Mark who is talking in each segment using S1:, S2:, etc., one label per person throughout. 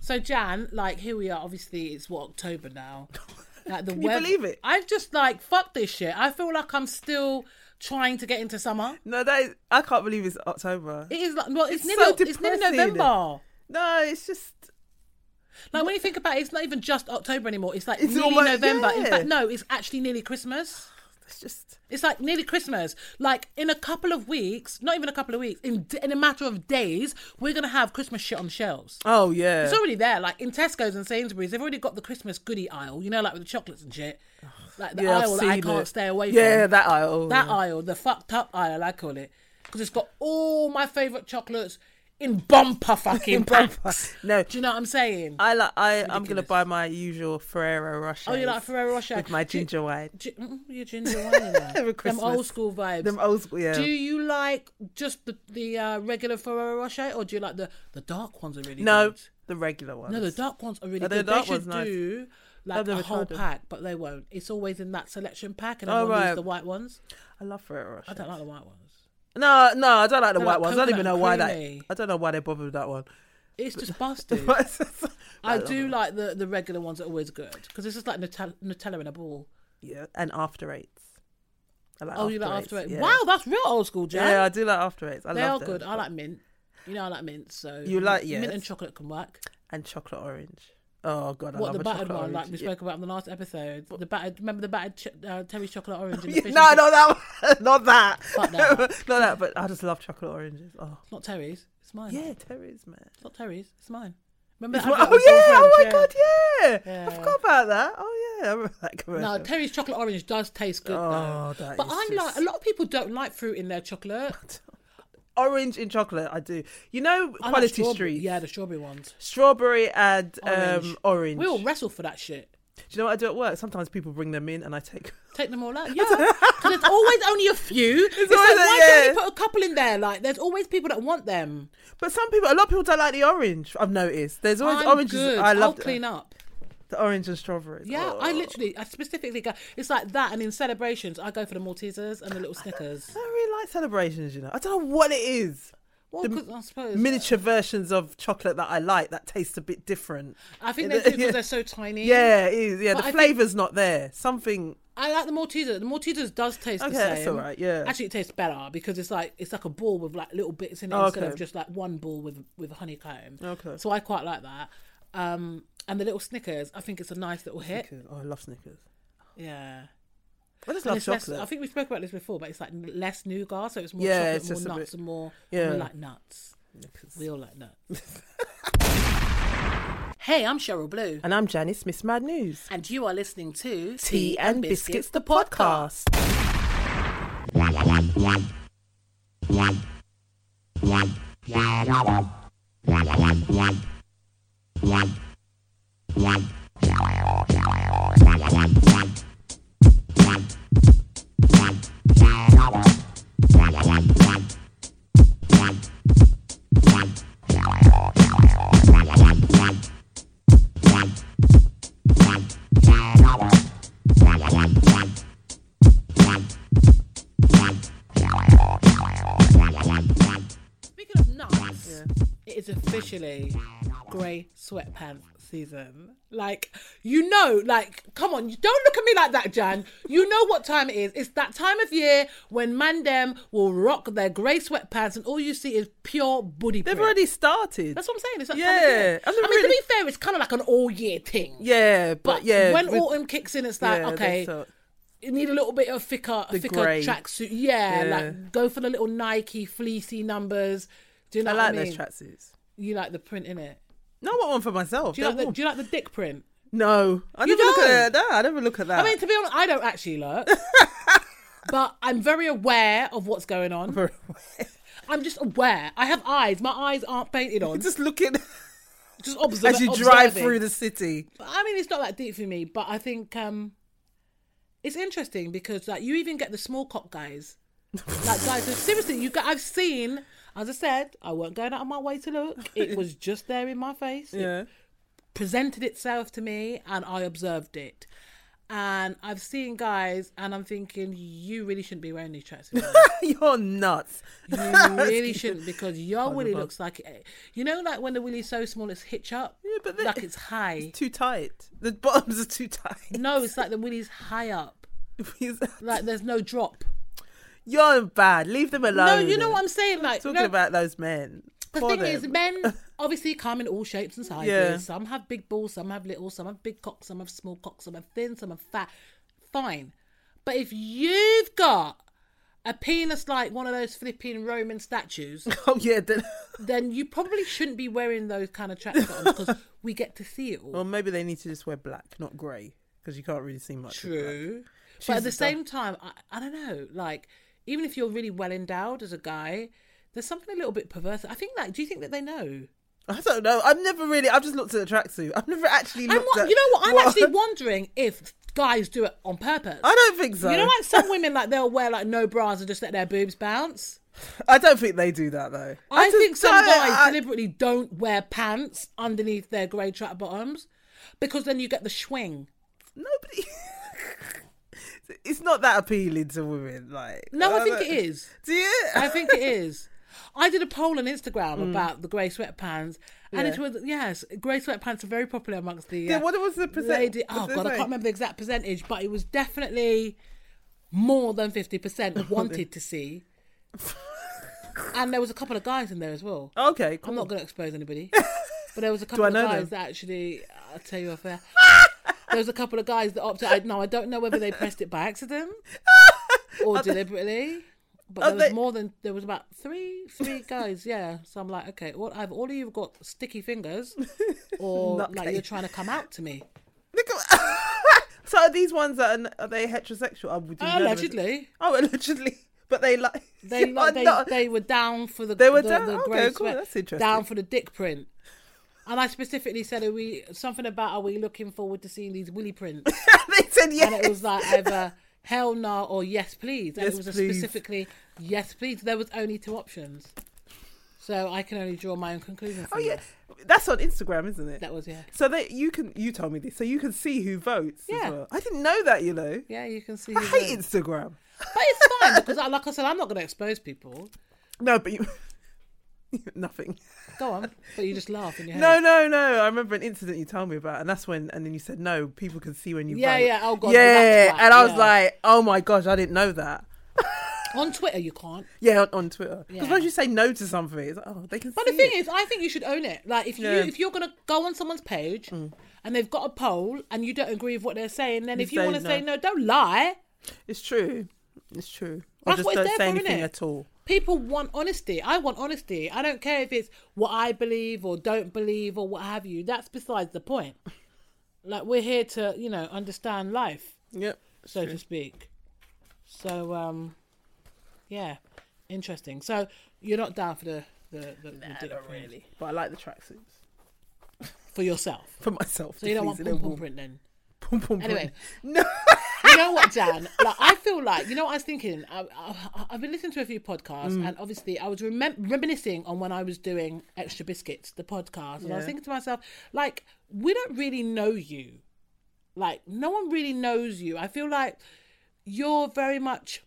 S1: So Jan, like here we are. Obviously, it's what October now. Like the
S2: Can you believe it?
S1: I'm just like fuck this shit. I feel like I'm still trying to get into summer.
S2: No, that is, I can't believe it's October.
S1: It is like well, it's,
S2: It's
S1: nearly
S2: so
S1: it's nearly
S2: depressing.
S1: November.
S2: No, it's just
S1: Like when you think about it, it's not even just October anymore. It's like
S2: It's
S1: nearly
S2: almost-
S1: November. In
S2: yeah.
S1: fact, no, it's actually nearly Christmas.
S2: it's just
S1: It's like nearly Christmas. Like in a couple of weeks, not even a couple of weeks, in d- in a matter of days, we're gonna have Christmas shit on the shelves.
S2: oh yeah.
S1: It's already there, like in Tesco's and Sainsbury's, they've already got the Christmas goodie aisle, you know, like with the chocolates and shit. Like the
S2: Yeah, I've
S1: aisle that I
S2: seen
S1: can't
S2: it.
S1: stay away from.
S2: Yeah, that aisle.
S1: That aisle, the fucked up aisle, I call it. Because it's got all my favourite chocolates in bumper fucking
S2: bumper.
S1: packs.
S2: No.
S1: Do you know what I'm saying?
S2: I like. I I'm gonna buy my usual Ferrero Rocher.
S1: oh, you like Ferrero Rocher?
S2: with my
S1: Do you-
S2: ginger wine.
S1: Gi- mm, your ginger wine in there.
S2: Every
S1: Them
S2: Christmas.
S1: old school vibes.
S2: Them old school. Yeah.
S1: do you like just the, the uh, regular Ferrero Rocher or do you like the, the dark ones are really
S2: no,
S1: good?
S2: the regular ones.
S1: No, the dark ones are really
S2: Are the
S1: good. They
S2: dark
S1: should
S2: ones nice?
S1: do like
S2: I've
S1: a
S2: never
S1: whole
S2: tried them.
S1: pack, but they won't. It's always in that selection pack, and
S2: Oh,
S1: everyone uses
S2: right.
S1: the white ones.
S2: I love Ferrero Rocher.
S1: I don't like the white ones.
S2: No, no, I don't like the
S1: They're
S2: white
S1: like
S2: ones. I don't
S1: coconut
S2: even know
S1: and
S2: why that.
S1: creamy.
S2: I don't know why they bothered with that one.
S1: It's just busted. I
S2: I
S1: do like the, the regular ones that are always good because it's just like Nutella, Nutella in a ball.
S2: Yeah, and after eights. I like
S1: oh, you like after eight?
S2: yeah.
S1: Wow, that's real old school, Jan.
S2: Yeah, I do like after eights. I
S1: they are
S2: love them.
S1: good. I like mint. You know, I like mint. So
S2: You like-
S1: mint
S2: yes.
S1: and chocolate can work.
S2: and chocolate orange. Oh god, I
S1: what
S2: love
S1: the
S2: a
S1: battered
S2: chocolate
S1: one,
S2: orange.
S1: like we spoke about in the last episode? The battered. Remember the battered ch- uh, Terry's chocolate orange? And the
S2: Yeah.
S1: fish and
S2: no,
S1: chips?
S2: not that one. not that.
S1: Fuck that one.
S2: not that. But I just love chocolate oranges. Oh
S1: It's not Terry's. It's mine.
S2: yeah, Terry's man.
S1: It's not Terry's. It's mine. Remember?
S2: It's
S1: that
S2: my-
S1: advert
S2: oh yeah!
S1: with Tom
S2: Oh my
S1: French?
S2: god! Yeah. I
S1: Yeah.
S2: forgot about that. Oh yeah, I remember that commercial.
S1: No, Terry's chocolate orange does taste good though.
S2: oh, that
S1: But
S2: is
S1: I
S2: just-
S1: like a lot of people don't like fruit in their chocolate.
S2: orange in chocolate. I do. You know,
S1: I like
S2: quality
S1: strawberry-
S2: street.
S1: Yeah, the strawberry ones.
S2: Strawberry and orange.
S1: Orange.
S2: Um, orange.
S1: We all wrestle for that shit.
S2: Do you know what I do at work? Sometimes people bring them in and I take.
S1: Take them all out. Yeah. 'Cause there's always only a few. It's, like,
S2: always
S1: why
S2: a-
S1: don't you
S2: yeah.
S1: put a couple in there? Like, there's always people that want them.
S2: But some people, a lot of people don't like the orange. I've noticed. There's always
S1: I'm
S2: oranges.
S1: good.
S2: I
S1: will
S2: love
S1: clean up.
S2: the orange and strawberries.
S1: Yeah, I
S2: Oh.
S1: literally, I specifically go. It's like that, and in celebrations, I go for the Maltesers and the little Snickers.
S2: I don't really like celebrations. You know, I don't know what it is.
S1: Well, 'cause I suppose
S2: Miniature versions of chocolate that I like that tastes a bit different.
S1: I think
S2: Yeah,
S1: they do because
S2: yeah.
S1: they're so tiny.
S2: Yeah, it is. Yeah,
S1: But
S2: the
S1: I think-
S2: flavor's not there. Something.
S1: I like the Maltesers. The Maltesers does taste
S2: Okay,
S1: the same.
S2: that's all right. Yeah.
S1: Actually, it tastes better because it's like it's like a ball with like little bits in it
S2: Oh,
S1: instead of
S2: okay.
S1: just like one ball with with honeycomb.
S2: Okay.
S1: So I quite like that. Um, and the little Snickers, I think it's a nice little hit.
S2: Snickers. Oh, I love Snickers.
S1: Yeah.
S2: I
S1: And
S2: just love
S1: it's less,
S2: chocolate.
S1: I think we spoke about this before, but it's like less nougat, so it's more chocolate,
S2: Yeah, it's
S1: more
S2: just a
S1: nuts,
S2: bit-
S1: and more.
S2: Yeah.
S1: We like nuts.
S2: Snickers.
S1: We all like nuts. hey, I'm Cheryl Blue,
S2: And I'm Janice Miss Mad News.
S1: and you are listening to
S2: Tea and Biscuits, the podcast.
S1: Speaking of nuts, it is officially grey sweatpants season. Like, you know, like, come on, you don't look at me like that, Jan. You know what time it is. It's that time of year when Mandem will rock their grey sweatpants and all you see is pure booty.
S2: They've
S1: print.
S2: already started.
S1: That's what I'm saying. It's that
S2: Yeah,
S1: time of year. I
S2: I've never
S1: mean, to
S2: really-
S1: be fair, it's kind of like an all year thing.
S2: yeah, but,
S1: But
S2: yeah.
S1: when
S2: with-
S1: autumn kicks in, it's like,
S2: yeah, they
S1: okay,
S2: sort-
S1: you need a little bit of thicker, thicker
S2: grey.
S1: tracksuit. Yeah,
S2: Yeah.
S1: like go for the little Nike fleecy numbers. Do you know
S2: I
S1: what
S2: like
S1: I mean?
S2: those tracksuits.
S1: You like the print in it.
S2: No, I want one for myself.
S1: Do you,
S2: They're
S1: like the,
S2: warm.
S1: do you like the dick print?
S2: No, I
S1: You
S2: never look
S1: don't?
S2: at that. I never look at that.
S1: I mean, to be honest, I don't actually look, but I'm very aware of what's going on. I'm just aware. I have eyes. My eyes aren't painted on. Just,
S2: just looking
S1: just observe.
S2: as you drive
S1: observing.
S2: through the city.
S1: But, I mean, it's not that deep for me, but I think um, it's interesting because like you even get the small cock guys, like guys. Who, seriously, you got. I've seen. As I said, I weren't going out of my way to look. It was just there in my face. It
S2: Yeah.
S1: presented itself to me, and I observed it. and I've seen guys, and I'm thinking you really shouldn't be wearing these tracksuits.
S2: You're nuts.
S1: You really shouldn't because your willy looks like it. You know, like when the willy's so small, it's hitch up.
S2: Yeah, but they-
S1: like it's high.
S2: Too tight. The bottoms are too tight.
S1: No, it's like the willy's high up. Like there's no drop.
S2: You're bad. Leave them alone.
S1: No, you know what I'm saying. Like
S2: Talking
S1: no,
S2: about those men.
S1: the
S2: Poor
S1: thing is,
S2: them.
S1: men obviously come in all shapes and sizes.
S2: Yeah.
S1: Some have big balls, some have little, some have big cocks, some have small cocks, some have thin, some have fat. Fine, but if you've got a penis like one of those flipping Roman statues,
S2: Oh yeah. Then...
S1: then you probably shouldn't be wearing those kind of track bottoms because we get to see it all.
S2: Or maybe they need to just wear black, not grey, because you can't really see much. of black.
S1: True. But at the
S2: She's done-
S1: same time, I, I don't know. Like, even if you're really well endowed as a guy, there's something a little bit perverse. I think, like, do you think that they know?
S2: I don't know. I've never really. I've just looked at the tracksuit. I've never actually
S1: And
S2: looked
S1: what,
S2: at.
S1: you know what? I'm actually wondering if guys do it on purpose.
S2: I don't think so.
S1: you know, like some women, like they'll wear like no bras and just let their boobs bounce.
S2: I don't think they do that though.
S1: I,
S2: just
S1: think some
S2: don't-
S1: guys
S2: I-
S1: deliberately don't wear pants underneath their grey track bottoms because then you get the swing.
S2: Nobody. it's not that appealing to women. Like
S1: No, I think
S2: don't-
S1: it is.
S2: Do you?
S1: I think it is. I did a poll on Instagram
S2: Hmm.
S1: about the grey sweatpants, and it was yes, grey sweatpants are very popular amongst the.
S2: Yeah,
S1: uh,
S2: what was the percentage?
S1: lady, oh god, I can't remember the exact percentage, but it was definitely more than fifty percent wanted to see. And there was a couple of guys in there as well.
S2: Okay,
S1: I'm
S2: cool.
S1: not going to expose anybody, but there was a couple
S2: I
S1: of
S2: know
S1: guys
S2: them?
S1: that actually. I'll tell you off air. There was a couple of guys that opted. I, no, I don't know whether they pressed it by accident or deliberately. But
S2: Are
S1: there was
S2: they-
S1: more than there was about three three guys, yeah. So I'm like, okay, well, either all of you've got sticky fingers, or
S2: Not
S1: like
S2: gay.
S1: you're trying to come out to me.
S2: Look at- so are these ones that are, are they heterosexual? Oh, would you know them as-
S1: Allegedly,
S2: Oh, allegedly. But they like.
S1: they
S2: You
S1: like-
S2: are
S1: they,
S2: not-
S1: they were down for the
S2: They were
S1: the,
S2: down-
S1: the
S2: okay,
S1: grey
S2: cool,
S1: sweat-
S2: that's interesting.
S1: down for the dick print. And I specifically said, "Are we something about? Are we looking forward to seeing these willy prints?"
S2: they said
S1: and
S2: yes.
S1: it was like either hell no or yes please and
S2: Yes,
S1: it was a
S2: please.
S1: specifically yes please there was only two options so i can only draw my own conclusion
S2: oh
S1: from
S2: yeah,
S1: that.
S2: that's on Instagram, isn't it?
S1: that was yeah
S2: So they you can you told me this, so you can see who votes.
S1: Yeah.
S2: As well. I didn't know that. You know.
S1: yeah you can see
S2: I
S1: who
S2: hate
S1: wrote.
S2: Instagram.
S1: but it's fine because I- like i said i'm not going to expose people
S2: No, but you. Nothing.
S1: go on but you just laugh in your head
S2: No, no, no. I remember an incident you told me about, and that's when, and then you said, no, people can see when you
S1: Yeah,
S2: vote.
S1: yeah. Oh, God, no,
S2: Yeah.
S1: that's right.
S2: and I was
S1: Yeah.
S2: like, oh my gosh, I didn't know that.
S1: on twitter you can't
S2: Yeah, on, on Twitter. Because
S1: Yeah.
S2: once you say no to something, it's like, oh, they can
S1: but
S2: see
S1: the thing
S2: it.
S1: is, i think you should own it like if you
S2: Yeah.
S1: if you're going to go on someone's page and they've got a poll and you don't agree with what they're saying then if Mm. you
S2: say
S1: want to say
S2: no.
S1: no don't lie
S2: It's true. It's true.
S1: That's
S2: or just
S1: what it's
S2: don't
S1: there
S2: say
S1: for,
S2: anything
S1: innit?
S2: at all.
S1: People want honesty. I want honesty. I don't care if it's what I believe or don't believe or what have you. That's besides the point. Like we're here to, you know, understand life,
S2: Yep.
S1: so to speak. So, um, yeah, interesting. So you're not down for the the, the, the dick print
S2: But I like the tracksuits
S1: for yourself.
S2: for myself.
S1: So you don't want pom pom print then.
S2: pom pom.
S1: Anyway.
S2: no.
S1: you know what, Dan? Like, I feel like you know what I was thinking. I, I, I've been listening to a few podcasts,
S2: Mm.
S1: and obviously, I was remem- reminiscing on when I was doing Extra Biscuits, the podcast, and I was
S2: Yeah.
S1: thinking to myself, like, we don't really know you. Like, no one really knows you. I feel like you're very much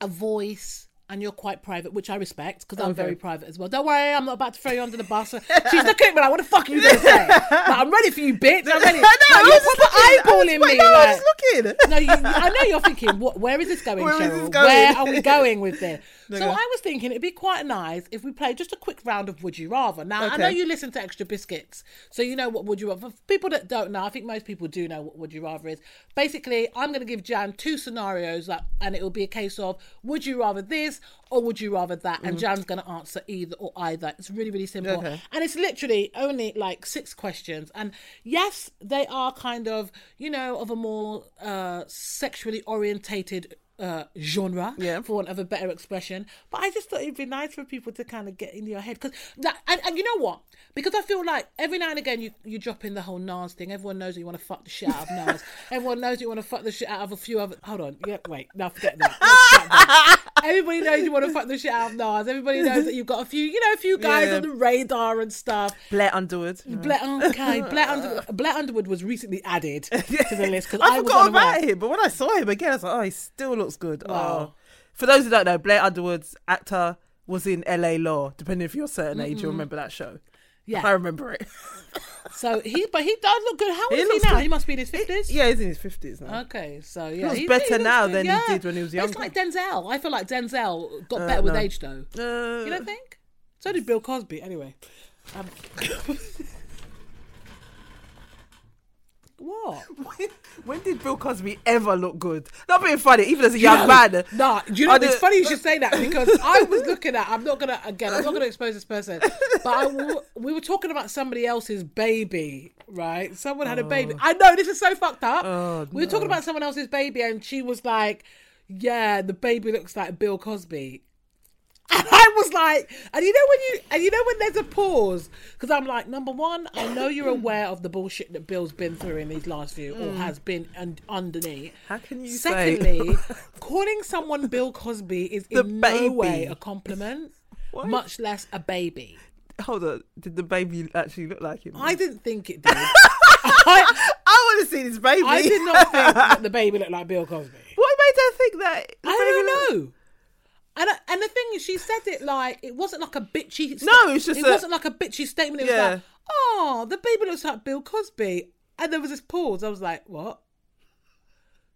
S1: a voice. And you're quite private, which I respect because I'm
S2: Okay.
S1: very private as well. Don't worry, I'm not about to throw you under the bus. She's looking at me like, "What the fuck are you gonna say?" Like, I'm ready for you, bitch. I'm ready.
S2: I know. I
S1: Like,
S2: was
S1: you're
S2: just
S1: proper
S2: looking. I
S1: eyeballing me.
S2: was- wait, No, I
S1: like-
S2: was looking.
S1: no, you, you- I know you're thinking, what, where is this going,
S2: Where is
S1: Cheryl?
S2: this going?
S1: Where are we going with this?
S2: Okay.
S1: So I was thinking it'd be quite nice if we play just a quick round of Would You Rather. Now, I
S2: Okay.
S1: know you listen to Extra Biscuits, so you know what Would You Rather. For people that don't know, I think most people do know what Would You Rather is. Basically, I'm going to give Jan two scenarios, like, and it will be a case of Would you rather this or Would you rather that? And Jan's going to answer either or either. It's really, really simple.
S2: Mm. Okay.
S1: And it's literally only like six questions. And yes, they are kind of, you know, of a more uh, sexually orientated uh, genre,
S2: Yeah.
S1: for want of a better expression. But I just thought it'd be nice for people to kind of get in your head. Because that, and, and you know what? Because I feel like every now and again you, you drop in the whole Nas thing. Everyone knows that you want to fuck the shit out of Nas. Everyone knows that you want to fuck the shit out of a few other. Hold on. Yeah, wait. No, forget that. Let's start that. Everybody knows you want to fuck the shit out of Nas. Everybody knows that you've got a few, you know, a few guys
S2: Yeah.
S1: on the radar and stuff.
S2: Blair Underwood.
S1: Blair, okay, Blair Underwood, Blair Underwood was recently added to the list because
S2: I,
S1: I, was
S2: forgot
S1: unaware.
S2: about him, but when I saw him again, I was like, oh, he still looks good.
S1: Wow.
S2: Oh. For those who don't know, Blair Underwood's actor was in LA Law, depending if you're a certain age, you'll remember that show. I
S1: Yeah,
S2: remember it.
S1: so he, but he does look good. How
S2: He
S1: old is
S2: looks
S1: he now?
S2: good.
S1: He must be in his fifties.
S2: yeah, he's in his 50s now.
S1: Okay, so yeah,
S2: looks
S1: he-
S2: better
S1: looks
S2: now
S1: good,
S2: than he did when he
S1: It's
S2: was younger.
S1: like Denzel. I feel like Denzel got better with
S2: no.
S1: age, though.
S2: Uh,
S1: You don't think? So did Bill Cosby. Anyway, um, what?
S2: when, when did Bill Cosby ever look good? Not being funny, even as a young man.
S1: Nah, do you know,
S2: I
S1: it's
S2: don't-
S1: funny you should say that because I was looking at. I'm not gonna again. I'm not gonna expose this person, but I w we were talking about somebody else's baby, right? Someone had a baby. I know this is so fucked up.
S2: Oh,
S1: we were talking about someone else's baby, and she was like, "Yeah, the baby looks like Bill Cosby." And I was like, and you know when you and you know when there's a pause because I'm like, number one, I know you're aware of the bullshit that Bill's been through in these last few or has been and underneath.
S2: Mm. How can you say-
S1: Secondly, calling someone Bill Cosby is
S2: The
S1: in
S2: baby.
S1: no way a compliment,
S2: What?
S1: much less a baby.
S2: Hold on, did the baby actually look like him?
S1: I didn't think it did. I,
S2: I want to see this baby.
S1: I did not think that the baby looked like Bill Cosby.
S2: What made her think that? the
S1: I
S2: baby
S1: don't
S2: looked-
S1: know. And, I, and the thing is, she said it like it wasn't like a bitchy. sta-
S2: No, it's just
S1: it
S2: a-
S1: wasn't like a bitchy statement. It
S2: Yeah.
S1: was like, oh, the baby looks like Bill Cosby, and there was this pause. I was like, what?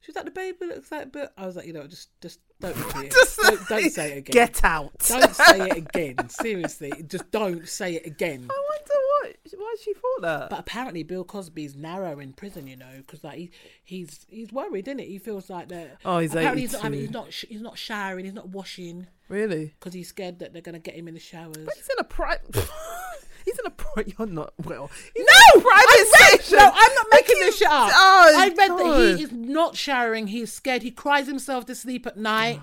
S1: She was like, the baby looks like Bill. I was like, you know, what, just just don't say it.
S2: Just
S1: don't, don't say it again.
S2: Get out.
S1: Don't say it again. Seriously, just don't say it again.
S2: I wonder what why she thought that.
S1: But apparently, Bill Cosby's narrow in prison, you know, because like he, he's he's worried, isn't it? He feels like that.
S2: Oh, he's
S1: apparently he's not, having-
S2: 82.
S1: he's not sh- he's not showering, he's not washing
S2: really?
S1: because he's scared that they're gonna get him in the showers.
S2: He's in a private. He's in a private. You're not well. He's
S1: No,
S2: in a private
S1: I read,
S2: section.
S1: no, I'm not making
S2: Like,
S1: this shit up.
S2: Oh,
S1: I read that
S2: God.
S1: he is not showering. He's scared. He cries himself to sleep at night.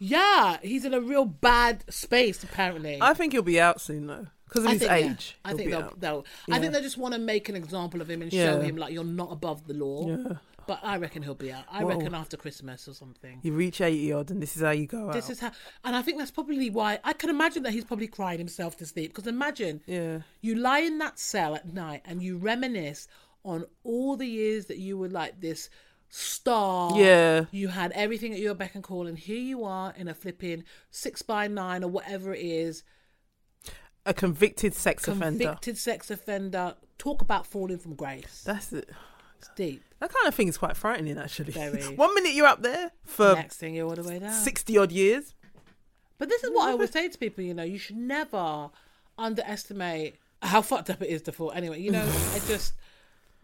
S1: yeah, he's in a real bad space apparently.
S2: I think he'll be out soon though, because of his
S1: yeah.
S2: age.
S1: I
S2: he'll
S1: think
S2: be
S1: they'll,
S2: out.
S1: they'll I think they just want to make an example of him and show
S2: Yeah.
S1: him like you're not above the law.
S2: Yeah.
S1: But I reckon he'll be out. I reckon after Christmas or something.
S2: You reach eighty odd, and this is how you go out.
S1: This is how, and I think that's probably why I can imagine that he's probably crying himself to sleep. Because imagine
S2: yeah.
S1: you lie in that cell at night and you reminisce on all the years that you were like this star.
S2: Yeah.
S1: You had everything at your beck and call, and here you are in a flipping six by nine or whatever it is,
S2: A convicted sex offender.
S1: convicted sex offender. Talk about falling from grace.
S2: That's it.
S1: That's deep.
S2: That kind of thing is quite frightening, actually.
S1: Very.
S2: One minute you're up there for
S1: Next thing you're all the way down.
S2: sixty odd years.
S1: But this is what I always say to people, you know, you should never underestimate how fucked up it is to fall. Anyway, you know, I just.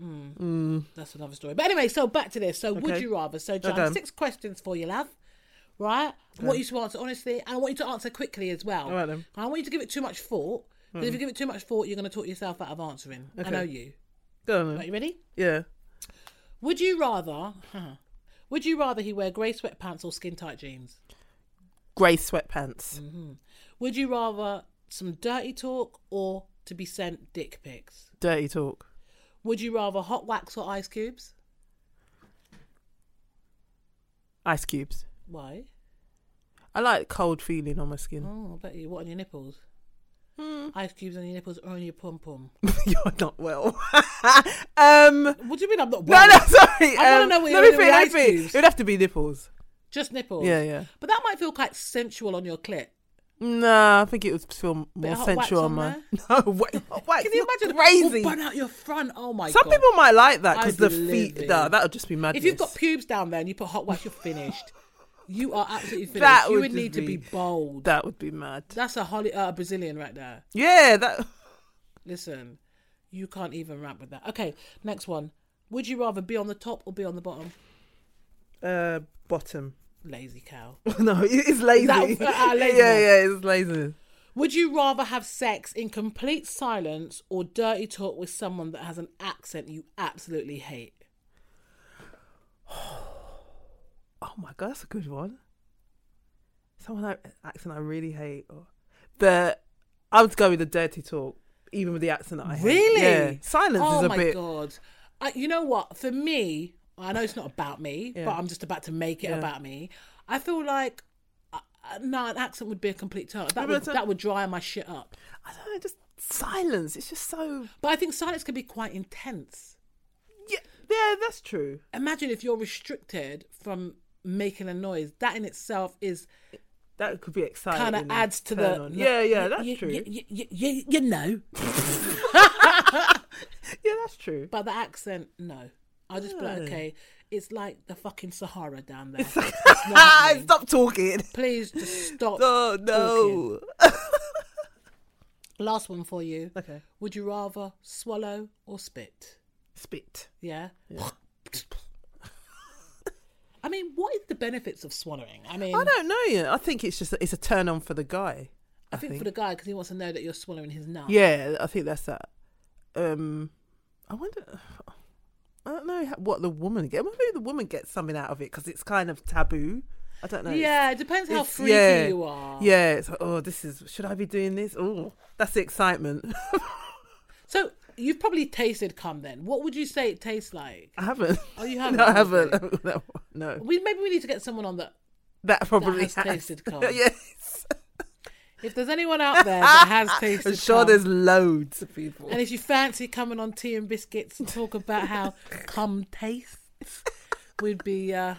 S1: Mm, That's another story. But anyway, so back to this. So, would
S2: Okay.
S1: you rather? So, John,
S2: Okay.
S1: six questions for you, love. Right? I want you to answer honestly. And I want you to answer quickly as well.
S2: All right, then. Hmm.
S1: I don't want you to give it too much thought. Because if you give it too much thought, you're going to talk yourself out of answering. I know you.
S2: Go on.
S1: Right,
S2: then.
S1: you ready?
S2: Yeah.
S1: Would you rather? Would you rather he wear grey sweatpants or skin tight jeans?
S2: Grey sweatpants.
S1: Mm. Would you rather some dirty talk or to be sent dick pics?
S2: Dirty talk.
S1: Would you rather hot wax or ice cubes?
S2: Ice cubes.
S1: Why?
S2: I like cold feeling on my skin.
S1: Oh, I bet you. What on your nipples?
S2: Hmm.
S1: Ice cubes on your nipples or on your pom pom?
S2: You're not well. um,
S1: What do you mean I'm not?
S2: no,
S1: well?
S2: no,
S1: I
S2: sorry.
S1: wanna
S2: um,
S1: know what
S2: let
S1: you're doing with
S2: me think, let me
S1: ice
S2: think.
S1: cubes.
S2: It would have to be nipples.
S1: Just nipples.
S2: Yeah, yeah.
S1: But that might feel quite sensual on your clit.
S2: No, I think it would feel more
S1: of hot wax
S2: sensual on
S1: on
S2: my.
S1: there?
S2: No, wait, wait.
S1: Can you imagine?
S2: Crazy.
S1: Or burn out your front. Oh my
S2: Some
S1: god.
S2: people might like that because
S1: I'd
S2: the
S1: live
S2: feet.
S1: it.
S2: No, that would just be madness.
S1: If you've got pubes down there and you put hot wax, you're finished. you are absolutely finished.
S2: That
S1: you
S2: would
S1: would
S2: just
S1: need to be
S2: be-
S1: bold.
S2: that would be mad.
S1: That's a Holly, uh, Brazilian right there.
S2: Yeah, that.
S1: Listen, you can't even rap with that. Okay, next one. Would you rather be on the top or be on the bottom?
S2: Uh, bottom.
S1: Lazy cow.
S2: no, it- it's lazy.
S1: That- uh, lazy
S2: yeah,
S1: one.
S2: yeah, it's lazy.
S1: Would you rather have sex in complete silence or dirty talk with someone that has an accent you absolutely hate?
S2: Oh my god, that's a good one. Someone I accent I really hate. Or the I would go with the dirty talk, even with the accent that I hate.
S1: Really?
S2: Yeah. Silence
S1: oh
S2: is a
S1: my
S2: bit.
S1: god! I, you know what? For me, I know it's not about me, but I'm just about to make it about me. I feel like I, uh, no, an accent would be a complete turn. That
S2: but
S1: would,
S2: it's a-
S1: that would dry my shit up.
S2: I don't know, just silence. It's just so.
S1: But I think silence can be quite intense.
S2: Yeah, yeah, that's true.
S1: Imagine if you're restricted from making a noise. That in itself is
S2: That could be exciting.
S1: kind of
S2: and
S1: adds to
S2: turn
S1: the.
S2: on. Yeah, yeah,
S1: Y-
S2: that's
S1: y-
S2: true.
S1: y- y- y- y- you know,
S2: Yeah, that's true.
S1: but the accent, no. I'll just be like,
S2: No.
S1: okay, it's like the fucking Sahara down there.
S2: Ah, Stop talking.
S1: Please just stop.
S2: Oh no.
S1: Last one for you.
S2: Okay.
S1: Would you rather swallow or spit?
S2: Spit.
S1: Yeah. I mean, what is the benefits of swallowing? I mean,
S2: I don't know. Yeah, I think it's just it's a turn on for the guy.
S1: I think for the guy because he wants to know that you're swallowing his nut.
S2: Yeah, I think that's that. Um, I wonder. I don't know how- what the woman get. Maybe the woman gets something out of it because it's kind of taboo. I don't know.
S1: Yeah, it depends how
S2: It's-
S1: freaky
S2: yeah.
S1: you are.
S2: Yeah, it's like, oh, this is. Should I be doing this? Oh, that's the excitement.
S1: So you've probably tasted cum then. What would you say it tastes like?
S2: I haven't.
S1: Oh, you haven't?
S2: No, I
S1: Okay.
S2: haven't. No, no.
S1: We maybe we need to get someone on that.
S2: that probably
S1: has tasted cum.
S2: yes,
S1: If there's anyone out there that has tasted
S2: I'm sure
S1: cum,
S2: there's loads of people.
S1: and if you fancy coming on tea and biscuits and talk about how cum tastes, we'd be uh,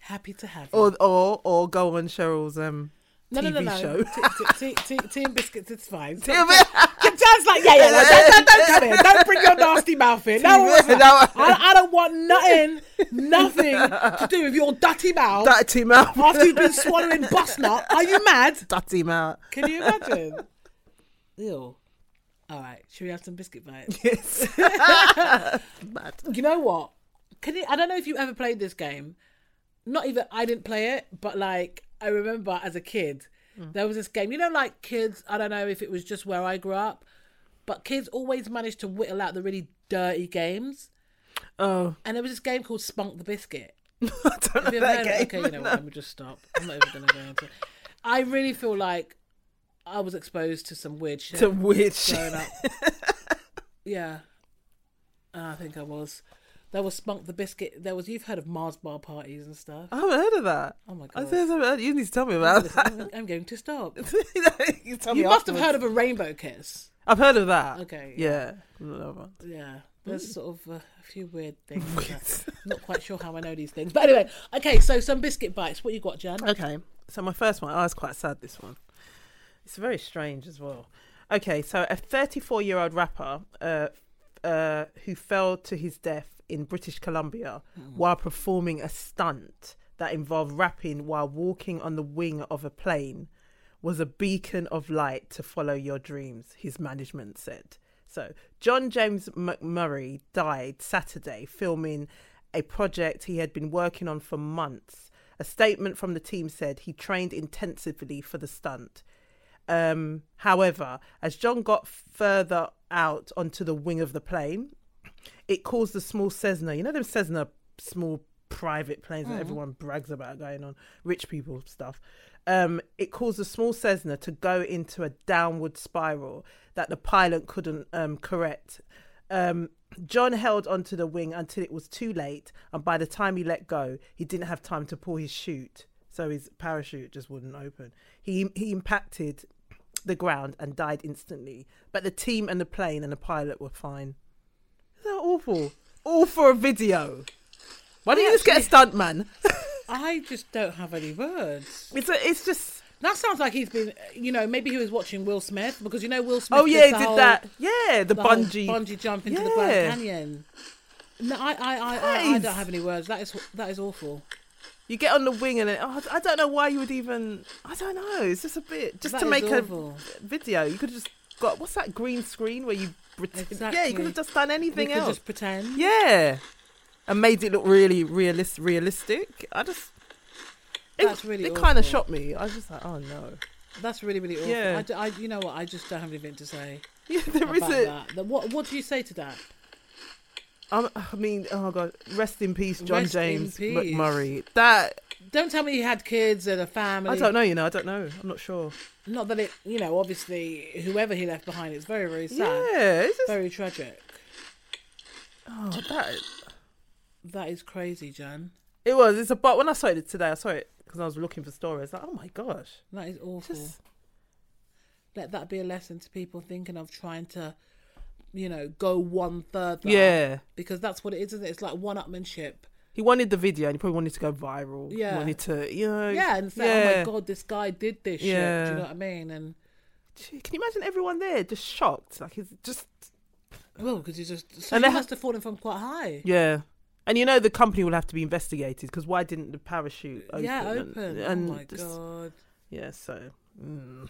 S1: happy to have you.
S2: or or or go on Cheryl's um
S1: no,
S2: TV
S1: no, no, no.
S2: show.
S1: Tea, tea, tea, tea, tea and biscuits, it's fine. Jan's like, yeah, yeah, no, don't, don't, don't come here. Don't bring your nasty mouth in. No,
S2: Yeah,
S1: I,
S2: no.
S1: I, I don't want nothing, nothing to do with your dirty mouth
S2: Dirty mouth.
S1: after you've been swallowing bus nut. Are you mad?
S2: Dirty mouth.
S1: Can you imagine? Ew. All right, should we have some biscuit bites?
S2: Yes. Mad.
S1: You know what? Can you, I don't know if you ever played this game. Not even I didn't play it, but like I remember as a kid, there was this game. You know, like kids. I don't know if it was just where I grew up, but kids always managed to whittle out the really dirty games.
S2: Oh,
S1: And there was this game called Spunk the Biscuit.
S2: I don't know
S1: Have you ever
S2: that
S1: heard
S2: game.
S1: of- Okay, you know what? Let me just stop. I'm not even gonna go into. it. I really feel like I was exposed to some weird shit.
S2: Some weird shit.
S1: growing up. yeah, Uh, I think I was. There was Spunk the Biscuit. There was you've heard of Mars bar parties and stuff.
S2: I haven't heard of that.
S1: Oh my
S2: I
S1: god!
S2: said, I've heard- you need to tell me about
S1: Listen,
S2: that.
S1: I'm- I'm going to stop.
S2: you tell
S1: You
S2: me
S1: must have
S2: afterwards.
S1: heard of a rainbow kiss.
S2: I've heard of that.
S1: Okay,
S2: Yeah. Another one.
S1: Yeah, there's sort of uh, a few weird things. that- I'm not quite sure how I know these things, but anyway. Okay, so some biscuit bites. What you got, Jan?
S2: Okay. So my first one, I was quite sad this one. It's very strange as well. Okay, so a 34-year-old rapper uh, uh, who fell to his death in British Columbia
S1: Hmm.
S2: while performing a stunt that involved rapping while walking on the wing of a plane was a beacon of light to follow your dreams, his management said. So, John James McMurray died Saturday filming a project he had been working on for months. A statement from the team said he trained intensively for the stunt. Um, however, as John got further out onto the wing of the plane, it caused the small Cessna, you know, them Cessna small private planes that everyone brags about going on, rich people stuff. Um, it caused the small Cessna to go into a downward spiral that the pilot couldn't um, correct. Um, John held onto the wing until it was too late, and by the time he let go, he didn't have time to pull his chute, so his parachute just wouldn't open. He he impacted the ground and died instantly. But the team and the plane and the pilot were fine. Isn't that awful? All for a video. Why don't you just get a stunt man?
S1: I just don't have any words.
S2: It's a, it's just
S1: That sounds like he's been. uh, You know, maybe he was watching Will Smith because you know Will Smith.
S2: oh yeah,
S1: the
S2: did
S1: whole-
S2: that yeah the,
S1: the whole
S2: bungee.
S1: bungee jump into the Grand
S2: Yeah.
S1: Canyon. No, I, I, I, I, I
S2: Guys.
S1: don't have any words. That is that is awful.
S2: You get on the wing and it, oh, I don't know why you would even. I don't know. It's just a bit just
S1: That
S2: to
S1: is
S2: make a
S1: awful.
S2: video. You could have just got what's that green screen where you pretend? Yeah, you
S1: Exactly.
S2: could have just done
S1: We
S2: anything
S1: could
S2: else.
S1: just pretend.
S2: Yeah, and made it look really realist, realistic. I just it-
S1: That's really
S2: it
S1: awful.
S2: kind of shocked me. I was just like, oh no,
S1: That's really really awful.
S2: Yeah.
S1: I d I you know what? I just don't have anything to say
S2: yeah, there
S1: about
S2: isn't.
S1: that. The- What What do you say to that?
S2: I'm- I mean, oh god, rest in peace, John
S1: Rest in
S2: James
S1: peace.
S2: McMurray. That
S1: Don't tell me you had kids and a family.
S2: I don't know. You know, I don't know. I'm not sure.
S1: Not that it. You know, obviously, whoever he left behind, it's very very sad,
S2: Yeah, it's just
S1: very tragic.
S2: oh that.
S1: That is crazy, Jan.
S2: It was. It's about when I saw it today. I saw it because I was looking for stories. Like, oh my gosh,
S1: That is awful.
S2: Just-
S1: Let that be a lesson to people thinking of trying to, you know, go one further.
S2: yeah.
S1: Because that's what it is, isn't it? It's like one upmanship.
S2: He wanted the video, and he probably wanted to go viral.
S1: Yeah.
S2: he wanted to, you know,
S1: Yeah, and say,
S2: yeah.
S1: oh my god, this guy did this shit.
S2: Yeah.
S1: Do you know what I mean? And
S2: Gee, Can you imagine everyone there just shocked? Like, it's just
S1: well, because he's oh, just so
S2: And
S1: he
S2: they ha-
S1: must have fallen from quite high.
S2: yeah. And you know the company will have to be investigated because why didn't the parachute open?
S1: yeah,
S2: and-
S1: open.
S2: and
S1: oh my
S2: just-
S1: god.
S2: Yeah, so mm.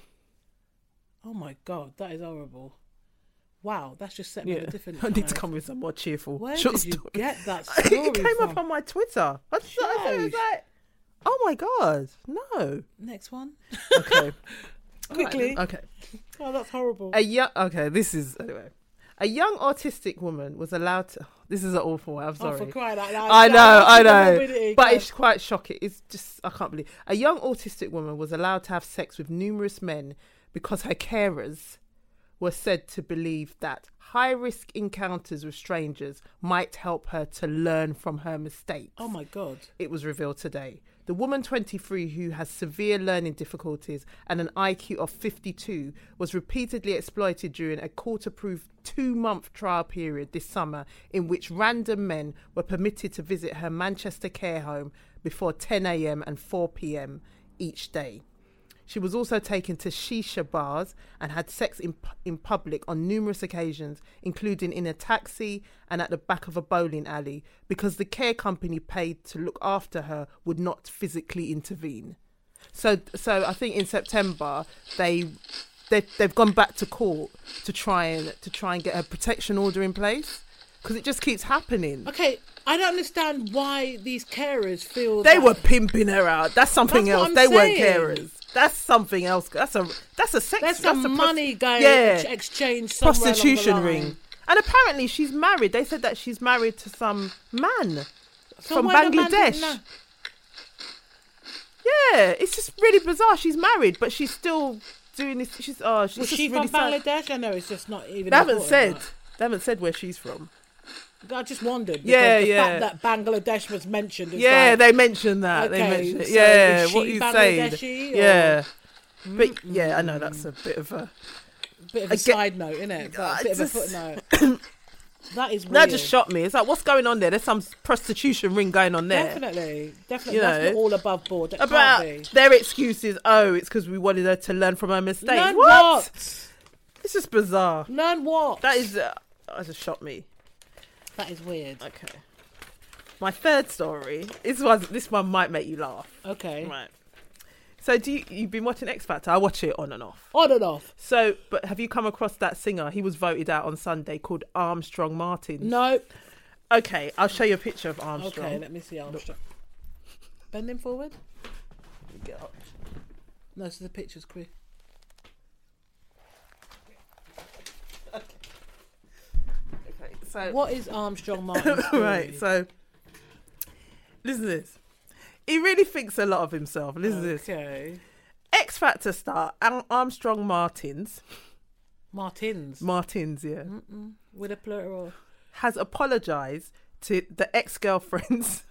S1: Oh my god, that is horrible. Wow, that's just set me on
S2: yeah,
S1: a different.
S2: I need to
S1: time.
S2: come with some more cheerful.
S1: Where
S2: short
S1: did you
S2: story.
S1: get that story
S2: it came
S1: from?
S2: up on my Twitter. I just I thought it was
S1: Jeez.
S2: like, oh my god, no.
S1: Next one.
S2: Okay,
S1: Quickly.
S2: okay.
S1: Oh, that's horrible.
S2: A young okay, this is anyway. A young autistic woman was allowed to. This is an awful. one, I'm
S1: Oh,
S2: sorry.
S1: for crying out loud.
S2: I
S1: That
S2: know,
S1: was
S2: I
S1: the
S2: know.
S1: morbidity,
S2: But
S1: God.
S2: it's quite shocking. It's just, I can't believe. A young autistic woman was allowed to have sex with numerous men because her carers were said to believe that high risk encounters with strangers might help her to learn from her mistakes
S1: Oh my god.
S2: it was revealed today. The woman 23 who has severe learning difficulties and an IQ of 52 was repeatedly exploited during a court approved two month trial period this summer in which random men were permitted to visit her Manchester care home before 10 a.m. and 4 p.m. each day. She was also taken to shisha bars and had sex in, pu- in public on numerous occasions, including in a taxi and at the back of a bowling alley, because the care company paid to look after her would not physically intervene. So, so I think in September they they they've gone back to court to try and to try and get a protection order in place because it just keeps happening.
S1: Okay, I don't understand why these carers feel
S2: They
S1: that-
S2: were pimping her out. That's something
S1: That's what
S2: else.
S1: I'm
S2: They
S1: saying.
S2: weren't carers. That's something else. That's a that's a sex.
S1: That's
S2: a
S1: some
S2: pros-
S1: money going
S2: Yeah,
S1: ex- exchange somewhere along the
S2: prostitution
S1: line.
S2: ring. And apparently she's married. They said that she's married to some man
S1: So
S2: from
S1: why the man
S2: Bangladesh.
S1: didn't know?
S2: Yeah, it's just really bizarre. She's married, but she's still doing this. She's oh, she's
S1: Was
S2: just
S1: she
S2: really
S1: from
S2: sad.
S1: Bangladesh? I know it's just not even.
S2: They haven't
S1: important,
S2: said. They haven't said where she's from.
S1: like, I just wondered.
S2: Yeah,
S1: Yeah, the
S2: yeah.
S1: Fact that Bangladesh was mentioned. It's
S2: Yeah,
S1: like,
S2: they mentioned that.
S1: okay,
S2: they mentioned it.
S1: so
S2: yeah,
S1: is
S2: what
S1: she
S2: you saying?
S1: Bangladeshi or-
S2: Yeah, but yeah, I know that's a bit of a.
S1: bit of a
S2: I get-
S1: side note, innit? But
S2: I
S1: a bit
S2: just-
S1: of a footnote. that is weird.
S2: That just shocked me. It's like, what's going on there? There's some prostitution ring going on there.
S1: Definitely, definitely.
S2: You
S1: that's not
S2: know.
S1: all above board. That
S2: About
S1: can't be.
S2: their excuses. Oh, it's because we wanted her to learn from her mistakes.
S1: Learn
S2: what?
S1: what?
S2: It's just bizarre.
S1: Learn what?
S2: That is, uh, that just shocked me.
S1: that is weird.
S2: Okay. My third story. This one. This one might make you laugh.
S1: Okay.
S2: Right. So, do you, you've been watching X Factor? I watch it on and off.
S1: On and off.
S2: So, but have you come across that singer? He was voted out on Sunday called Armstrong Martin.
S1: No.
S2: Okay, I'll show you a picture of Armstrong.
S1: Okay. Let me see. Armstrong. Bend him forward.
S2: Get up.
S1: No, so the picture's quick.
S2: Okay, so
S1: What is Armstrong Martin's story?
S2: right, so listen to this. He really thinks a lot of himself. Listen to this.
S1: Okay.
S2: X Factor star Al- Armstrong Martins,
S1: Martins
S2: Martins, yeah,
S1: with a plural.
S2: has apologized to the ex girlfriends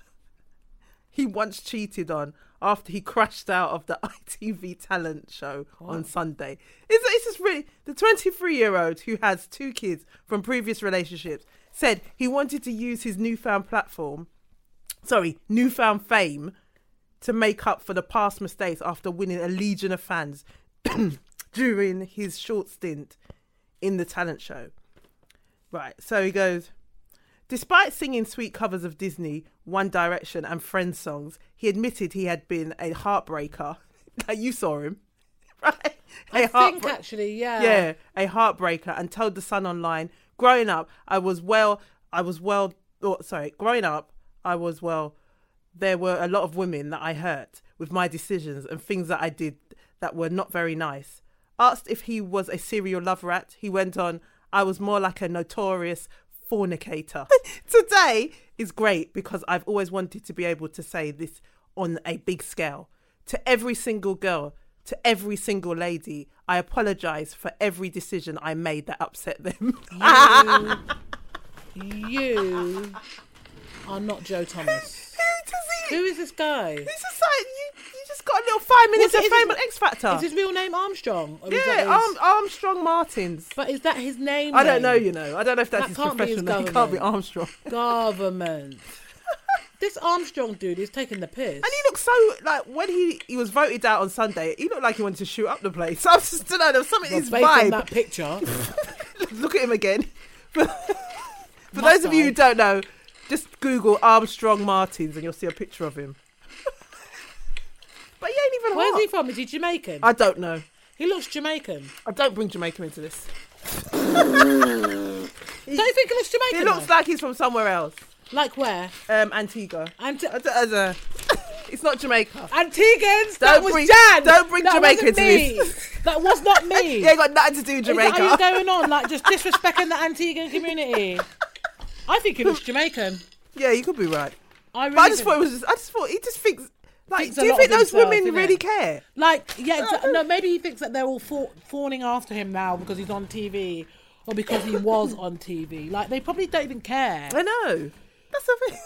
S2: he once cheated on after he crashed out of the ITV talent show on Sunday. It's, it's just really the 23 year old who has two kids from previous relationships said he wanted to use his newfound platform sorry, newfound fame to make up for the past mistakes after winning a legion of fans during his short stint in the talent show. Right, so he goes. Despite singing sweet covers of Disney, One Direction, and Friends songs, he admitted he had been a heartbreaker. Like you saw him, right? A
S1: I think
S2: heartbre-
S1: actually, yeah.
S2: Ah, yeah, a heartbreaker, and told the Sun online, growing up, I was well, I was well, oh, sorry, growing up, I was well, there were a lot of women that I hurt with my decisions and things that I did that were not very nice. Asked if he was a serial love rat, he went on, I was more like a notorious fornicator. Today is great because I've always wanted to be able to say this on a big scale. To every single girl, to every single lady, I apologize for every decision I made that upset them.
S1: You are not Joe Thomas.
S2: Who does he like,
S1: Who is this guy?
S2: this is like you, you just got a little five minutes
S1: it-
S2: of
S1: is his-
S2: fame on X Factor.
S1: Is his real name Armstrong? Or is that
S2: yeah,
S1: his-
S2: Arm, Armstrong Martins.
S1: But is that his name?
S2: I
S1: then?
S2: don't know, you know. I don't know if that's
S1: That
S2: his
S1: can't be his
S2: professional name. It can't be
S1: government.
S2: Armstrong.
S1: Government. this Armstrong dude is taking the piss.
S2: And he looked so like when he, he was voted out on Sunday, he looked like he wanted to shoot up the place. I was just don't know, there was something in his
S1: Well, based on
S2: vibe.
S1: that picture,
S2: Look at him again. For
S1: Must
S2: those of you who
S1: I?
S2: don't know, just Google Armstrong Martins and you'll see a picture of him. but he ain't even
S1: where's
S2: hot.
S1: he from? Is he Jamaican?
S2: I don't know.
S1: He looks Jamaican.
S2: I don't bring Jamaica into this.
S1: Don't you think he looks Jamaican?
S2: He looks
S1: though?
S2: like he's from somewhere else.
S1: like where?
S2: Um, Antigua.
S1: Anti-
S2: I don't- I don't- it's not Jamaica.
S1: Antigans. That
S2: Don't
S1: was
S2: bring-
S1: Jan.
S2: don't bring
S1: that
S2: Jamaica
S1: wasn't
S2: to
S1: me. That was not me.
S2: You ain't got nothing to do with
S1: Is that
S2: Jamaica.
S1: how you're going on? Like just disrespecting the Antiguan community. I think he looks Jamaican.
S2: yeah, you could be right.
S1: I really
S2: But I just
S1: do.
S2: thought it was. Just, I just thought he just thinks. Like,
S1: Thinks a
S2: do you
S1: lot
S2: think
S1: of
S2: those
S1: himself,
S2: women
S1: innit?
S2: really care?
S1: Like, yeah, exa- no, maybe he thinks that they're all fa- fawning after him now because he's on TV or because he was on TV. Like, they probably don't even care.
S2: I know. That's the thing.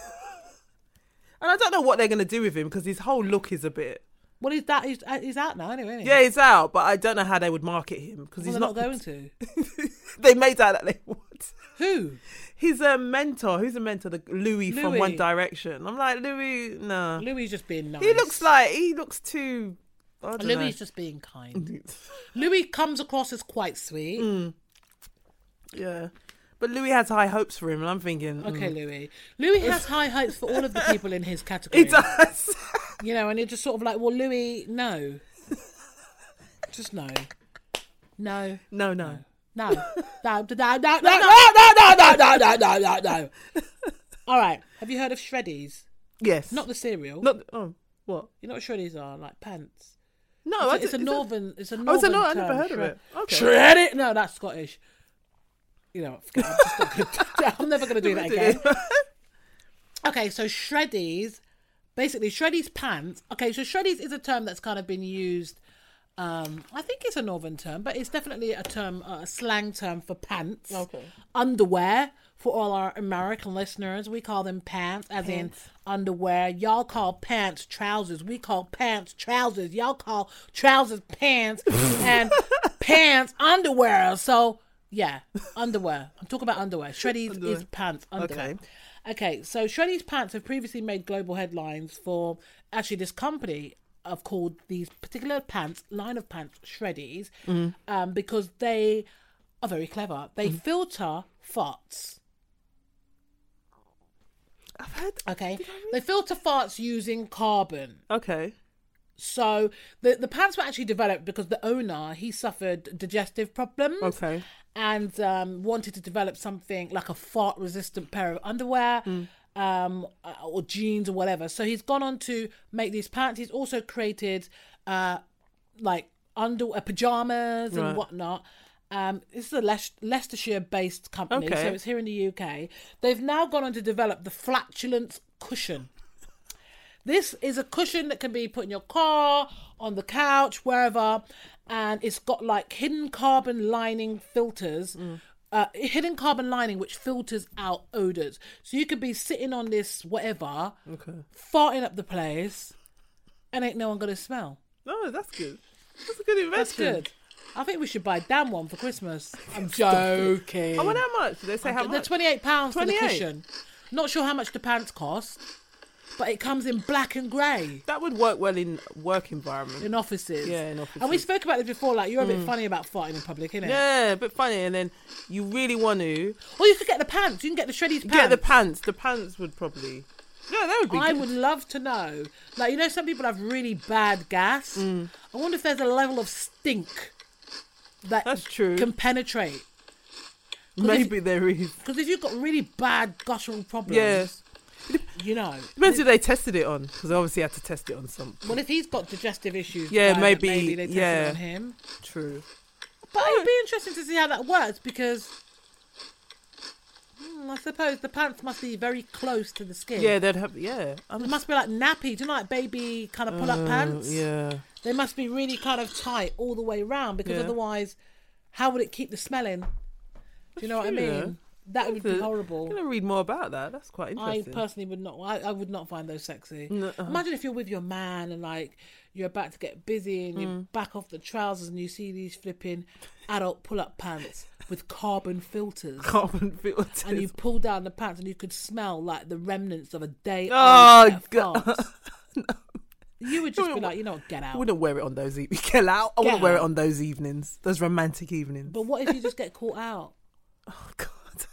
S2: and I don't know what they're gonna do with him because his whole look is a bit.
S1: Well, he's, that, he's, uh, he's out now anyway, isn't he?
S2: Yeah, he's out, but I don't know how they would market him because
S1: Well,
S2: he's
S1: they're
S2: not.
S1: not going to.
S2: they made out that they would.
S1: Who?
S2: His um, mentor, who's a mentor, the Louis, from One
S1: Louis.
S2: Direction. I'm like Louis, no.
S1: Louis just being nice.
S2: He looks like he looks too. I don't
S1: Louis
S2: Louis.
S1: just being kind. Louis comes across as quite sweet.
S2: yeah, but Louis has high hopes for him, and I'm thinking.
S1: Okay,
S2: mm.
S1: Louis. Louis has high hopes for all of the people in his category.
S2: He does.
S1: You know, and you're just sort of like, well, Louis, no. just no. No.
S2: no, no.
S1: No, no, no, no, no, no, no, no, no, no, no, no, no, no. All right. Have you heard of shreddies?
S2: Yes.
S1: Not the cereal.
S2: Not oh, what?
S1: You know what shreddies are? Like pants.
S2: No,
S1: It's,
S2: I
S1: a, it's a
S2: don't-
S1: northern. It's a northern.
S2: Oh, it's a no. I
S1: term,
S2: never heard of
S1: shred-
S2: it. Okay.
S1: Shred it. No, that's Scottish. You know, what, forget it. I'm, just not gonna, I'm never going to do that again. Okay, so shreddies, basically shreddies pants. Okay, so shreddies is a term that's kind of been used. Um, I think it's a northern term, but it's definitely a term, uh, a slang term for pants.
S2: Okay.
S1: Underwear for all our American listeners, we call them pants, as in underwear. Y'all call pants trousers. We call pants trousers. Y'all call trousers pants and pants underwear. So yeah, underwear. I'm talking about underwear. Shreddies is pants. Underwear.
S2: Okay.
S1: Okay, so Shreddy's pants have previously made global headlines for actually this company have called these particular pants line of pants Shreddies um, because they are very clever. They filter farts.
S2: I've heard.
S1: Okay, they filter farts using carbon.
S2: Okay.
S1: So the the pants were actually developed because the owner he suffered digestive problems.
S2: Okay.
S1: and um, wanted to develop something like a fart resistant pair of underwear um, uh, or jeans or whatever. So he's gone on to make these pants. He's also created uh, like under uh, pajamas and
S2: Right.
S1: whatnot. Um, this is a Leic- Leicestershire based company,
S2: Okay.
S1: so it's here in the UK. They've now gone on to develop the flatulence cushion. This is a cushion that can be put in your car, on the couch, wherever, and it's got like hidden carbon lining filters.
S2: Mm.
S1: Uh, hidden carbon lining which filters out odors. So you could be sitting on this whatever,
S2: Okay.
S1: farting up the place, and ain't no one gonna smell.
S2: No, that's good. That's a good invention.
S1: That's good. I think we should buy damn one for Christmas. I'm joking.
S2: I wonder how much. Did they say how
S1: They're
S2: much?
S1: twenty eight pounds for the
S2: 28?
S1: cushion. Not sure how much the pants cost, but it comes in black and grey.
S2: that would work well in work environment.
S1: in offices.
S2: Yeah, in
S1: And we
S2: offices. Hmm.
S1: spoke about this before. Like you're a bit funny about farting in public, innit?
S2: Yeah, but funny. And then you really want to
S1: Or you could get the pants. You can get the shreddies pants.
S2: get the pants. The pants would probably. Yeah, that would be.
S1: I
S2: good.
S1: would love to know. Like you know, some people have really bad gas.
S2: Hmm.
S1: I wonder if there's a level of stink that
S2: That's true.
S1: can penetrate.
S2: Maybe there is.
S1: Because if you've got really bad guttural problems,
S2: Yeah.
S1: you know.
S2: Depends who they tested it on, because obviously had to test it on some.
S1: Well, if he's got digestive issues,
S2: Yeah,
S1: then
S2: maybe-
S1: maybe they tested
S2: yeah.
S1: on him.
S2: True.
S1: But it'd be interesting to see how that works because. hmm, I suppose the pants must be very close to the skin.
S2: Yeah, they'd have. Yeah. Uh, I'm
S1: It must be like nappy. Do you know, like baby kind of pull up pants?
S2: Oh, Yeah.
S1: They must be really kind of tight all the way round because
S2: Yeah.
S1: otherwise, how would it keep the smell in? Do you know what I
S2: true, yeah.
S1: mean? That would be
S2: Good.
S1: horrible.
S2: I'm gonna read more about that. That's quite
S1: I
S2: interesting.
S1: personally would not. I, I would not find those sexy.
S2: No, uh-huh.
S1: Imagine if you're with your man and like you're about to get busy and you
S2: Hmm.
S1: back off the trousers and you see these flipping adult pull-up pants with carbon filters,
S2: Carbon filters.
S1: and you pull down the pants and you could smell like the remnants of a day.
S2: Oh,
S1: Oh
S2: God.
S1: God! You would just
S2: No,
S1: be
S2: it
S1: like, you know, what, get
S2: I
S1: out.
S2: wouldn't wear it on those evenings. Get out. I wouldn't
S1: Get
S2: wear it
S1: out.
S2: on those evenings. Those romantic evenings.
S1: But what if you just get caught out?
S2: oh God,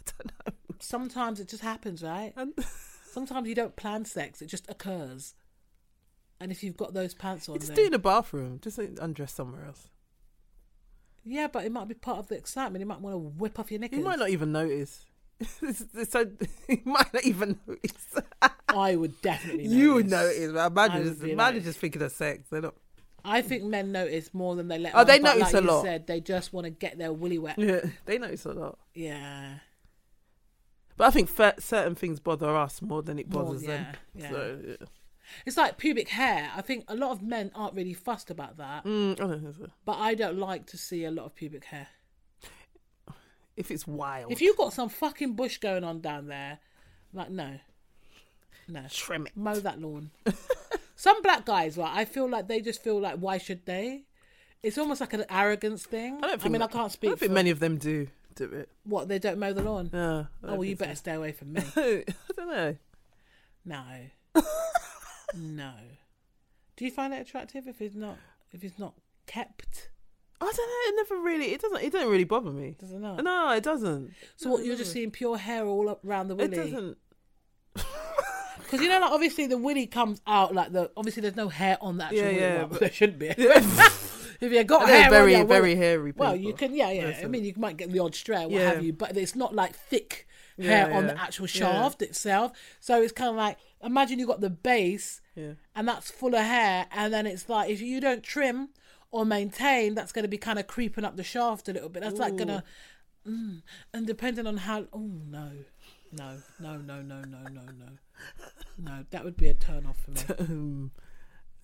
S2: I
S1: Sometimes it just happens, right?
S2: don't know.
S1: Sometimes you don't plan sex; it just occurs. And if you've got those pants on,
S2: It's
S1: then-
S2: do in the bathroom. Just like, undress somewhere else.
S1: Yeah, but it might be part of the excitement. You might want to whip off your knickers.
S2: You might not even notice. It's- it's so you might not even notice.
S1: I would definitely. Notice.
S2: You would notice. But
S1: I
S2: imagine,
S1: would
S2: just,
S1: be
S2: imagine
S1: like-
S2: just thinking of sex. They're not.
S1: I think men notice more than they let.
S2: Oh,
S1: on,
S2: they
S1: but
S2: notice
S1: like
S2: a
S1: you
S2: lot.
S1: Said they just want to get their willy wet.
S2: Yeah, they notice a lot.
S1: Yeah.
S2: But I think fa- certain things bother us more than it
S1: More,
S2: bothers them.
S1: yeah, yeah.
S2: So, yeah.
S1: It's like pubic hair. I think a lot of men aren't really fussed about that,
S2: Mm, I don't think so.
S1: but I don't like to see a lot of pubic hair.
S2: If it's wild,
S1: If you got some fucking bush going on down there, like no, no,
S2: trim it.
S1: mow that lawn. some black guys, right? I feel like they just feel like why should they? It's almost like an arrogance thing.
S2: I don't think.
S1: mean,
S2: that-
S1: I can't speak.
S2: I don't think
S1: for-
S2: many of them do do it.
S1: What they don't mow the lawn?
S2: Yeah.
S1: oh, well, you better stay away from me.
S2: I don't know.
S1: No, no. Do you find that attractive if it's not if it's not kept?
S2: I don't know. It never really. It doesn't. It doesn't really bother me.
S1: Does it not?
S2: No, it doesn't.
S1: so what you're just seeing pure hair all up around the
S2: It
S1: willy?
S2: doesn't.
S1: Because you know, like obviously the willy comes out like the obviously there's no hair on that.
S2: Yeah,
S1: Yeah,
S2: yeah,
S1: yeah.
S2: but-
S1: there shouldn't be.
S2: They're
S1: If you got hair, on
S2: very,
S1: your willy-
S2: very hairy. People.
S1: Well, you can, yeah, yeah. I
S2: Listen.
S1: mean, you might get the odd stray, what
S2: Yeah.
S1: have you, but it's not like thick
S2: Yeah,
S1: hair on the
S2: yeah.
S1: actual
S2: Yeah.
S1: shaft itself. So it's kind of like imagine you got the base,
S2: Yeah.
S1: and that's full of hair, and then it's like if you don't trim or maintain, that's going to be kind of creeping up the shaft a little bit. That's like gonna, mm, and depending on how, oh no, no, no, no, no, no, no, no, no, that would be a turn off for me.
S2: Um,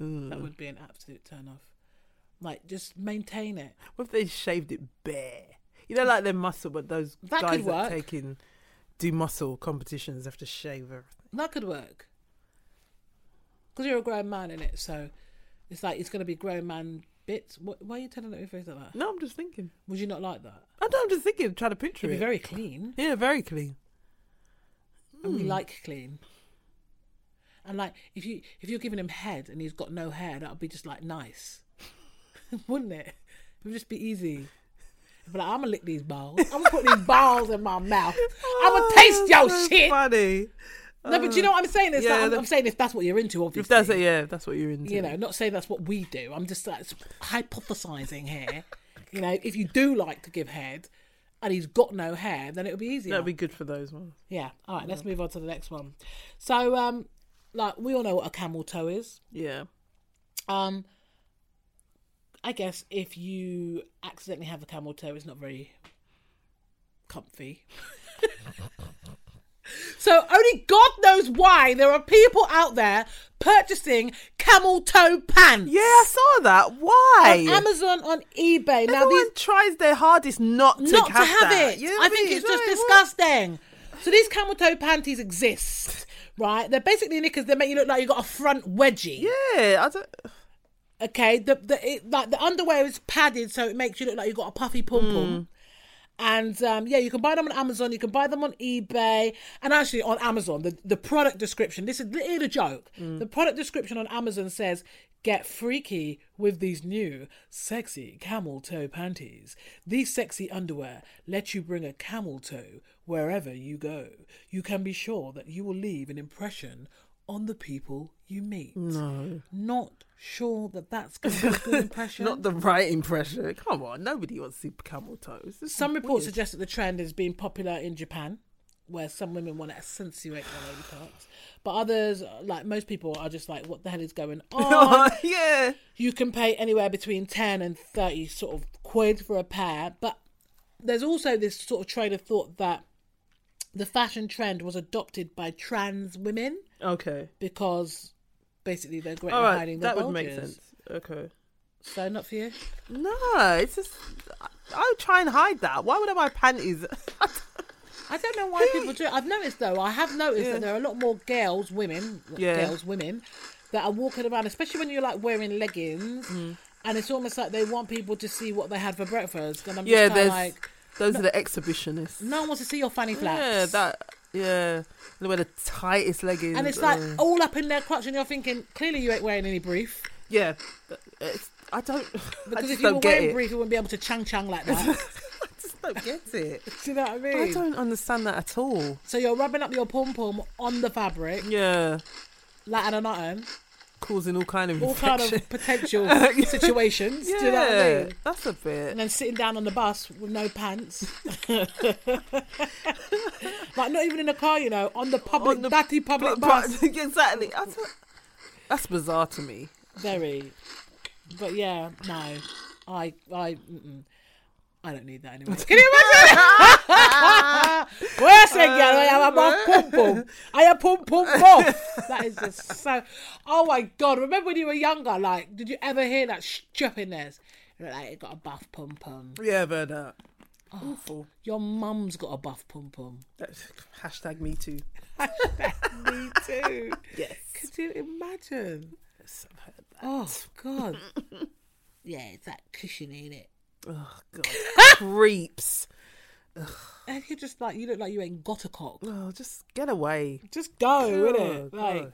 S2: Mm.
S1: That would be an absolute turn off. Like just maintain it.
S2: what if they shaved it bare? You know, like their muscle, but those
S1: That
S2: guys
S1: could
S2: that
S1: work.
S2: take in do muscle competitions have to shave everything.
S1: That could work. Because you're a grown man in it, so it's like it's going to be grown man bits. Wh- Why are you turning up your face like that?
S2: No, I'm just thinking.
S1: Would you not like that?
S2: I don't, I'm just thinking, trying to picture
S1: It'd be
S2: it.
S1: very clean,
S2: yeah, very clean.
S1: and
S2: Hmm.
S1: we like clean. And like if you if you're giving him head and he's got no hair, that would be just like nice, wouldn't it? It would just be easy. But like, I'm gonna lick these balls. I'm gonna put these balls in my mouth. I'm gonna
S2: Oh,
S1: taste your
S2: so
S1: shit.
S2: Funny.
S1: No, but do you know what I'm saying? It's
S2: Yeah,
S1: like, I'm,
S2: that-
S1: I'm saying if that's what you're into, obviously.
S2: If that's it, yeah, if that's what you're into.
S1: you know, not saying that's what we do. I'm just like hypothesizing here. you know, if you do like to give head and he's got no hair, then it'll be easier.
S2: that'd be good for those ones.
S1: Yeah. All right, let's move on to the next one. So, um, like we all know what a camel toe is.
S2: Yeah.
S1: Um, I guess if you accidentally have a camel toe, it's not very comfy. so only God knows why there are people out there purchasing camel toe pants.
S2: Yeah, I saw that. Why?
S1: on Amazon, on eBay. Now
S2: Everyone
S1: these
S2: tries their hardest not to
S1: not to
S2: have,
S1: have
S2: that.
S1: it.
S2: You know what
S1: I think
S2: mean?
S1: it's just
S2: like, what?
S1: disgusting. So these camel toe panties exist, right? They're basically knickers. They make you look like you got a front wedgie.
S2: Yeah, I don't.
S1: Okay, the the it, like the underwear is padded, so it makes you look like you got a puffy pum
S2: Mm.
S1: pum. And um, yeah, you can buy them on Amazon. You can buy them on eBay, and actually on Amazon, the, the product description. This is little a joke.
S2: Mm.
S1: The product description on Amazon says, "Get freaky with these new sexy camel toe panties. These sexy underwear let you bring a camel toe wherever you go. You can be sure that you will leave an impression on the people you meet."
S2: No.
S1: not sure that that's going to be a good impression.
S2: Not the right impression. Come on, nobody wants to see camel toes. This is
S1: Some reports
S2: weird.
S1: suggest that the trend is being popular in Japan, where some women want to accentuate their lady parts, but others, like most people, are just like, "What the hell is going on?"
S2: yeah.
S1: you can pay anywhere between ten and thirty sort of quid for a pair, but there's also this sort of train of thought that the fashion trend was adopted by trans women
S2: Okay. because
S1: because basically they're great
S2: All
S1: at
S2: right.
S1: hiding their
S2: That would make
S1: bulges.
S2: sense. Okay.
S1: So not for you.
S2: No, it's just I, I would try and hide that. Why would I buy panties?
S1: I don't know why people do it. I've noticed though. I have noticed
S2: Yeah.
S1: that there are a lot more girls, women,
S2: Yeah.
S1: girls, women, that are walking around, especially when you're like wearing leggings,
S2: Mm.
S1: and it's almost like they want people to see what they had for breakfast. And I'm just
S2: Yeah,
S1: kinda
S2: there's
S1: like,
S2: those are the exhibitionists.
S1: no one wants to see your fanny flaps.
S2: Yeah, that. Yeah, they wear the tightest leggings.
S1: And it's like
S2: uh,
S1: all up in their crotch, and you're thinking, clearly you ain't wearing any brief.
S2: yeah, th- it's, I don't. I
S1: Because
S2: just
S1: if you were
S2: don't get
S1: wearing
S2: it.
S1: brief, you wouldn't be able to chang chang like that.
S2: I just don't get it.
S1: do you know what I mean?
S2: I don't understand that at all.
S1: So you're rubbing up your pom pom on the fabric,
S2: Yeah,
S1: like an iron,
S2: causing all kind of
S1: all kind
S2: infection.
S1: of potential
S2: Yeah.
S1: situations.
S2: yeah,
S1: Do you know what I mean?
S2: that's a bit.
S1: And then sitting down on the bus with no pants, like not even in the car, you know, on the public,
S2: On the
S1: dirty public
S2: But-
S1: bus.
S2: but- exactly. That's, that's bizarre to me.
S1: Very, but yeah, no, I, I, mm-mm. I don't need that anyway. Can you imagine? Where's it, girl? I am a pum pum. I am pum pum pum. That is just so. Oh my god! Remember when you were younger? Like, did you ever hear that stupidness? Like, it got a buff pum pum.
S2: Yeah, but uh,
S1: Oh.
S2: awful.
S1: Your mum's got a buff pum pum.
S2: That's- Hashtag me too.
S1: Me too.
S2: Yes.
S1: Could you imagine? Oh God. yeah, it's that cushion, ain't it?
S2: Oh god. Creeps.
S1: And you're just like you look like you ain't got a cock.
S2: Oh, just get away.
S1: Just go,
S2: Oh,
S1: innit?
S2: God.
S1: Like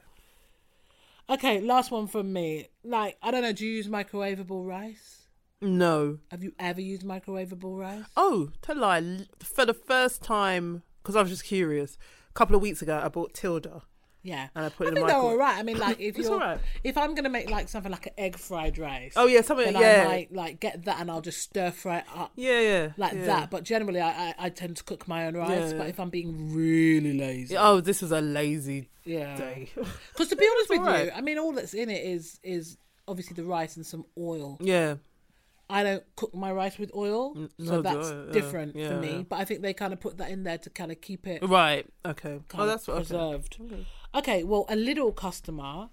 S1: Okay, last one from me. Like, I don't know, do you use microwavable rice?
S2: No.
S1: Have you ever used microwavable rice?
S2: Oh, tell lie. l- For the first time, because I was just curious. A couple of weeks ago, I bought Tilda.
S1: Yeah.
S2: And I put it in
S1: think
S2: the
S1: they're
S2: micro-
S1: all right. I mean, like, if
S2: It's
S1: you're,
S2: alright.
S1: if I'm gonna make like something like an egg fried rice,
S2: Oh yeah, something.
S1: then
S2: yeah.
S1: I might like get that and I'll just stir fry it up
S2: yeah, yeah,
S1: like
S2: yeah.
S1: that. But generally, I, I, I tend to cook my own rice.
S2: Yeah.
S1: But if I'm being really lazy,
S2: Oh, this was a lazy
S1: yeah.
S2: day.
S1: Because to be honest with
S2: alright.
S1: you, I mean, all that's in it is is obviously the rice and some oil.
S2: yeah,
S1: I don't cook my rice with oil, so
S2: so do
S1: that's
S2: I, yeah,
S1: different for
S2: yeah,
S1: me.
S2: yeah.
S1: But I think they kind of put that in there to kind of keep it
S2: right. Okay. oh,
S1: kind
S2: that's
S1: of
S2: what. Okay.
S1: preserved. Okay. well, a little customer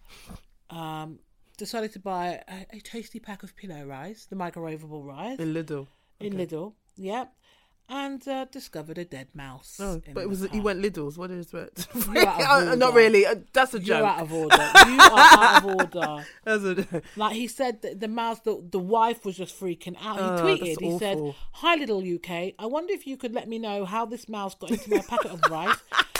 S1: um, decided to buy a, a tasty pack of pillow rice, the microwavable rice
S2: In Lidl.
S1: in Lidl. Yep. And uh, discovered a dead mouse.
S2: Oh,
S1: in the
S2: but it was
S1: pack.
S2: you went Lidl's. What is it?
S1: You're out of
S2: Oh, Not
S1: order.
S2: really. uh, That's a
S1: You're
S2: joke.
S1: out of order. You are out of order.
S2: That's a
S1: Like he said, that the mouse, the, the wife was just freaking out. He
S2: Oh,
S1: tweeted,
S2: that's
S1: he said,
S2: awful.
S1: "Hi, little UK. I wonder if you could let me know how this mouse got into my packet of rice.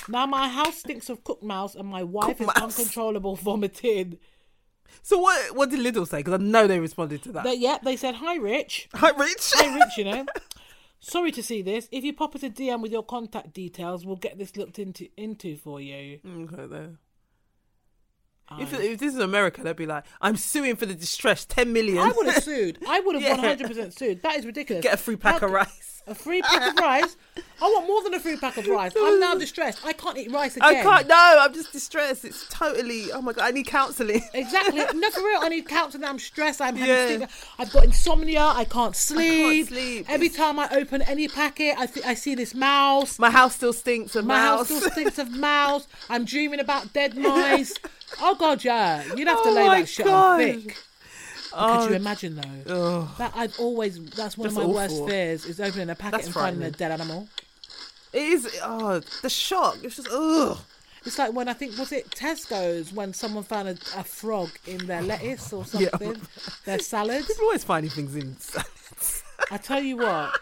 S1: Now my house stinks of cooked mouse, and my wife is
S2: mouse.
S1: uncontrollable vomiting."
S2: So what? What did Lidl say? Because I know they responded to that.
S1: They, yeah, they said, "Hi, Rich.
S2: Hi, Rich.
S1: Hi, Rich. You know." Sorry to see this. If you pop us a DM with your contact details, we'll get this looked into into for you.
S2: Mm, Okay, there. If,
S1: Um,
S2: if this is America, they'd be like, "I'm suing for the distress, ten million.
S1: I would have sued. I would have
S2: Yeah.
S1: one hundred percent sued. That is ridiculous.
S2: get a free pack
S1: How
S2: of
S1: c-
S2: rice.
S1: A free pack of rice. I want more than a free pack of rice. I'm now distressed. I can't eat rice again.
S2: I can't. No, I'm just distressed. It's totally. Oh my god, I need counselling.
S1: Exactly. No, for real. I need counseling. I'm stressed. I'm having
S2: Yeah.
S1: stigma. I've got insomnia. I can't sleep.
S2: sleep.
S1: Every time I open any packet, I, th- I see this mouse.
S2: my house still stinks of
S1: My
S2: mouse.
S1: house still stinks of mouse. I'm dreaming about dead mice. Oh God, yeah. You'd have to
S2: Oh
S1: lay
S2: my
S1: that shit on
S2: God. Oh.
S1: thick. Could you imagine though?
S2: Ugh.
S1: That I've always. That's one of
S2: That's
S1: my worst
S2: awful.
S1: fears is opening a packet
S2: That's
S1: and finding a
S2: frightening.
S1: dead animal.
S2: It is. Oh, the shock. It's just. Ugh.
S1: It's like when I think was it Tesco's when someone found a, a frog in their lettuce or
S2: Yeah.
S1: something, their salad.
S2: People always finding things in salads.
S1: I tell you what,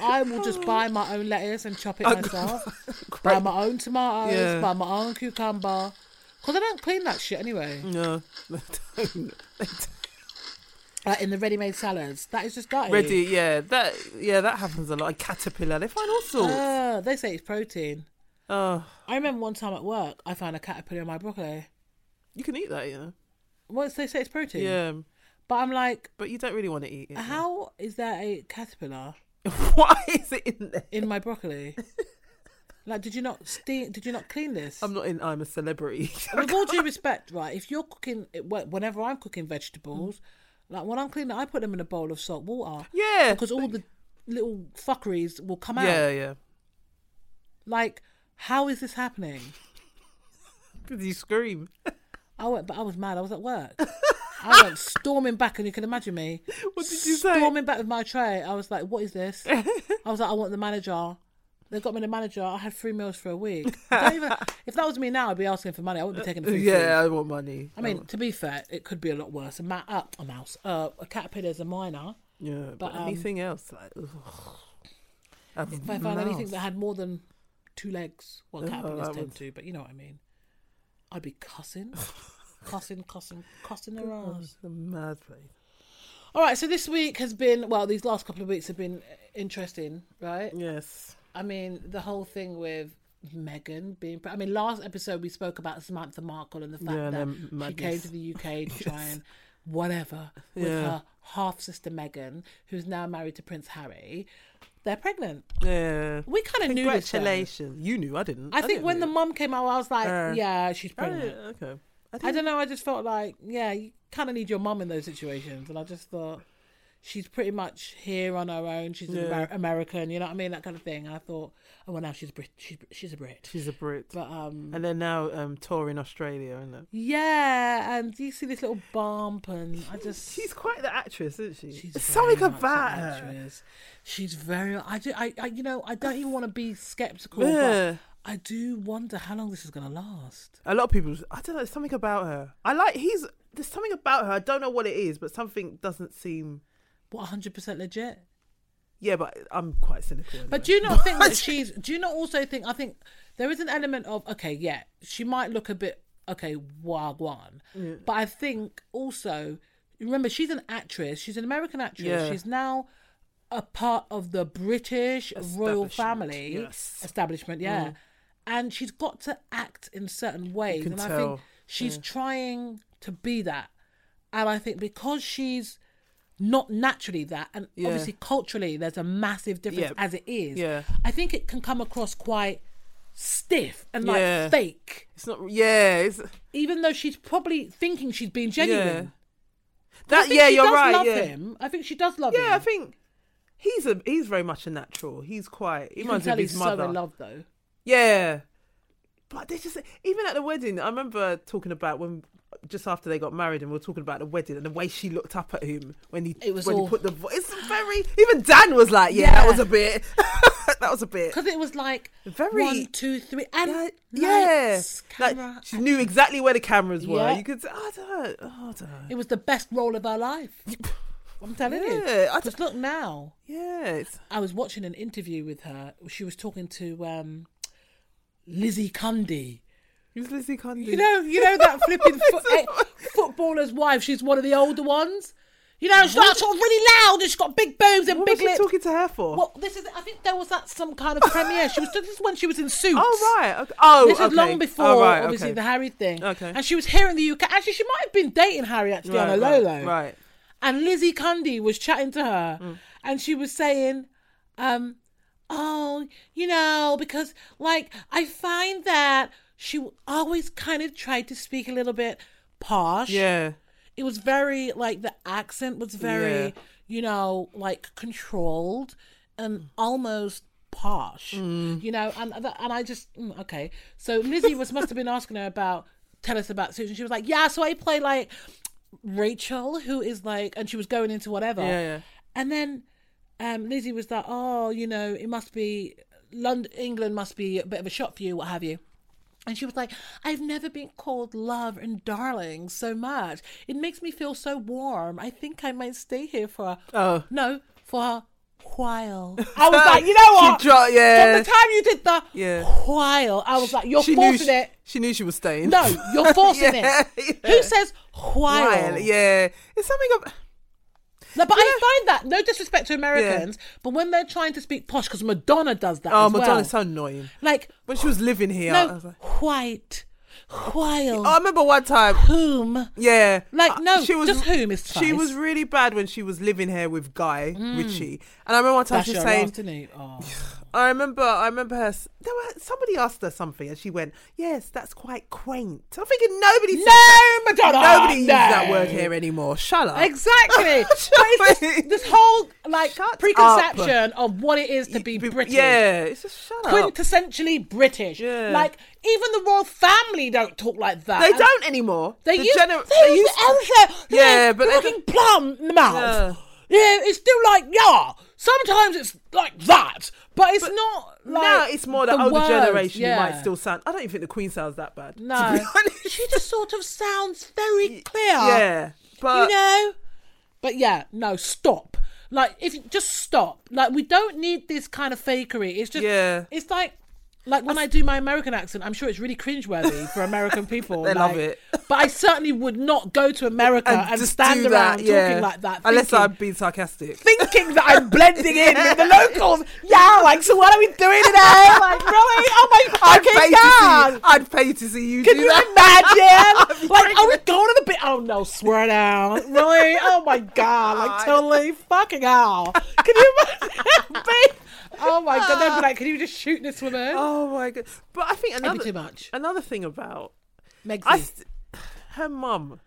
S1: I will just buy my own lettuce and chop it
S2: Oh,
S1: myself. buy
S2: Great.
S1: my own tomatoes,
S2: Yeah.
S1: buy my own cucumber, because I don't clean that shit anyway.
S2: No, they don't. They don't.
S1: Like in the ready-made salads, that is just dirty.
S2: Ready, yeah, that yeah, that happens a lot. A caterpillar, they find all sorts.
S1: Ah, they say it's protein.
S2: oh,
S1: I remember one time at work, I found a caterpillar in my broccoli.
S2: you can eat that, you know.
S1: What they say it's protein.
S2: Yeah,
S1: But I'm like,
S2: but you don't really want to eat it.
S1: how is there a caterpillar? Uh-huh.
S2: Why is it in there?
S1: in my broccoli. like, did you not steam? Did you not clean this?
S2: I'm not in. I'm a celebrity.
S1: With all due respect, right? If you're cooking, whenever I'm cooking vegetables, like when I'm cleaning, I put them in a bowl of salt water
S2: yeah,
S1: because all the little fuckeries will come out.
S2: yeah, yeah.
S1: Like, how is this happening?
S2: Because you scream.
S1: I went, but I was mad. I was at work. I went storming back, and you can imagine me
S2: What did you say?
S1: storming back with my tray. I was like, "What is this?" I was like, "I want the manager." They got me the manager. I had three meals for a week. Don't even- if that was me now, I'd be asking for money. I wouldn't be taking the free food.
S2: Yeah, I want money.
S1: I mean, to be fair, it could be a lot worse. A, ma- uh, a mouse, uh, a caterpillar's a minor.
S2: yeah, but,
S1: but, um,
S2: anything else like. ugh. I've
S1: If I found anything
S2: mouse.
S1: that had more than two legs, well,
S2: Oh,
S1: caterpillars
S2: that
S1: tend
S2: would-
S1: to, but you know what I mean. I'd be cussing, cussing, cussing, cussing their ass.
S2: It's a mad place.
S1: All right, so this week has been well. These last couple of weeks have been uh, interesting, right?
S2: Yes.
S1: I mean, the whole thing with Megan being. pre- I mean, last episode we spoke about Samantha Markle and the fact
S2: Yeah, and
S1: that
S2: then
S1: she came
S2: madness.
S1: to the UK to try and whatever with
S2: Yeah.
S1: her half sister Megan, who's now married to Prince Harry. They're pregnant.
S2: Yeah.
S1: We kind of knew this. though.
S2: Congratulations. You knew. I didn't.
S1: I think
S2: didn't
S1: when the
S2: know.
S1: mum came out, I was like,
S2: Uh,
S1: yeah, she's
S2: I
S1: pregnant.
S2: didn't- okay.
S1: I don't know. I just felt like, yeah, you kind of need your mum in those situations. And I just thought, she's pretty much here on her own. She's an
S2: Yeah.
S1: Amer- American, you know what I mean? That kind of thing. And I thought, oh, well, now she's, Brit- she's, she's a Brit.
S2: She's a Brit.
S1: But, um,
S2: And they're now um, touring Australia, isn't it?
S1: yeah, and you see this little bump, and I just.
S2: She's quite the actress, isn't she? There's
S1: very
S2: something
S1: much an
S2: about her.
S1: actress. She's very. I do. I, I. You know. I don't even want to be skeptical.
S2: Yeah.
S1: But I do wonder how long this is going to last.
S2: A lot of people, I don't know, there's something about her. I like, he's, there's something about her. I don't know what it is, but something doesn't seem,
S1: What 100 percent legit?
S2: yeah, but I'm quite cynical. Anyway.
S1: But do you not think that she's? Do you not also think? I think there is an element of okay, yeah, she might look a bit okay, wagwan,
S2: Mm.
S1: but I think also remember she's an actress. She's an American actress.
S2: Yeah.
S1: She's now a part of the British royal
S2: Establishment,
S1: family
S2: yes. Mm.
S1: establishment. Yeah, and she's got to act in certain ways,
S2: can
S1: and I
S2: tell,
S1: think she's trying to be that. And I think because she's not naturally that, and
S2: Yeah.
S1: obviously culturally, there's a massive difference
S2: Yeah.
S1: as it is.
S2: Yeah.
S1: I think it can come across quite stiff and like
S2: Yeah.
S1: fake,
S2: It's not, yeah, it's,
S1: even though she's probably thinking she's being
S2: yeah.
S1: genuine. I
S2: That,
S1: think
S2: yeah,
S1: she
S2: you're
S1: does
S2: right.
S1: Love
S2: yeah.
S1: him. I think she does love him.
S2: yeah, I think he's a, he's very much a natural. He's quite, he
S1: you can
S2: reminds me
S1: tell
S2: of
S1: he's
S2: his
S1: so
S2: mother.
S1: in love though.
S2: Yeah. But they just even at the wedding, I remember talking about when just after they got married and we were talking about the wedding and the way she looked up at him when he
S1: It was
S2: when
S1: all-
S2: he put the vo- it's very even Dan was like, Yeah, that
S1: Yeah.
S2: was a bit that was a bit
S1: Because it was like
S2: Very-
S1: one, two, three, and
S2: yeah, yeah.
S1: lights, camera.
S2: Like she knew exactly where the cameras were.
S1: Yeah.
S2: You could I don't I don't know.
S1: It was the best role of her life. I'm telling you.
S2: Yeah, I d-
S1: Because look now.
S2: yeah, it's,
S1: I was watching an interview with her. She was talking to um, Lizzie Cundy.
S2: who's Lizzie Condy?
S1: You know, you know that flipping fo- eh, footballer's wife. She's one of the older ones. You know, she's like sort of really loud and she's got big boobs and
S2: what
S1: big
S2: was she
S1: lips.
S2: talking to her for?
S1: Well, this is. I think there was that some kind of premiere. She was. This is when she was in suits.
S2: Oh right, okay. oh
S1: This is
S2: okay.
S1: long before,
S2: oh, right,
S1: obviously,
S2: okay.
S1: the Harry thing.
S2: Okay.
S1: And she was here in the UK. Actually, she might have been dating Harry actually
S2: right,
S1: on a
S2: right,
S1: low low
S2: right.
S1: and Lizzie Cundy was chatting to her, and she was saying, um, "Oh, you know, because like I find that she always kind of tried to speak a little bit posh.
S2: Yeah.
S1: It was very like the accent was very,
S2: Yeah.
S1: you know, like controlled and almost." posh
S2: Mm.
S1: you know and and i just mm, okay so lizzie was must have been asking her about tell us about susan she was like yeah so i play like Rachel, who is like, and she was going into whatever.
S2: Yeah, yeah.
S1: And then um, Lizzie was like, oh, you know, it must be, London, England must be a bit of a shock for you, what have you. And she was like, I've never been called love and darling so much. It makes me feel so warm. I think I might stay here for a,
S2: Oh.
S1: no, for a while. I was like, you know
S2: She
S1: what?
S2: dro- yeah.
S1: From the time you did the
S2: Yeah.
S1: while, I was like, you're
S2: she knew
S1: forcing
S2: she,
S1: it.
S2: She knew she was staying.
S1: No, you're forcing
S2: Yeah,
S1: it.
S2: yeah.
S1: Who says
S2: While, yeah, it's something of
S1: No, but I find that no disrespect to Americans, but when they're trying to speak posh, because Madonna does that.
S2: oh
S1: as well.
S2: Madonna's so annoying.
S1: like
S2: When she was living here, I
S1: no
S2: was like,
S1: white, while,
S2: oh, I remember one time.
S1: whom?
S2: Yeah,
S1: Like,
S2: uh,
S1: no, just whom is
S2: she was
S1: twice.
S2: really bad when she was living here with Guy Ritchie, and I remember one time
S1: Mm. That's
S2: she
S1: your
S2: was saying,
S1: last, isn't it? Oh.
S2: I remember, I remember her. s- There were somebody asked her something, and she went, "Yes, that's quite quaint." I'm thinking nobody. says
S1: No,
S2: that.
S1: Madonna,
S2: Nobody uses
S1: no.
S2: that word here anymore. Shut up.
S1: Exactly. But it's just this whole like
S2: Shut up.
S1: preconception of what it is to be
S2: Be-
S1: British.
S2: Yeah, it's just shut up.
S1: Quintessentially British.
S2: Yeah.
S1: Like even the royal family don't talk like that.
S2: They
S1: And
S2: don't anymore.
S1: They
S2: The
S1: use
S2: gener-
S1: they,
S2: they
S1: use
S2: used-
S1: the Elsa.
S2: Yeah, but they
S1: fucking plum in the mouth.
S2: Yeah.
S1: Yeah. it's still like yeah. Sometimes it's like that, but it's not like
S2: now it's more the,
S1: the
S2: older
S1: words,
S2: generation who might
S1: yeah.
S2: still sound. I don't even think the Queen sounds that bad. to
S1: No.
S2: be honest.
S1: she just sort of sounds very clear.
S2: yeah, but
S1: you know but yeah no stop like if you just stop like we don't need this kind of fakery it's just
S2: Yeah.
S1: it's like like when I do my American accent, I'm sure it's really cringeworthy for American people.
S2: They
S1: like-
S2: love it.
S1: But I certainly would not go to America and,
S2: just
S1: stand
S2: do
S1: around
S2: that, yeah.
S1: talking like that.
S2: unless
S1: thinking,
S2: I'm being sarcastic.
S1: thinking that I'm blending in with the locals. Yeah, like so what are we doing today? Like really? Oh my
S2: I'd
S1: fucking
S2: pay, to
S1: god!
S2: see, I'd pay to see you
S1: Can
S2: do
S1: you
S2: that.
S1: imagine? like, are we going to the bit? Oh no, swear down. Really? Oh my god! Like, totally fucking hell. Can you imagine? Babe? oh my god! They'd be like, "Can you just shoot this woman?"
S2: Oh my god! But I think
S1: That'd
S2: another
S1: be too much.
S2: another thing about
S1: Megsy,
S2: I, st- her mum,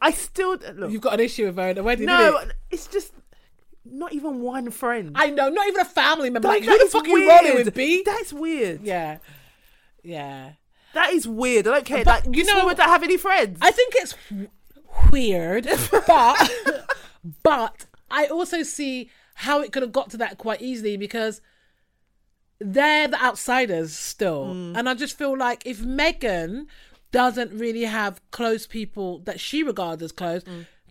S2: I still look.
S1: you've got an issue with her in the wedding.
S2: no,
S1: innit?
S2: it's just not even one friend.
S1: I know. Not even a family member. Like,
S2: Like,
S1: who
S2: that
S1: the
S2: is
S1: fuck are you rolling
S2: weird.
S1: with, B?
S2: That's weird.
S1: yeah, yeah.
S2: That is weird. I don't care.
S1: But
S2: Like,
S1: you
S2: you
S1: know-
S2: know, would that have any friends?
S1: I think it's w- weird, but but I also see how it could have got to that quite easily because they're the outsiders still, and I just feel like if Megan doesn't really have close people that she regards as close,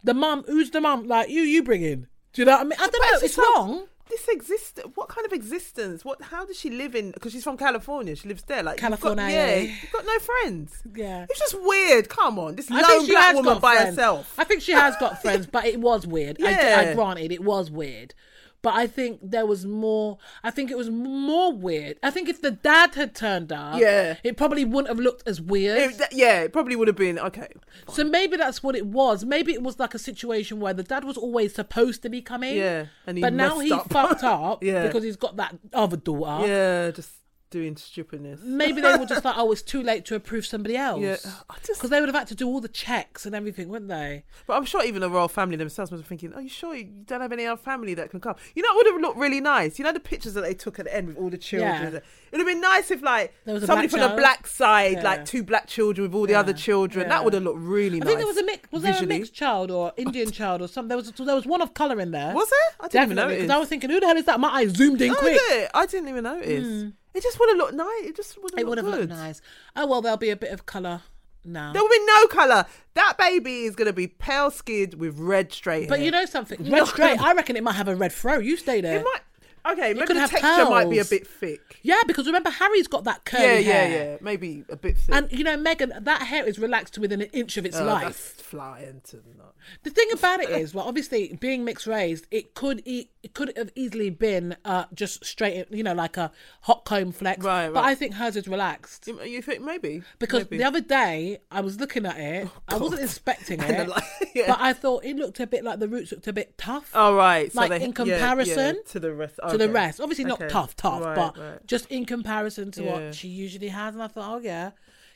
S1: the mum, who's the mum? Like you, you bring in. Do you know what I mean? I don't know.
S2: it's
S1: It's,
S2: just like-
S1: wrong.
S2: this exist. What kind of existence? What? How does she live in? Because she's from California. She lives there. Like you've got-
S1: California.
S2: yeah, you've got no friends.
S1: Yeah.
S2: It's just weird. Come on, this
S1: I
S2: lone black woman
S1: got
S2: by
S1: friends.
S2: herself.
S1: I think she has got friends, but it was weird. I, I
S2: Yeah.
S1: granted it was weird, but I think there was more. I think it was more weird. I think if the dad had turned up,
S2: Yeah.
S1: it probably wouldn't have looked as weird.
S2: It- that- yeah, it probably would have been okay.
S1: so maybe that's what it was. Maybe it was like a situation where the dad was always supposed to be coming,
S2: Yeah, and he
S1: but now
S2: messed
S1: he
S2: up.
S1: fucked up
S2: Yeah.
S1: because he's got that other daughter.
S2: Yeah, just doing stupidness.
S1: Maybe they were just like, oh, it's too late to approve somebody else.
S2: Yeah, I just.
S1: Because they would have had to do all the checks and everything, wouldn't they?
S2: But I'm sure even the royal family themselves must be thinking, "Are you sure you don't have any other family that can come?" You know, it would have looked really nice. You know the pictures that they took at the end with all the children.
S1: Yeah.
S2: It would have been nice if like
S1: There was a
S2: somebody
S1: black
S2: from
S1: child.
S2: the black side,
S1: Yeah.
S2: like two black children with all the other children.
S1: Yeah.
S2: That would have looked really
S1: I
S2: nice.
S1: think there was a mix. Was there
S2: visually. Oh.
S1: a mixed child or Indian child or something? There was there was one of color in there.
S2: Was there? I didn't
S1: Definitely,
S2: even
S1: because I was
S2: notice.
S1: thinking, who the hell is that? My eyes zoomed in
S2: Oh,
S1: quick.
S2: is it? I didn't even notice. It just would have looked nice. It just would have
S1: Hmm. It would
S2: looked
S1: have
S2: good.
S1: looked nice. Oh well, there'll be a bit of color now.
S2: There will be no color. That baby is gonna be pale skinned with red straight
S1: but
S2: hair.
S1: you know something, red straight. I reckon it might have a red fro. You stay there.
S2: it might. Okay, maybe
S1: could
S2: the
S1: have
S2: texture might be a
S1: pearls.
S2: bit thick.
S1: Yeah, because remember Harry's got that curly
S2: Yeah, yeah,
S1: hair.
S2: yeah. Maybe a bit thick.
S1: And you know, Megan, that hair is relaxed to within an inch of its
S2: Oh,
S1: life.
S2: That's flying to not.
S1: The thing about it is, well, obviously being mixed raised, it could e- it could have easily been uh, just straight, you know, like a hot comb flex.
S2: Right,
S1: But
S2: right.
S1: I think hers is relaxed
S2: You, you think maybe
S1: because
S2: maybe. Oh,
S1: the other day I was looking at it, I wasn't inspecting
S2: And
S1: it,
S2: the li- yeah.
S1: but I thought it looked a bit like the roots looked a bit tough
S2: oh, right, so
S1: like,
S2: they,
S1: in
S2: yeah, yeah,
S1: comparison
S2: to the rest,
S1: to the rest. Obviously not
S2: Okay.
S1: tough, tough,
S2: Right,
S1: but
S2: right.
S1: just in comparison to
S2: Yeah.
S1: what she usually has. And I thought, oh yeah,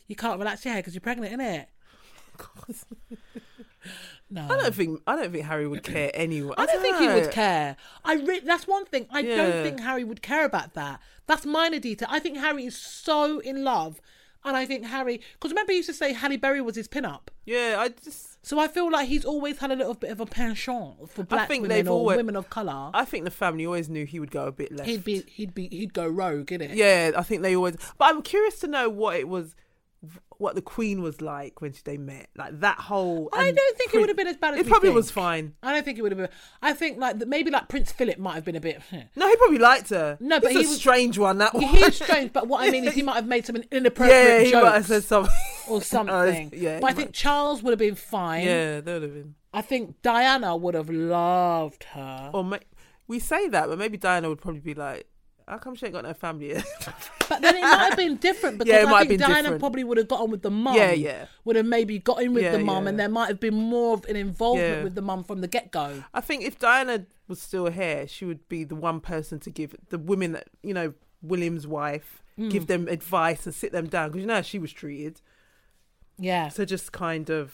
S1: you can't relax your hair because you're pregnant, innit? No.
S2: I don't think I don't think Harry would care anyway.
S1: I don't think he
S2: know.
S1: would care. I re- that's one thing. I don't
S2: Yeah.
S1: think Harry would care about that. That's minor detail. I think Harry is so in love, and I think Harry because remember he used to say Halle Berry was his pin-up.
S2: Yeah, I just
S1: So I feel like he's always had a little bit of a penchant for black
S2: think
S1: women
S2: they've
S1: or
S2: always-
S1: women of color.
S2: I think the family always knew he would go a bit left.
S1: He'd be he'd be he'd go rogue, innit?
S2: yeah, I think they always. But I'm curious to know what it was, what the Queen was like when they met, like that whole.
S1: I
S2: and
S1: don't think it
S2: Prin-
S1: would have been as bad as
S2: It
S1: we
S2: probably was
S1: think.
S2: fine.
S1: I don't think it would have been. I think like that maybe like Prince Philip might have been a bit.
S2: No, he probably liked her.
S1: No, but
S2: He's
S1: he
S2: a
S1: was-
S2: strange one. That one.
S1: He's strange, but what I mean is he might have made some inappropriate
S2: yeah, he
S1: jokes
S2: might have said something.
S1: or something.
S2: yeah,
S1: but I
S2: he
S1: think
S2: might-
S1: Charles would have been fine.
S2: yeah, they would have been.
S1: I think Diana would have loved her.
S2: Or ma- we say that, but maybe Diana would probably be like, "How come she ain't got no family?" yet?"
S1: But then it might have been different because
S2: Yeah, it
S1: I
S2: might have
S1: think
S2: been
S1: Diana
S2: different.
S1: probably would have got on with the mum.
S2: Yeah, yeah.
S1: Would have maybe got in with
S2: Yeah,
S1: the mum,
S2: yeah.
S1: and there might have been more of an involvement
S2: Yeah.
S1: with the mum from the get go.
S2: I think if Diana was still here, she would be the one person to give the women, that you know, William's wife,
S1: Hmm.
S2: give them advice and sit them down because you know how she was treated.
S1: Yeah,
S2: So just kind of,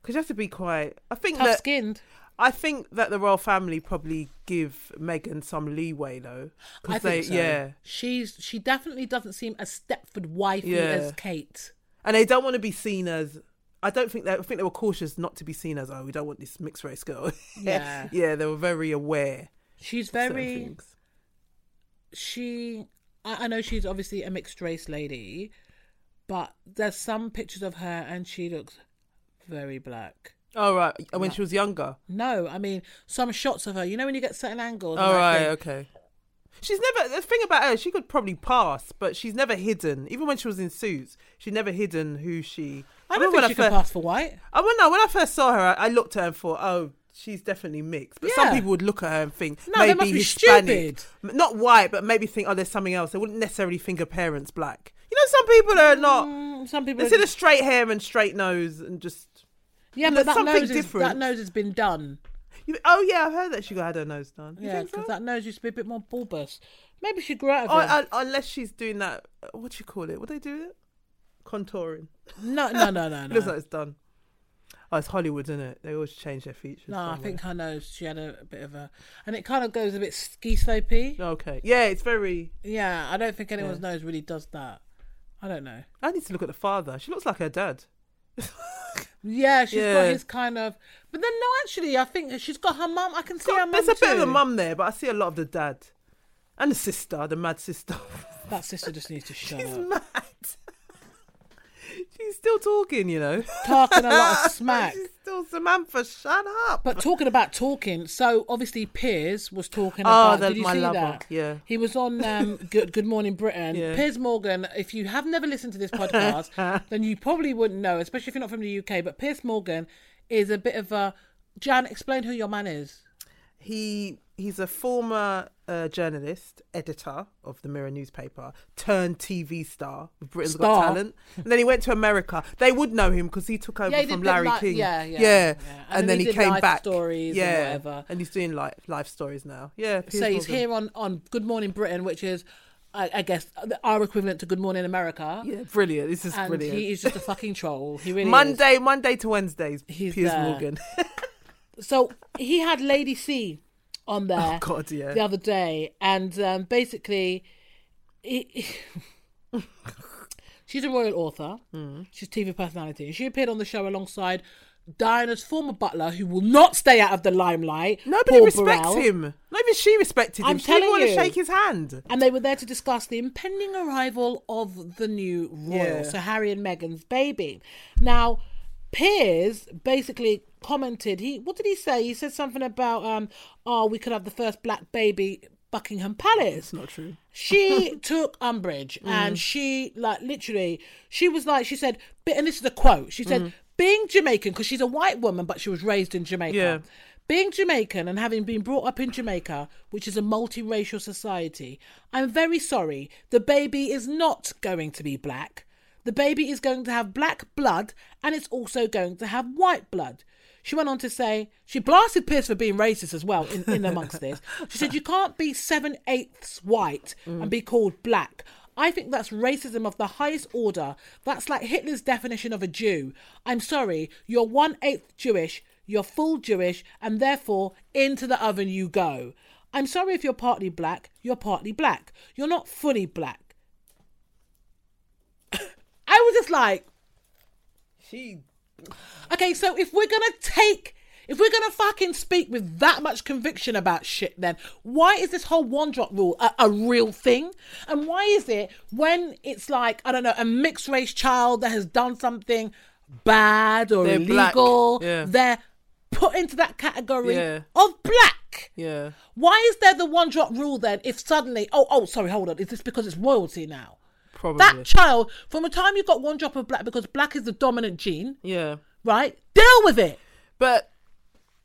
S2: because you have to be quite. I think
S1: tough
S2: that
S1: skinned.
S2: I think that the royal family probably give Meghan some leeway though,
S1: I
S2: because they
S1: think so.
S2: yeah,
S1: she's she definitely doesn't seem as Stepford wifey
S2: Yeah.
S1: as Kate.
S2: and they don't want to be seen as. I don't think they. I think they were cautious not to be seen as oh, we don't want this mixed race girl.
S1: Yeah.
S2: yeah, they were very aware.
S1: She's
S2: certain
S1: very.
S2: things.
S1: She. I, I know she's obviously a mixed race lady, but there's some pictures of her and she looks very black.
S2: Oh right, when she was younger.
S1: No, I mean some shots of her. You know when you get certain angles. and
S2: All
S1: I
S2: right,
S1: think,
S2: okay. She's never the thing about her. She could probably pass, but she's never hidden. Even when she was in suits, she never hidden who she.
S1: I don't
S2: remember
S1: think she
S2: when
S1: can
S2: I first.
S1: pass for white.
S2: I when I when I first saw her, I, I looked at her and thought, oh, she's definitely mixed. But some
S1: Yeah.
S2: people would look at her and think,
S1: No, they
S2: maybe
S1: must be
S2: Hispanic,
S1: stupid.
S2: M- not white, but maybe think, oh, there's something else. They wouldn't necessarily think her parents black. You know, some people are not.
S1: Mm, Some people.
S2: They see the straight hair and straight nose and just.
S1: yeah,
S2: look,
S1: but that
S2: something
S1: nose, is,
S2: different.
S1: that nose has been done.
S2: You, oh yeah, I've heard that she got had her nose done. You
S1: Yeah,
S2: think so?
S1: because that nose used to be a bit more bulbous. Maybe she grew out of
S2: Oh,
S1: it.
S2: uh, unless she's doing that, uh, what do you call it? What do they do? It? Contouring.
S1: No, no, no, no,
S2: It looks like
S1: no.
S2: it's done. Oh, it's Hollywood, isn't it? They always change their features.
S1: No, I
S2: somewhere.
S1: think her nose. She had a, bit of a, and it kind of goes a bit ski slopey.
S2: Okay. Yeah, it's very.
S1: Yeah, I don't think anyone's nose really does that. I don't know.
S2: I need to look at the father. She looks like her dad.
S1: Yeah, she's
S2: Yeah.
S1: got his kind of, but then no, actually, I think she's got her mum. I can see her mum
S2: There's a bit of the
S1: too.
S2: mum there, but I see a lot of the dad and the sister, the mad sister.
S1: That sister just needs to shut
S2: She's
S1: up.
S2: mad. She's still talking, you know.
S1: Talking a lot of smack.
S2: She's still Samantha. Shut up.
S1: But talking about talking, so obviously Piers was talking
S2: Oh,
S1: about.
S2: that's
S1: Did you
S2: my
S1: see
S2: lover.
S1: that?
S2: Yeah.
S1: He was on um, Good, Good Morning Britain.
S2: Yeah.
S1: Piers Morgan. If you have never listened to this podcast, then you probably wouldn't know, especially if you're not from the UK. But Piers Morgan is a bit of a. Jan, explain who your man is.
S2: he he's a former uh, journalist, editor of the Mirror newspaper, turned TV star with Britain's Got
S1: Star.
S2: Talent, and then he went to America. They would know him because he took over
S1: Yeah, he
S2: from
S1: did the
S2: Larry
S1: li-
S2: King.
S1: yeah, yeah, yeah.
S2: And,
S1: And
S2: then
S1: then
S2: he,
S1: he did
S2: came
S1: life
S2: back.
S1: stories and
S2: yeah,
S1: whatever.
S2: and he's doing life life stories now. Yeah, Piers
S1: so he's
S2: Morgan.
S1: here on, on Good Morning Britain, which is, I, I guess, our equivalent to Good Morning America.
S2: Yeah, brilliant. This is
S1: and
S2: brilliant.
S1: he is just a fucking troll. He really is.
S2: Monday, Monday to Wednesdays.
S1: He's
S2: Piers
S1: there.
S2: Morgan.
S1: So he had Lady C on there.
S2: Oh, God, yeah.
S1: the other day, and um, basically, he, she's a royal author.
S2: Hmm.
S1: She's TV personality, and she appeared on the show alongside Diana's former butler, who will not stay out of the limelight.
S2: Nobody
S1: Paul
S2: respects
S1: Burrell.
S2: him. Not even she respected him.
S1: I'm
S2: she didn't
S1: telling
S2: want to
S1: you.
S2: shake his hand.
S1: And they were there to discuss the impending arrival of the new royal,
S2: Yeah.
S1: so Harry and Meghan's baby. Now, Piers basically commented. He what did he say? He said something about, um, "Oh, we could have the first black baby." Buckingham Palace.
S2: Not true. Mm.
S1: she took umbrage and she like literally she was like she said "Bi- and this is the quote she
S2: Mm.
S1: said being jamaican because she's a white woman but she was raised in jamaica
S2: Yeah.
S1: being jamaican and having been brought up in jamaica which is a multiracial society i'm very sorry the baby is not going to be black the baby is going to have black blood and it's also going to have white blood she went on to say she blasted Pierce for being racist as well in, in amongst this. She said you can't be seven eighths white and be called black. I think that's racism of the highest order. That's like Hitler's definition of a Jew. I'm sorry, you're one eighth Jewish, you're full Jewish, and therefore into the oven you go. I'm sorry if you're partly black, you're partly black. You're not fully black. I was just like,
S2: She
S1: Okay, so if we're gonna take, if we're gonna fucking speak with that much conviction about shit, then why is this whole one drop rule a, a real thing? And why is it when it's like I don't know a mixed race child that has done something bad or
S2: They're black.
S1: illegal,
S2: Yeah.
S1: they're put into that category
S2: Yeah.
S1: of black?
S2: yeah.
S1: Why is there the one drop rule then? If suddenly, oh oh, sorry, hold on, is this because it's royalty now?
S2: Probably.
S1: That child, from the time you got one drop of black, because black is the dominant gene,
S2: yeah.
S1: right? Deal with it.
S2: but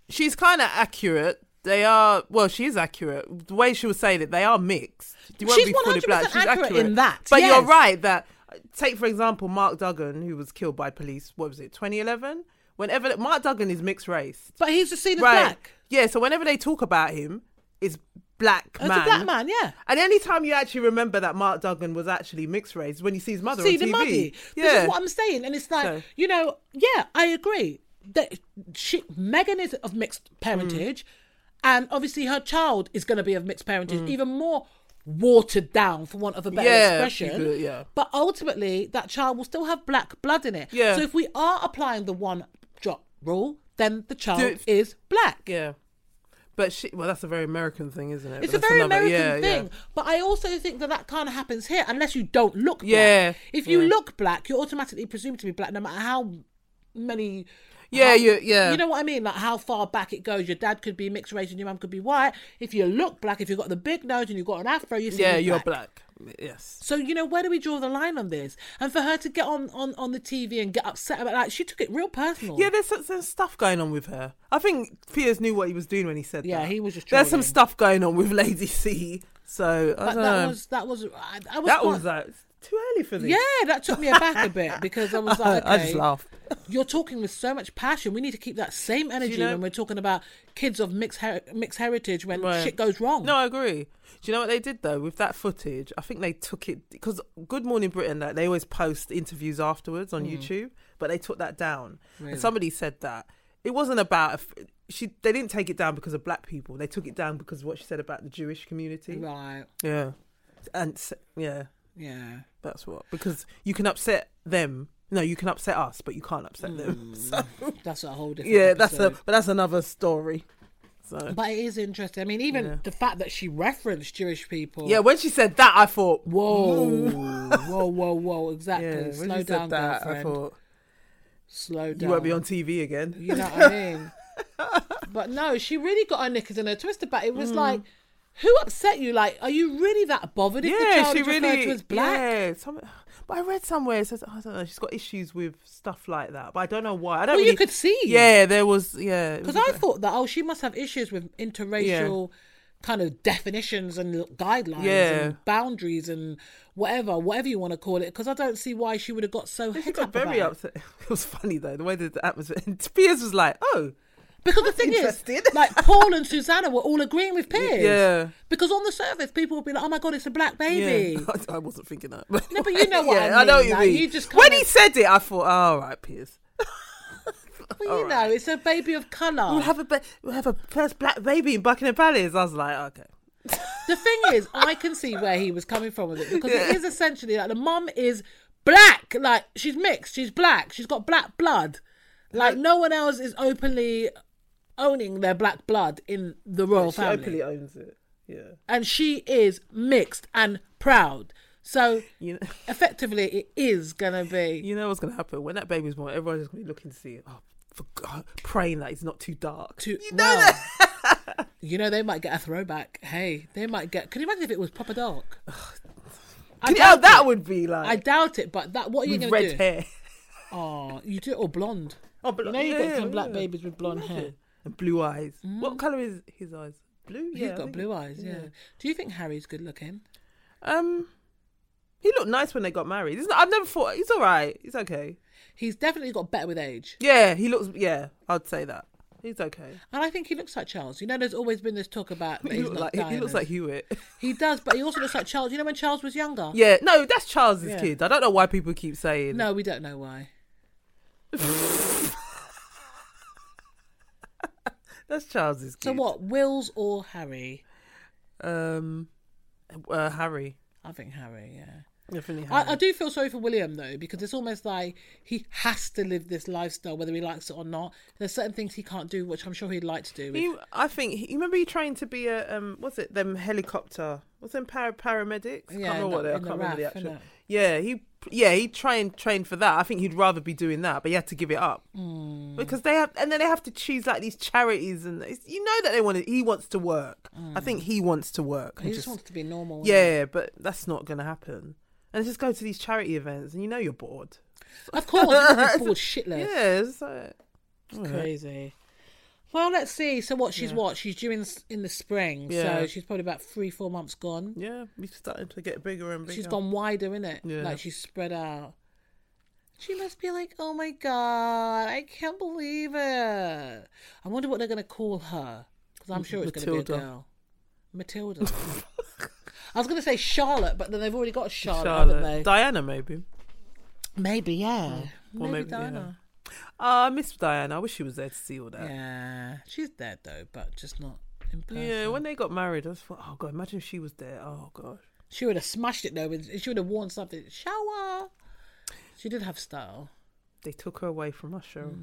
S2: she's kind of accurate. They are well. She is accurate. The way she was saying it, they are mixed. You won't
S1: She's
S2: be fully
S1: 100%
S2: black. She's accurate,
S1: accurate in that,
S2: But
S1: yes.
S2: you're right that take for example Mark Duggan, who was killed by police. What was it, 2011? Whenever Mark Duggan is mixed race,
S1: But he's just seen as
S2: right?
S1: black.
S2: Yeah. So whenever they talk about him, it's black
S1: As
S2: man.
S1: Oh, a black man, yeah.
S2: And the only time you actually remember that Mark Duggan was actually mixed race is when you see his mother
S1: See
S2: on
S1: the
S2: TV.
S1: muddy. This
S2: Yeah.
S1: is what I'm saying. And it's like,
S2: So-
S1: you know, yeah, I agree. That she Megan is of mixed
S2: Mm.
S1: parentage and obviously her child is gonna be of mixed parentage, even more watered down for want of a better
S2: Mm. Yeah,
S1: expression.
S2: you could, yeah.
S1: But ultimately that child will still have black blood in it.
S2: Yeah.
S1: So if we are applying the one drop rule, then the child
S2: Do it-
S1: is black.
S2: Yeah. But she, well, that's a very American thing, isn't it?
S1: It's
S2: But
S1: a
S2: that's
S1: very
S2: another-
S1: American
S2: yeah,
S1: thing,
S2: Yeah.
S1: but I also think that that kind of happens here unless you don't look black.
S2: Yeah,
S1: If you
S2: yeah.
S1: look black, you're automatically presumed to be black, no matter how many.
S2: Yeah, you, yeah.
S1: You know what I mean? Like how far back it goes. Your dad could be mixed race and your mum could be white. If you look black, if you've got the big nose and you've got an afro, you're
S2: yeah,
S1: you're
S2: you're
S1: black.
S2: black. Yes.
S1: So you know where do we draw the line on this? And for her to get on on on the TV and get upset about that, she took it real personal.
S2: Yeah, there's, there's stuff going on with her. I think Piers knew what he was doing when he said
S1: yeah,
S2: that.
S1: he was just.
S2: There's some
S1: trolling.
S2: stuff going on with Lady C. So, I
S1: But
S2: don't
S1: that
S2: know.
S1: was that was I, I was
S2: that
S1: quite-
S2: was like, it's too early for this.
S1: yeah, that took me aback a bit because I was like, okay,
S2: I just laughed.
S1: you're talking with so much passion. We need to keep that same energy
S2: know-
S1: when we're talking about kids of mixed her- mixed heritage when
S2: Right.
S1: shit goes wrong.
S2: No, I agree. Do you know what they did though with that footage? I think they took it because Good Morning Britain, like, they always post interviews afterwards
S1: Mm.
S2: on YouTube, but they took that down. And somebody said that it wasn't about if she. They didn't take it down because of black people. They took it down because of what she said about the Jewish community.
S1: right?
S2: Yeah, and s- yeah,
S1: Yeah.
S2: that's what because you can upset them. No, you can upset us, but you can't upset them. So,
S1: That's a whole different.
S2: yeah, that's a
S1: Mm. episode.
S2: but that's another story. So
S1: But it is interesting. I mean, even
S2: Yeah.
S1: the fact that she referenced Jewish people.
S2: yeah, when she said that, I thought,
S1: Whoa, whoa, whoa, whoa! Exactly.
S2: Yeah, when
S1: Slow
S2: you
S1: down,
S2: said that, I
S1: girlfriend.
S2: thought
S1: Slow down.
S2: you won't be on TV again.
S1: You know what I mean? but no, she really got her knickers in a twist about it. It
S2: Mm.
S1: was like, who upset you? Like, are you really that bothered if the
S2: yeah,
S1: child
S2: she
S1: is referred
S2: really
S1: to as black?
S2: Yeah, some, but I read somewhere it says "Oh, I don't know. She's got issues with stuff like that, but I don't know why. I don't.
S1: Well,
S2: really,
S1: you could see.
S2: Yeah, there was. Yeah, it was
S1: Because
S2: a
S1: I
S2: bit-
S1: thought that, oh, she must have issues with interracial kind of definitions and guidelines
S2: Yeah.
S1: and boundaries and whatever, whatever you want to call it. Because I don't see why she would have got so
S2: she
S1: hit
S2: got
S1: up about
S2: very
S1: it.
S2: upset. It was funny though the way that the atmosphere. And Piers was like, "Oh,
S1: Because the thing is,
S2: interesting.
S1: like Paul and Susanna were all agreeing with Piers.
S2: Yeah.
S1: Because on the surface, people would be like, oh my God, it's a black baby.
S2: yeah." I, I wasn't thinking that. But
S1: No, but you know what I
S2: yeah, I know
S1: mean,
S2: what you
S1: like,
S2: mean.
S1: you just
S2: when
S1: kinda-
S2: he said it, I thought, oh, "All right, Piers,
S1: But you know, it's a baby of colour.
S2: we'll have a ba- we'll have a first black baby in Buckingham Palace." I was like, "Okay."
S1: the thing is, I can see where he was coming from with it because it is essentially like the mum is black, like she's mixed, she's black, she's got black blood. Like no one else is openly owning their black blood in the royal
S2: She
S1: family,
S2: openly owns it. Yeah.
S1: and she is mixed and proud. So
S2: You know,
S1: effectively, it is gonna be.
S2: you know what's gonna happen when that baby's born. Everyone's just gonna be looking to see, oh, for God, praying that it's not too dark.
S1: Too, you know you know they might get a throwback. Hey, they might get. Can you imagine if it was Papa Doc? I
S2: You know,
S1: doubt
S2: that
S1: it.
S2: would be like
S1: I doubt it, but that what are you going to do?
S2: red hair.
S1: Oh, you do it all blonde.
S2: Oh, but
S1: You know you
S2: yeah,
S1: have got some black
S2: yeah.
S1: babies with blonde hair.
S2: and blue eyes. What color is his eyes? Blue. Yeah,
S1: Mm. He's
S2: I
S1: got
S2: think-
S1: blue eyes, yeah. Do you think Harry's good looking?
S2: Um, he looked nice when they got married. Isn't I've never thought he's all right. He's okay.
S1: He's definitely got better with age.
S2: Yeah, he looks. Yeah, I'd say that he's okay.
S1: And I think he looks like Charles. You know, there's always been this talk about that
S2: He,
S1: he's
S2: look
S1: not
S2: like, he
S1: diamond.
S2: looks like Hewitt.
S1: He does, but he also looks like Charles. You know when Charles was younger?
S2: yeah, no, that's Charles's
S1: Yeah.
S2: kid. I don't know why people keep saying.
S1: No, we don't know why.
S2: That's Charles's kid.
S1: So what, Wills or Harry?
S2: Um, uh, Harry.
S1: I think Harry, yeah.
S2: Definitely Harry.
S1: I, I do feel sorry for William though, because it's almost like he has to live this lifestyle whether he likes it or not. There's certain things he can't do, which I'm sure he'd like to do.
S2: he, I think he, you remember he trained to be a um. What's it? Them helicopter. What's them para, paramedics?
S1: Yeah,
S2: can't
S1: in
S2: remember what
S1: the-
S2: they. are. I
S1: in the
S2: can't remember the
S1: RAF,
S2: actual.
S1: innit?
S2: Yeah, he. Yeah, he trained trained for that. I think he'd rather be doing that, but he had to give it up
S1: Hmm.
S2: because they have, and then they have to choose like these charities, and it's, you know that they want to. He wants to work. I think he wants to work. and
S1: Hmm. he just wants to be normal. innit?
S2: yeah, but that's not going to happen. And just go to these charity events, and you know you're bored.
S1: Of course, he's bored shitless.
S2: Yeah, it's like,
S1: Crazy. Well, let's see. So what she's what she's due in, s- in the spring. So
S2: Yeah.
S1: she's probably about three four months gone.
S2: yeah, we're starting to get bigger and bigger.
S1: She's gone wider in it.
S2: Yeah.
S1: Like she's spread out. She must be like, oh my god, I can't believe it. I wonder what they're gonna call her because I'm sure it's gonna be a
S2: Matilda.
S1: girl. Matilda. I was gonna say Charlotte, but then they've already got a Charlotte, haven't they?
S2: Charlotte. Diana, maybe.
S1: maybe, yeah. maybe,
S2: Well, maybe, yeah.
S1: Diana.
S2: Ah, I miss Diana. I wish she was there to see all
S1: Yeah.
S2: that.
S1: she's dead though, but just not in
S2: Yeah,
S1: person.
S2: when they got married, I was thought, oh god, imagine if she was there. Oh gosh.
S1: She would have smashed it though. and She would have worn something. Shower. She did have style.
S2: They took
S1: Mm.
S2: her away from us, Cheryl.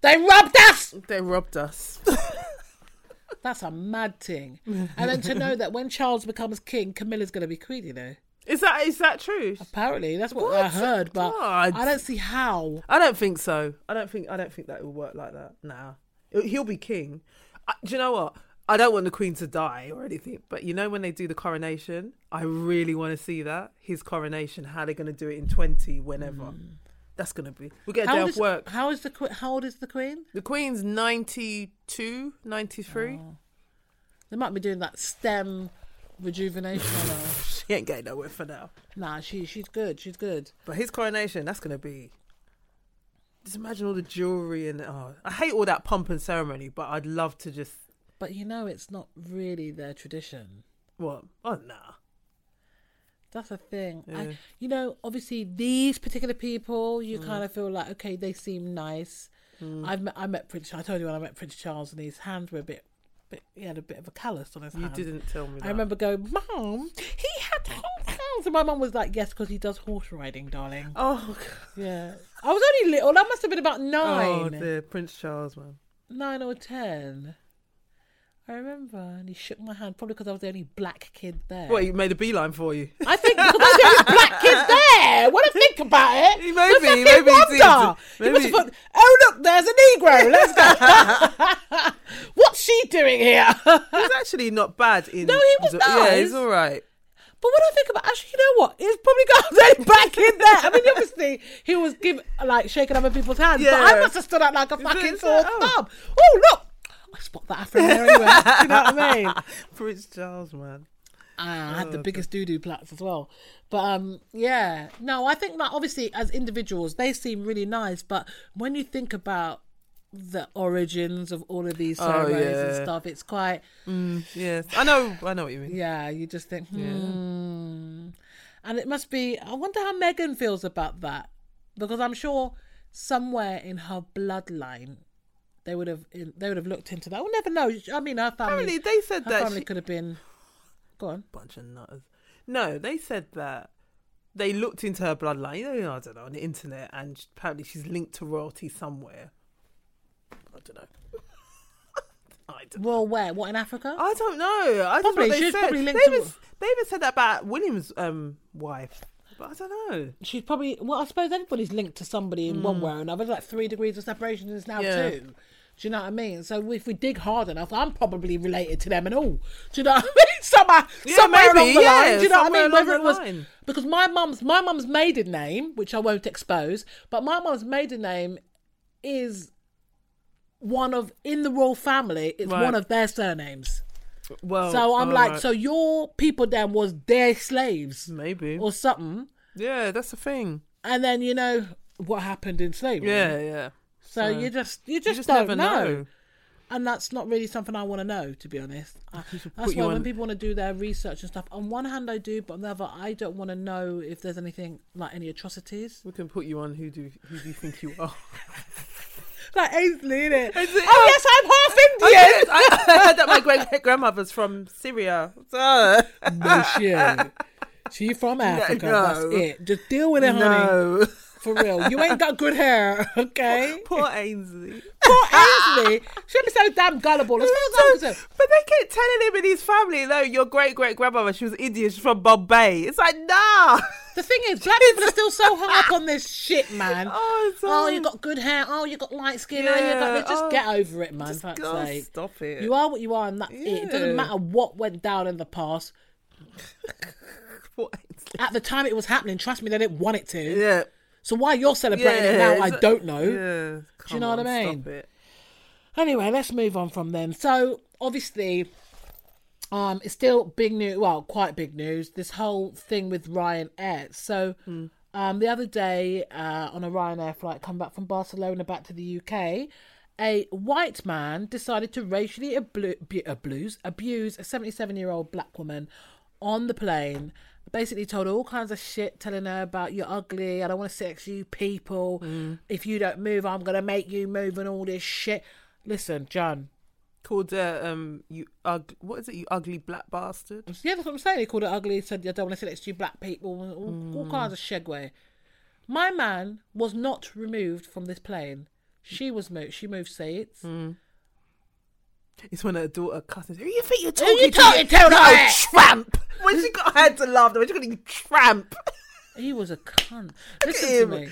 S1: They robbed us.
S2: They robbed us.
S1: That's a mad thing. and then to know that when Charles becomes king, Camilla's going to be queen, you know.
S2: Is that is that true?
S1: Apparently, that's what, I
S2: What?
S1: heard, but
S2: God.
S1: I don't see how.
S2: I don't think so. I don't think I don't think that will work like that. Nah, It- he'll be king. I, do you know what? I don't want the queen to die or anything, but you know when they do the coronation, I really want to see that his coronation. How they're going to do it in twenty, whenever. That's going to be. We get
S1: Hmm.
S2: a
S1: How
S2: day
S1: old,
S2: off
S1: is,
S2: work.
S1: how is the que- how old is the queen?
S2: The queen's 92, 93.
S1: Oh. They might be doing that stem rejuvenation. on her.
S2: She ain't getting nowhere for now.
S1: nah, she she's good. She's good.
S2: But his coronation, that's going to be. Just imagine all the jewelry and oh, I hate all that pomp and ceremony, but I'd love to just
S1: But you know, it's not really their tradition.
S2: what? Oh nah.
S1: That's a thing. I, you know, obviously these particular people,
S2: Mm.
S1: you kind of feel like, okay, they seem nice. I've met, I met Prince. I told you when I met Prince Charles, and his hands were a bit, bit. He had a bit of a callus on his
S2: You
S1: hand.
S2: didn't tell me. That.
S1: Um, I remember going, Mom, he had horse hands, and my mum was like, Yes, because he does horse riding, darling.
S2: Oh,
S1: Yeah, I was only little. I must have been about
S2: oh,
S1: nine,
S2: the Prince Charles man.
S1: nine or ten. I remember, and he shook my hand probably because I was the only black kid there.
S2: What he made a beeline for you?
S1: I think because there's only black kids there. When I think about it,
S2: Maybe,
S1: the fucking
S2: maybe he did.
S1: wonder. He must
S2: Maybe-
S1: have thought, oh look, there's a Negro. Let's go. What's she doing here? but when
S2: He's actually not bad in.
S1: No, he was
S2: Yeah, he's
S1: nice.
S2: all right.
S1: I think about, actually, you know what? He's probably got the only black kid there. I mean, obviously, he was give, like shaking other people's hands, but I
S2: Yeah.
S1: must have stood out like a fucking
S2: it-
S1: sore
S2: oh.
S1: thumb. Oh look, I spot that Afro there anyway. you know what I mean?
S2: Prince Charles man.
S1: Ah, I had the
S2: Oh,
S1: biggest doo doo plaits as well. But um, yeah, no, I think that obviously as individuals they seem really nice, but when you think about the origins of all of these ceremonies and
S2: Oh, yeah.
S1: stuff, it's quite
S2: Yes, I know. I know what you mean.
S1: yeah. You just think, hmm. and it must be. I wonder how Megan feels about that because I'm sure somewhere in her bloodline. They would have they would have looked into that. We'll never know. I mean, her family,
S2: Apparently, they said
S1: her
S2: that
S1: family
S2: she-
S1: could have been. Go on.
S2: bunch of nutters. No, they said that they looked into her bloodline. You know, I don't know on the internet, and sh- apparently she's linked to royalty somewhere. I don't know. I don't.
S1: Well, where? What in Africa?
S2: I don't know. I
S1: Probably,
S2: probably, they
S1: she's
S2: said.
S1: probably linked
S2: they,
S1: to-
S2: even, they even said that about William's um, wife, but I don't know.
S1: she's probably well i suppose everybody's linked to somebody in one way or another like three degrees of separation is now
S2: Mm. Yeah.
S1: two do you know what I mean? So if we dig hard enough, I'm probably related to them and all. Do you know what I mean? Somewhere,
S2: Yeah,
S1: somewhere
S2: maybe,
S1: along the
S2: yeah,
S1: line. Do you know what I
S2: somewhere
S1: mean?
S2: along
S1: Whether it
S2: the
S1: was
S2: line.
S1: because my mum's my mum's maiden name, which I won't expose, but my mum's maiden name is one of in the royal family. It's
S2: Right.
S1: one of their surnames.
S2: Well,
S1: So I'm
S2: all
S1: like,
S2: right. Mm.
S1: so your people then was their slaves
S2: maybe.
S1: or something
S2: Yeah, that's the thing.
S1: and then you know what happened in slavery.
S2: Yeah, yeah.
S1: So you just you just,
S2: You just
S1: don't
S2: never
S1: know.
S2: know.
S1: and that's not really something I want to know, to be honest. I, that's
S2: put you
S1: why when
S2: on-
S1: people want to do their research and stuff, on one hand I do, but on the other I don't want to know if there's anything like any atrocities.
S2: We can put you on. Who do who do you think you are?
S1: Like Ainsley, innit?
S2: Is it-
S1: oh yes, I'm half Indian.
S2: Yes, I, I heard that my great grandmother's from Syria. So-
S1: No shit. She from Africa.
S2: no.
S1: That's it. Just deal with it, honey.
S2: No.
S1: For real, you ain't got good hair, okay?
S2: Poor Ainsley.
S1: Poor Ainsley, she'll be so damn gullible. As far as I'm concerned,
S2: but they keep telling him and his family, no, your great great grandmother, she was Indian, she's from Bombay. It's like, nah.
S1: The thing is, black people are still so hung up on this shit, man. Oh,
S2: Oh, it's
S1: you
S2: all-
S1: got good hair. Oh, you got light skin. Oh, you got.
S2: Yeah,
S1: Just
S2: oh,
S1: get over it, man. For fuck's
S2: God,
S1: sake.
S2: stop it.
S1: You are what you are, and that's it. It doesn't
S2: Yeah.
S1: matter what went down in the past.
S2: Poor Ainsley.
S1: At the time it was happening, trust me, they didn't want it to.
S2: Yeah.
S1: So why you're celebrating it now, I
S2: it's-
S1: don't know.
S2: Yeah. Come
S1: know what
S2: on,
S1: I mean?
S2: Stop it.
S1: Anyway, let's move on from them. So obviously, um, it's still big news. Well, quite big news. This whole thing with Ryanair. So, um, the other day uh, on a Ryanair flight, come back from Barcelona back to the UK, a white man decided to racially ablu- abu- abuse abuse a seventy-seven-year-old black woman on the plane. Basically, told her all kinds of shit, telling her about you're ugly. I don't want to sit next to you people. If you don't move, I'm gonna make you move, and all this shit. Listen, John.
S2: Called uh, um you ug- what is it you ugly black bastard?
S1: Yeah, that's what I'm saying. He called it ugly. Said, I don't want to sit next to you, black people. and All, all kinds of shegway. My man was not removed from this plane. She was moved. She moved seats.
S2: It's when her daughter cusses. Who you think you're
S1: Who
S2: talking
S1: you
S2: to?
S1: talking to,
S2: no,
S1: like?
S2: tramp. When she got her to laugh, when she got you tramp.
S1: He was a cunt. Listen to
S2: him.
S1: me.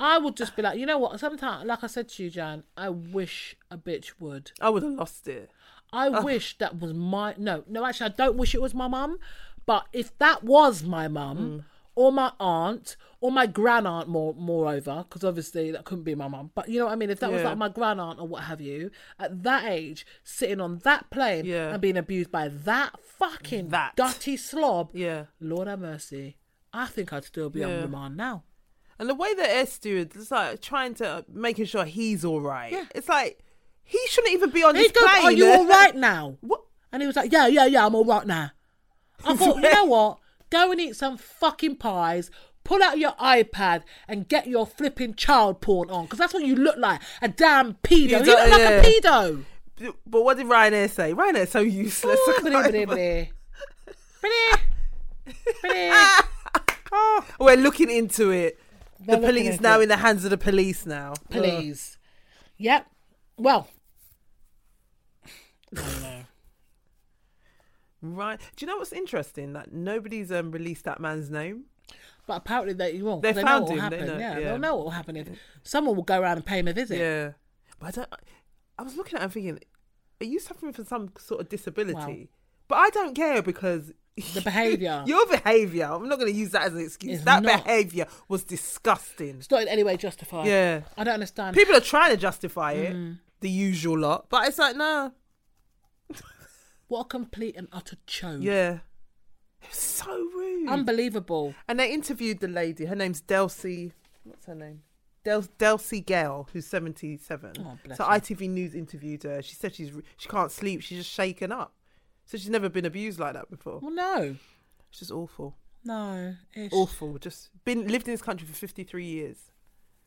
S1: I would just be like, you know what? Sometimes, like I said to you, Jan, I wish a bitch would.
S2: I would have lost it.
S1: I wish that was my no, no. Actually, I don't wish it was my mum, but if that was my mum
S2: Mm.
S1: or my aunt or my grand aunt, more moreover, because obviously that couldn't be my mum. But you know what I mean. If that was
S2: Yeah.
S1: like my grand aunt or what have you, at that age, sitting on that plane
S2: Yeah.
S1: and being abused by that fucking
S2: That.
S1: dirty slob,
S2: Yeah.
S1: Lord have mercy. I think I'd still be on
S2: Yeah.
S1: remand now.
S2: And the way the air steward is like trying to making sure he's all right.
S1: Yeah.
S2: It's like he shouldn't even be on
S1: He
S2: this
S1: goes,
S2: plane.
S1: "Are you all right now?"
S2: What?
S1: And he was like, Yeah, yeah, yeah, I'm all right now. I thought, you know what? Go and eat some fucking pies, pull out your iPad, and get your flipping child porn on. Because that's what you look like a damn pedo. You,
S2: don't-
S1: look like a
S2: yeah.
S1: pedo.
S2: But what did Ryanair say? Ryanair's so useless.
S1: Ooh, biddy, biddy, biddy. Biddy. Biddy. Oh,
S2: We're looking into it.
S1: They're
S2: The
S1: looking
S2: police
S1: into
S2: now
S1: it.
S2: in the hands of the police now.
S1: please. Yep. Well. I don't know.
S2: Right. Do you know what's interesting? That nobody's um, released that man's name.
S1: But apparently they you won't.
S2: They
S1: They, know
S2: found
S1: what will
S2: him, they
S1: happen.
S2: know,
S1: yeah,
S2: yeah.
S1: they'll know what will happen if someone will go around and pay him a visit.
S2: Yeah. But I don't. I was looking at him thinking, are you suffering from some sort of disability? But I don't care because
S1: The behaviour.
S2: your behaviour. I'm not going to use that as an excuse.
S1: It's
S2: that
S1: not.
S2: behaviour was disgusting.
S1: It's not Mm. in any way justified.
S2: Yeah.
S1: I don't understand.
S2: People are trying to justify it, the usual lot, but it's like, nah.
S1: Mm. What a complete and utter chode.
S2: Yeah. It was so rude.
S1: Unbelievable.
S2: And they interviewed the lady. Her name's Delcy. What's her name? Del- Delcy Gale, who's seventy-seven.
S1: Oh, bless
S2: so
S1: her.
S2: ITV News interviewed her. She said she's she can't sleep. She's just shaken up. So she's never been abused like that before.
S1: Well, no.
S2: It's just awful,
S1: No. Ish.
S2: awful. Just been lived in this country for fifty-three years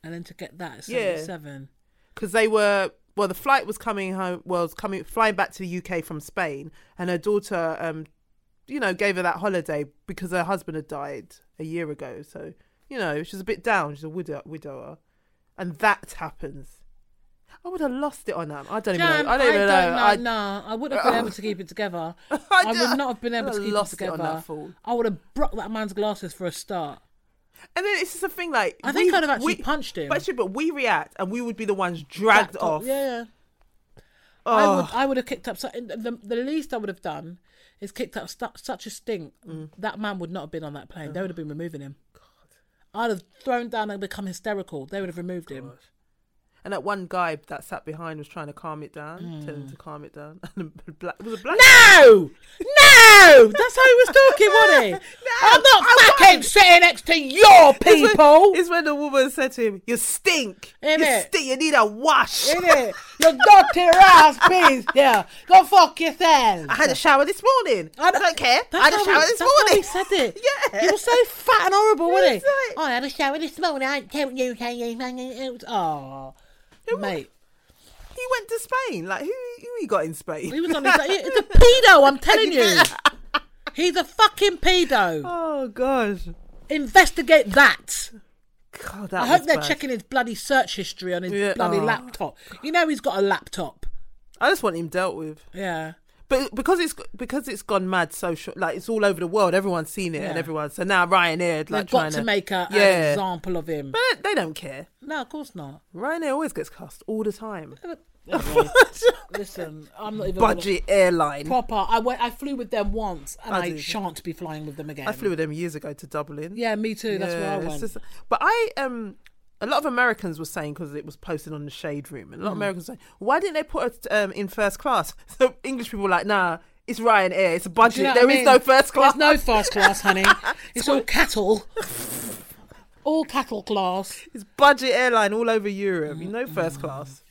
S1: And then to get that at
S2: Yeah.
S1: 77.
S2: because they were. Well, the flight was coming home. Well, was coming flying back to the UK from Spain, and her daughter, um, you know, gave her that holiday because her husband had died a year ago. So you know, she's a bit down. She's a widow- widower, and that happens. I would have lost it on that. I don't even
S1: Jam,
S2: know. I don't even know. I,
S1: Nah, I would have been able to keep it together. I, would
S2: don't-
S1: not have been able
S2: I'd
S1: to
S2: have
S1: keep
S2: lost
S1: it
S2: it on
S1: together.
S2: that fall.
S1: I would have broke that man's glasses for a start.
S2: And then it's just a thing like
S1: I think
S2: we-
S1: I'd have actually
S2: we-
S1: punched him.
S2: But actually, but we react, and we would be the ones dragged
S1: Backed up.
S2: off.
S1: Yeah, yeah. I
S2: Oh,
S1: would, I would have kicked up. su- The, the least I would have done is kicked up stu such a stink.
S2: Mm.
S1: That man would not have been on that plane. They would have been removing him. I'd have thrown down and become hysterical. They would have removed him.
S2: And that one guy that sat behind was trying to calm it down, telling
S1: Mm.
S2: him to calm it down. And a black, it was a black.
S1: No, no, that's how he was talking, wasn't he?
S2: No,
S1: I'm not
S2: I
S1: fucking sitting next to your
S2: It's
S1: people.
S2: When, it's when the woman said to him, "You stink. You
S1: Innit?
S2: stink. You need a wash."
S1: Innit? Your dirty ass, please. Yeah, go fuck yourself.
S2: I had a shower this morning. I don't, care. I had a
S1: how
S2: shower
S1: he,
S2: this
S1: that's
S2: morning.
S1: How he said it.
S2: Yeah.
S1: He was so fat and horrible, wasn't he?
S2: He was like-
S1: I had a shower this morning. I ain't telling you, can you? man, you- you- Oh, mate.
S2: He went to Spain. Like who? Who he got in Spain?
S1: He was on his. It's a pedo, I'm telling you. He's a fucking pedo.
S2: oh gosh.
S1: Investigate that.
S2: God, that
S1: I hope
S2: was
S1: they're
S2: bad.
S1: checking his bloody search history on his
S2: Yeah,
S1: bloody
S2: oh.
S1: laptop. You know he's got a laptop.
S2: I just want him dealt with.
S1: Yeah.
S2: But because it's because it's gone mad social, like it's all over the world. Everyone's seen it, and
S1: Yeah.
S2: everyone. So now Ryanair, like
S1: They've got
S2: trying
S1: to make a, an
S2: yeah.
S1: example of him.
S2: But they don't care.
S1: No, of course not.
S2: Ryanair always gets cussed all the time.
S1: Anyway, listen, I'm not even. gonna-
S2: Budget airline.
S1: proper. I went. I flew with them once, and I,
S2: I did.
S1: shan't be flying with them again.
S2: I flew with them years ago to Dublin.
S1: Yeah, me too. That's where I
S2: Yeah, it's
S1: went.
S2: just- but I um, a lot of Americans were saying because it was posted on the Shade Room, and a lot
S1: Mm.
S2: of Americans were saying, why didn't they put it um, in first class? So English people were like, nah, it's Ryanair, it's a budget.
S1: Do you know
S2: There
S1: what
S2: is
S1: I mean?
S2: no first class.
S1: There's no first class, honey. It's all cattle. All cattle class.
S2: It's budget airline all over Europe. You know, first class.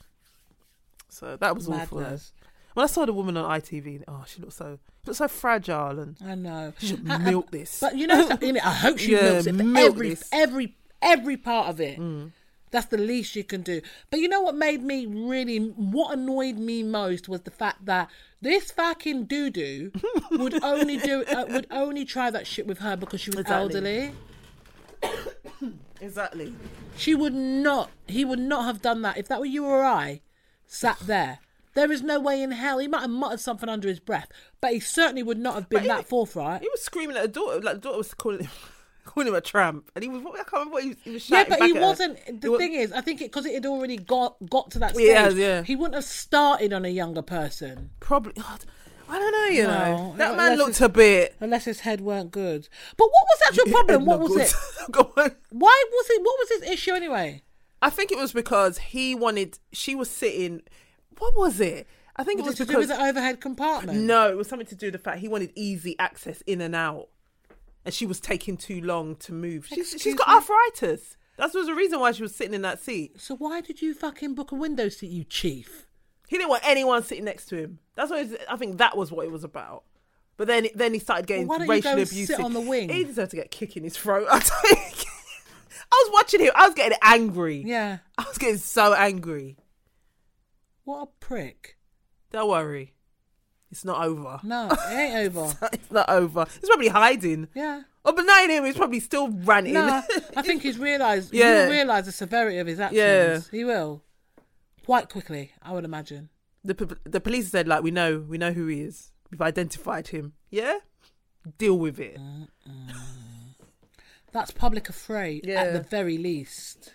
S2: So that was awful.
S1: Mm.
S2: though.
S1: Madness.
S2: When I saw the woman on ITV, oh, she looked so looked so fragile and
S1: I know. I- I-
S2: milk this.
S1: But you know, something, I hope she
S2: Yeah,
S1: milks it. but
S2: milk
S1: every,
S2: this. Mm.
S1: every, every part of it. That's the least you can do. But you know what made me really, what annoyed me most was the fact that this fucking doo doo would only do, uh, would only try that shit with her because she was
S2: Exactly.
S1: elderly.
S2: exactly.
S1: She would not. He would not have done that if that were you or I, sat there. There is no way in hell. He might have muttered something under his breath, but he certainly would not have been
S2: he-
S1: that forthright.
S2: He was screaming at a daughter. Like the daughter was calling him, calling him a tramp, and he was. I can't remember what he was. He was
S1: yeah,
S2: shouting
S1: but
S2: back
S1: he
S2: at her.
S1: wasn't. The
S2: He wa-
S1: thing is, I think because it, had already got got to that stage,
S2: Yeah, yeah.
S1: he wouldn't have started on a younger person
S2: probably. God, I don't know. You know,
S1: No,
S2: that
S1: not
S2: man
S1: unless
S2: looked
S1: it's-
S2: a bit.
S1: unless his head weren't good. But what was that your problem? What
S2: Not
S1: was
S2: good.
S1: it?
S2: Go on.
S1: Why was it? What was his issue anyway?
S2: I think it was because he wanted. She was sitting. What was it? I think it was
S1: Was it to do with
S2: because
S1: the overhead compartment?
S2: no, it was something to do with the fact he wanted easy access in and out, and she was taking too long to move. She's, she's
S1: Excuse
S2: got
S1: me?
S2: arthritis. That was the reason why she was sitting in that seat.
S1: So why did you fucking book a window seat, you chief?
S2: He didn't want anyone sitting next to him. That's what it was, I think that was what it was about. But then, then he started getting
S1: Well, why don't you go
S2: racially
S1: and sit
S2: abusive.
S1: on the wing?
S2: He deserved to get a kick in his throat. I tell you. I was watching him. I was getting angry.
S1: Yeah,
S2: I was getting so angry.
S1: what a prick.
S2: Don't worry, it's not over.
S1: No, it ain't over.
S2: it's not over. He's probably hiding.
S1: Yeah.
S2: Oh, but not him. He's probably still ranting.
S1: No, I think he's realised.
S2: Yeah.
S1: He'll realise the severity of his actions.
S2: Yeah.
S1: He will. Quite quickly, I would imagine.
S2: the p- the police said like we know we know who he is. We've identified him. Yeah, deal with it.
S1: Mm. That's public affray
S2: Yeah.
S1: at the very least.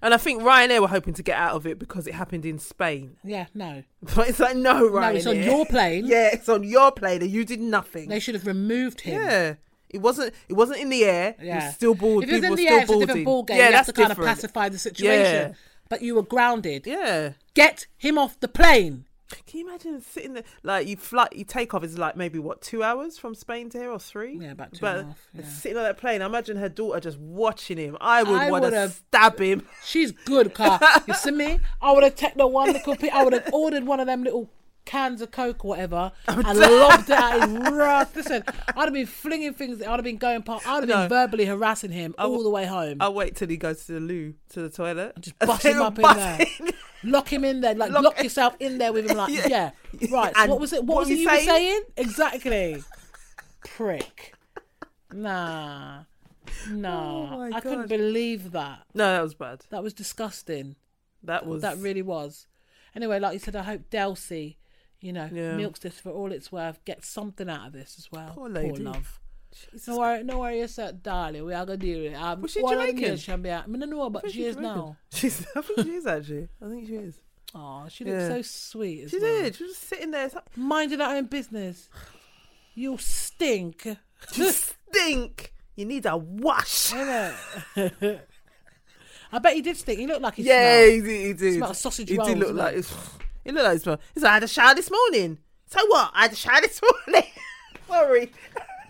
S2: And I think Ryanair were hoping to get out of it because it happened in Spain.
S1: Yeah, no.
S2: But it's like no, Ryanair.
S1: No, it's on your plane.
S2: Yeah, it's on your plane, and you did nothing.
S1: They should have removed him.
S2: yeah. It wasn't. It wasn't in the air. Yeah. It
S1: Yeah.
S2: was still bald.
S1: If it's
S2: People
S1: in
S2: were
S1: the
S2: still
S1: air, it's a
S2: balding.
S1: different ball game.
S2: Yeah,
S1: you
S2: that's
S1: have to kind of
S2: different.
S1: pacify the situation.
S2: Yeah.
S1: But you were grounded.
S2: Yeah.
S1: Get him off the plane.
S2: Can you imagine sitting there? Like you fly, you take off is like maybe what two hours from Spain to here or three?
S1: Yeah, about two
S2: but
S1: and a half, yeah.
S2: sitting on that plane, I imagine her daughter just watching him. I would
S1: I
S2: want to
S1: would've-
S2: stab him.
S1: She's good, car. You see me? I would have taken the one little pe- I would have ordered one of them little cans of Coke or whatever and lobbed it at his wrath. Listen, I'd have been flinging things. I'd have been going past. I'd have
S2: No.
S1: been verbally harassing him all the way home.
S2: I'll wait till he goes to the loo, to the toilet.
S1: Just
S2: and
S1: bust
S2: then
S1: him up in
S2: bust
S1: there.
S2: him.
S1: Lock him in there. Like,
S2: Lock
S1: lock
S2: him.
S1: yourself in there with him. Like,
S2: Yeah.
S1: yeah. Right.
S2: And
S1: what was it? What,
S2: what
S1: was
S2: was
S1: it
S2: he
S1: you were
S2: saying?
S1: saying? Exactly. Prick. Nah. Nah.
S2: Oh my
S1: I couldn't
S2: God.
S1: believe that.
S2: No, that was bad.
S1: That was disgusting.
S2: That was
S1: That really was. Anyway, like you said, I hope Delcy, you know,
S2: Yeah.
S1: milks this for all it's worth, gets something out of this as well.
S2: Poor lady.
S1: love. No worry, no worry, it's that darling. We are gonna do it. Um,
S2: Was she
S1: all of them
S2: Jamaican?
S1: years shall be out. I mean, I know, but
S2: She's
S1: she is
S2: Jamaican.
S1: now.
S2: She's. I think she is actually. I think she is.
S1: Oh, she looks
S2: Yeah.
S1: so sweet. As
S2: She
S1: well.
S2: did. She was just sitting there. It's like,
S1: Minding her own business. You stink.
S2: you stink. You need a wash.
S1: Innit? I bet he did stink. He looked like he
S2: Yeah,
S1: smelled.
S2: he did. He did.
S1: smelled of sausage
S2: He
S1: rolls,
S2: did look
S1: innit?
S2: like. He looked like he smelled. He's like, I had a shower this morning. So what? I had a shower this morning. Sorry.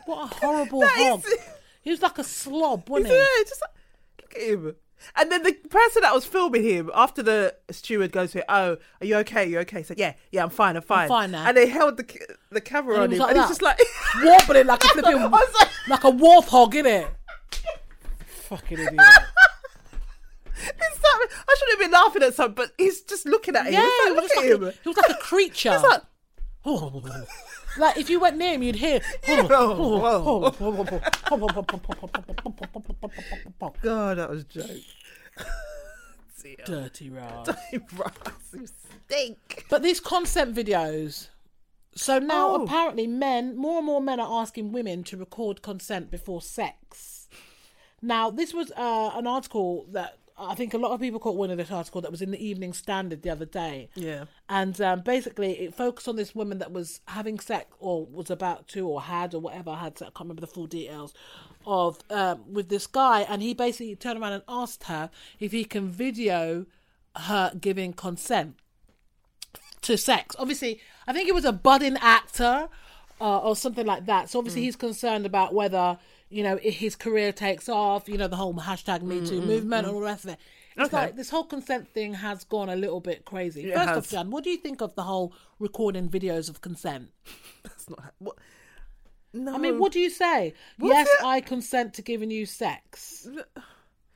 S1: What a horrible
S2: That
S1: hob.
S2: is-
S1: He was like a slob,
S2: He's
S1: wasn't
S2: yeah,
S1: he?
S2: just like, look at him. And then the person that was filming him after the steward goes to him, oh, are you okay? you okay? He said, yeah, yeah, I'm fine, I'm fine.
S1: fine now.
S2: And they held the c- the camera
S1: And
S2: on
S1: he
S2: him,
S1: was
S2: and he's
S1: like
S2: just
S1: that.
S2: like,
S1: Wobbling like a flipping-
S2: I was like-
S1: Like a warthog, innit? Fucking idiot.
S2: It's that, I should have been laughing at something, but he's just looking at him.
S1: Yeah,
S2: It's
S1: he
S2: like,
S1: was,
S2: look
S1: just like
S2: at him.
S1: a, he was like a creature.
S2: It's like,
S1: like if you went near him, you'd hear.
S2: oh, Whoa, oh, God, that was a joke. See ya.
S1: Dirty rats.
S2: Ross, you stink.
S1: But these consent videos. So now
S2: Oh.
S1: apparently men, more and more men are asking women to record consent before sex. Now this was uh, an article that I think a lot of people caught wind of this article that was in the Evening Standard the other day.
S2: Yeah.
S1: and um, basically it focused on this woman that was having sex or was about to or had or whatever had sex, I can't remember the full details of um, with this guy and he basically turned around and asked her if he can video her giving consent to sex obviously I think it was a budding actor uh, or something like that so
S2: Mm.
S1: obviously he's concerned about whether you know i- his career takes off you know the whole hashtag me too movement and all the rest of it it's
S2: Okay.
S1: like this whole consent thing has gone a little bit crazy
S2: It
S1: First
S2: has.
S1: off, Jan, what do you think of the whole recording videos of consent?
S2: That's not. ha- What? No.
S1: I mean, what do you say?
S2: Mm. What's
S1: yes,
S2: it-
S1: I consent to giving you sex.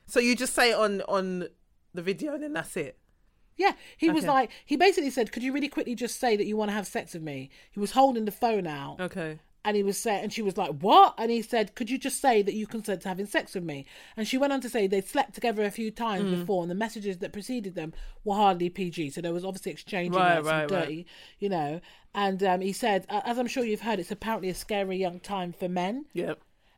S2: So you just say it on on the video, and then that's it.
S1: Yeah, he was
S2: Okay.
S1: like, he basically said, "Could you really quickly just say that you want to have sex with me?" He was holding the phone out,
S2: Okay.
S1: and he was saying, and she was like, "What?" And he said, "Could you just say that you consent to having sex with me?" And she went on to say they slept together a few times
S2: Mm.
S1: before, and the messages that preceded them were hardly PG, so there was obviously exchanging
S2: Right,
S1: like, some
S2: right, right.
S1: dirty, you know. And um, he said, "A- "As I'm sure you've heard, it's apparently a scary young time for men."
S2: Yeah.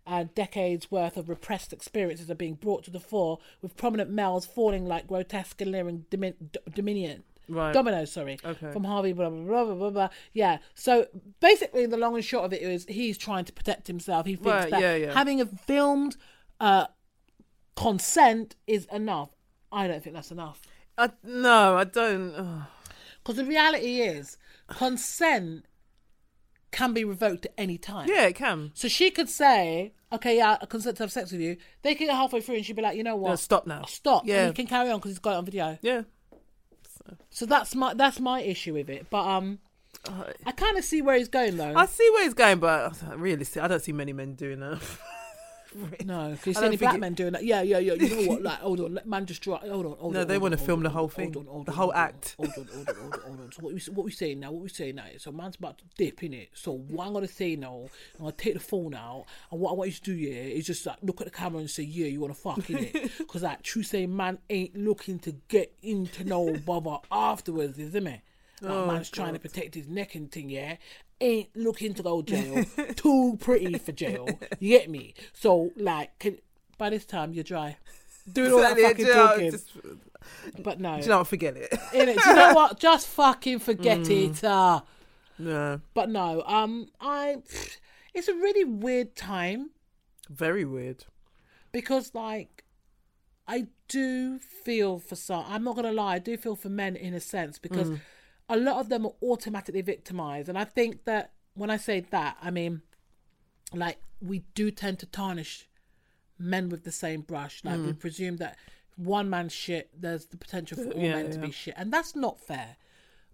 S1: uh, decades worth of repressed experiences are being brought to the fore, with prominent males falling like grotesque and leering domin- d- dominion.
S2: Right.
S1: Dominoes, sorry.
S2: Okay.
S1: From Harvey, blah, blah, blah, blah, blah, blah. Yeah. So basically, the long and short of it is he's trying to protect himself. He thinks
S2: Right,
S1: that
S2: yeah, yeah.
S1: having a filmed uh, consent is enough. I don't think that's enough.
S2: I, no, I don't. ugh.
S1: Because the reality is, consent can be revoked at any time.
S2: Yeah, it can.
S1: So she could say, okay, yeah, I consent to have sex with you. They could get halfway through and she'd be like, you know what? Oh,
S2: No, stop now.
S1: Stop. Yeah.
S2: Yeah.
S1: you can carry on because he's got it on video.
S2: Yeah.
S1: So that's my that's my issue with it. But um,
S2: Uh,
S1: I kind of see where he's going though.
S2: I see where he's going, but I don't really, see, I don't see many men doing that.
S1: no, because you see
S2: I
S1: any
S2: don't think
S1: black
S2: it-
S1: men doing that. Yeah, yeah, yeah. You know what? Like, hold on, let man just draw. Hold on, hold
S2: No,
S1: on.
S2: they
S1: hold
S2: wanna
S1: on,
S2: film
S1: hold
S2: the
S1: on,
S2: whole
S1: hold
S2: thing,
S1: on, hold
S2: the
S1: on,
S2: whole
S1: hold on,
S2: act.
S1: Hold on, hold on, hold on, hold on. So what we what we saying now? What we saying now? So man's about to dip in it. So what I'm gonna say now? I'm gonna take the phone out, and what I want you to do yeah is just like look at the camera and say yeah, you wanna fuck in it, because that true say man ain't looking to get into no bother afterwards, isn't it? Like man's trying to protect his neck and thing, yeah. Ain't looking to go jail. Too pretty for jail. You get me? So like, can, by this time you're dry. Doing all that fucking
S2: Exactly, do you know,
S1: talking,
S2: just- do
S1: but no.
S2: you know what, Forget it.
S1: Innit? Do you know what? Just fucking forget it. Uh,
S2: no,
S1: but no, um, I. It's a really weird time
S2: very weird.
S1: because, like, I do feel for some. I'm not gonna lie, I do feel for men in a sense because
S2: Mm.
S1: a lot of them are automatically victimized, and I think that when I say that, I mean, like, we do tend to tarnish men with the same brush. Like,
S2: Mm.
S1: we presume that one man's shit, there's the potential for all
S2: Yeah,
S1: men to
S2: yeah.
S1: be shit, and that's not fair.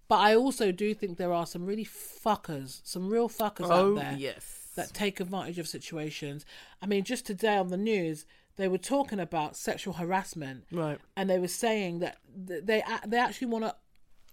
S1: But I also do think there are some really fuckers, some real fuckers out
S2: Oh
S1: there
S2: yes,
S1: that take advantage of situations. I mean, just today on the news, they were talking about sexual harassment,
S2: right.
S1: and they were saying that th- they a- they actually want to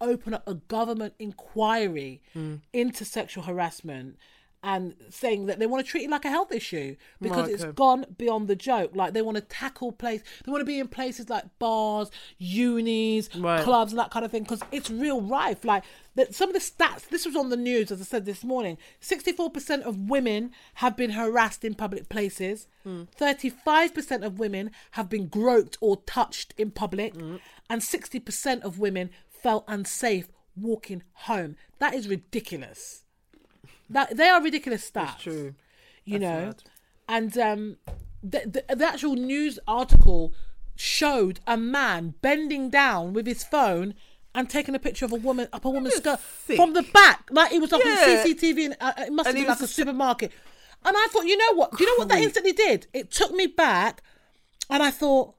S1: open up a government inquiry
S2: Hmm.
S1: into sexual harassment and saying that they want to treat it like a health issue because
S2: Right,
S1: it's
S2: okay.
S1: gone beyond the joke like they want to tackle place they want to be in places like bars unis
S2: Right.
S1: clubs and that kind of thing because it's real rife like that some of the stats this was on the news as i said this morning 64% of women have been harassed in public places
S2: Mm.
S1: 35% of women have been groped or touched in public
S2: Mm.
S1: and 60% of women felt unsafe walking home that is ridiculous that they are ridiculous stats
S2: True.
S1: you know
S2: mad.
S1: and um the, the, the actual news article showed a man bending down with his phone and taking a picture of a woman up a woman's skirt
S2: sick.
S1: from the back like it was like
S2: Yeah.
S1: on CCTV and uh, it must have
S2: And he
S1: been like
S2: was
S1: a
S2: a-
S1: supermarket and I thought you know what do you know what that
S2: Creep.
S1: instantly did it took me back and I thought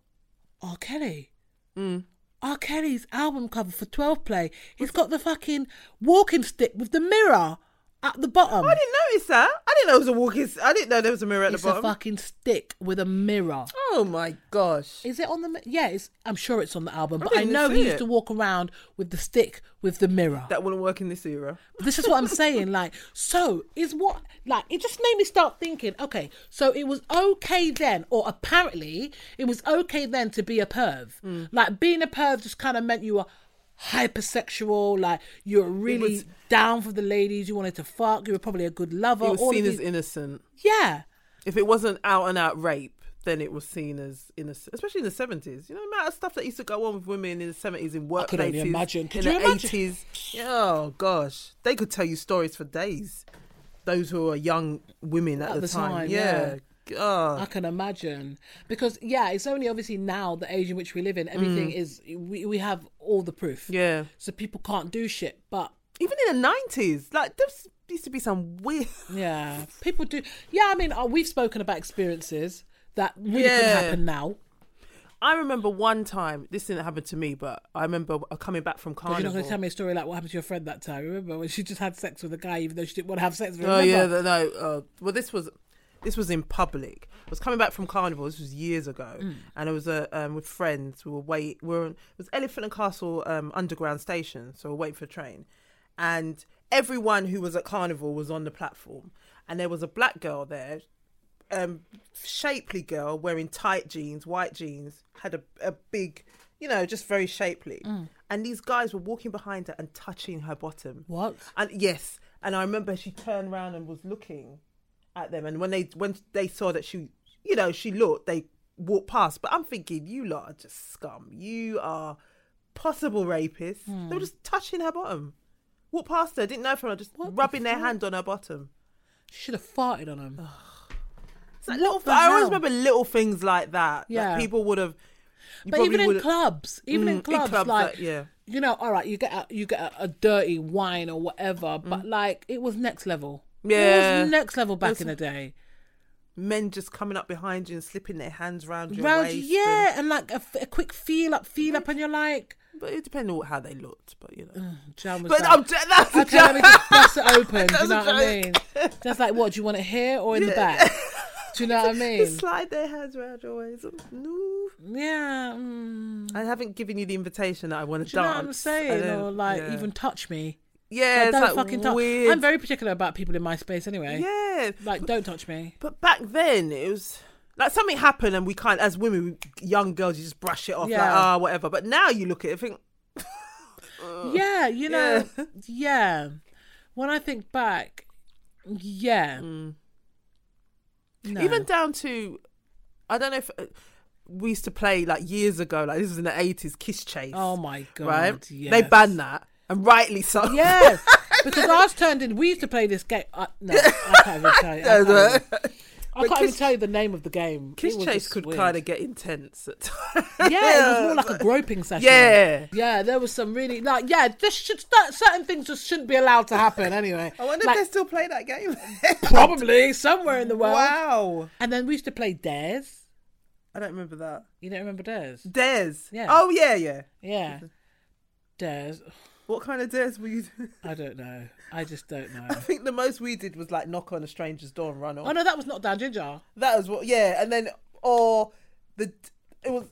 S1: R. Kelly
S2: Mm.
S1: R. Kelly's album cover for 12 play he's got the fucking walking stick with the mirror at the bottom
S2: I didn't notice that. I didn't know it was a walking. s- I didn't know there was a mirror at
S1: it's
S2: the bottom.
S1: a fucking stick with a mirror.
S2: oh my gosh.
S1: Is it on the? mi- Yeah, it's, I'm sure it's on the album, but I,
S2: didn't
S1: know he
S2: see
S1: used
S2: it.
S1: to walk around with the stick with the mirror.
S2: That wouldn't work in this era.
S1: this is what I'm saying. Like, so is what? Like, it just made me start thinking. Okay, so it was okay then, or apparently it was okay then to be a perv.
S2: Mm.
S1: Like being a perv just kind of meant you were hypersexual. Like you were really
S2: was-
S1: down for the ladies. You wanted to fuck. You were probably a good lover.
S2: It was
S1: all of
S2: seen as
S1: these-
S2: innocent.
S1: yeah.
S2: If it wasn't out and out rape, then it was seen as innocent, especially in the seventies. You know, the amount of stuff that used to go on with women in the seventies in workplaces.
S1: could only imagine. Could
S2: in
S1: you
S2: the
S1: imagine?
S2: eighties. Oh gosh, they could tell you stories for days. Those who are young women at,
S1: At
S2: the,
S1: the
S2: time.
S1: time,
S2: yeah. God.
S1: I can imagine because yeah, it's only obviously now the age in which we live in, everything is we we have all the proof.
S2: Mm. yeah.
S1: So people can't do shit, but
S2: Even in the nineties, like there used to be some weird.
S1: yeah, people do. Yeah, I mean, uh, we've spoken about experiences that really could
S2: Yeah.
S1: happen now.
S2: I remember one time. This didn't happen to me, but I remember coming back from
S1: You're
S2: carnival.
S1: not going to tell me a story like what happened to your friend that time. Remember when she just had sex with a guy, even though she didn't want to have sex with him.
S2: Oh yeah,
S1: remember?
S2: the, no. Uh, well, this was this was in public. I was coming back from carnival. This was years ago, and it was uh, um, with friends. We were wait. We were on, it was Elephant and Castle um, Underground Station, so we we're waiting for a train, and everyone who was at carnival was on the platform. and there was a black girl there, um, shapely girl wearing tight jeans, white jeans, had a, a big, you know, just very shapely.
S1: Mm.
S2: And these guys were walking behind her and touching her bottom.
S1: What?
S2: And yes, and I remember she turned around and was looking at them. And when they when they saw that she, you know, she looked, they walked past. But I'm thinking, you lot are just scum. You are possible rapists.
S1: Hmm.
S2: They were just touching her bottom. Walked past her, didn't know from her, just
S1: What the
S2: rubbing their
S1: fuck?
S2: hand on her bottom.
S1: Should have farted on him.
S2: It's like little.
S1: the
S2: I always
S1: hell?
S2: remember little things like that. Yeah,
S1: Yeah.
S2: people would have. you
S1: but
S2: probably
S1: even in
S2: would've-
S1: clubs, even
S2: Mm,
S1: in
S2: in
S1: clubs,
S2: clubs,
S1: like
S2: that- yeah.
S1: you know, all right, you get a, you get a, a dirty wine or whatever,
S2: Mm.
S1: but like it was next level. it
S2: Yeah.
S1: was next level back in the day.
S2: men just coming up behind you and slipping their hands round your
S1: Round,
S2: waist.
S1: yeah, and, like a, f- a quick feel up, feel up, and you're like,
S2: and- but it depended on how they looked. But you know.
S1: Jan was
S2: But
S1: like,
S2: I'm, that's a
S1: Mm. okay, let me
S2: joke.
S1: just bust it open. Do you
S2: That's
S1: know
S2: a
S1: what I mean?
S2: joke.
S1: That's like, what do you want it here or in the back? Do you know what I mean?
S2: Just slide their hands round your waist. No,
S1: Yeah. Mm.
S2: I haven't given you the invitation that I want to
S1: Do you know
S2: dance.
S1: what I'm saying?
S2: I don't-
S1: Or like,
S2: yeah.
S1: even touch me.
S2: yeah, it's
S1: don't
S2: like
S1: fucking touch.
S2: weird.
S1: I'm very particular about people in my space anyway.
S2: yeah,
S1: Like, don't touch me.
S2: But back then, it was like something happened, and we can't, as women, we, young girls, you just brush it off, like,
S1: Yeah.
S2: ah, whatever. But now you look at it and think, Oh.
S1: yeah, you know, yeah. When I think back, yeah. Mm. No.
S2: Mm. even down to, I don't know if uh, we used to play like years ago, like this was in the 80s, Kiss Chase.
S1: oh my god,
S2: right?
S1: yes.
S2: They banned that, and rightly so.
S1: Yeah, because ours turned in. We used to play this game. Uh, no, I can't even tell you. I can't, even, I can't even
S2: Kiss-
S1: tell you the name of the game.
S2: Kiss
S1: It was
S2: Chase
S1: just
S2: could
S1: weird.
S2: kind of get intense at times.
S1: Yeah, it was more like a groping session.
S2: Yeah.
S1: yeah. There was some really like yeah. This should start, certain things just shouldn't be allowed to happen anyway.
S2: I wonder
S1: Like,
S2: if they still play that game.
S1: probably somewhere in the world.
S2: wow.
S1: And then we used to play dares.
S2: I don't remember that.
S1: You don't remember dares?
S2: Dares.
S1: Yeah.
S2: Oh, yeah, yeah.
S1: Yeah, dares.
S2: What kind of dares were you doing?
S1: I don't know. I just don't know.
S2: I think the most we did was like knock on a stranger's door and run off.
S1: Oh no, that was not Dan Ginger.
S2: That was what, yeah. And then, or the, it was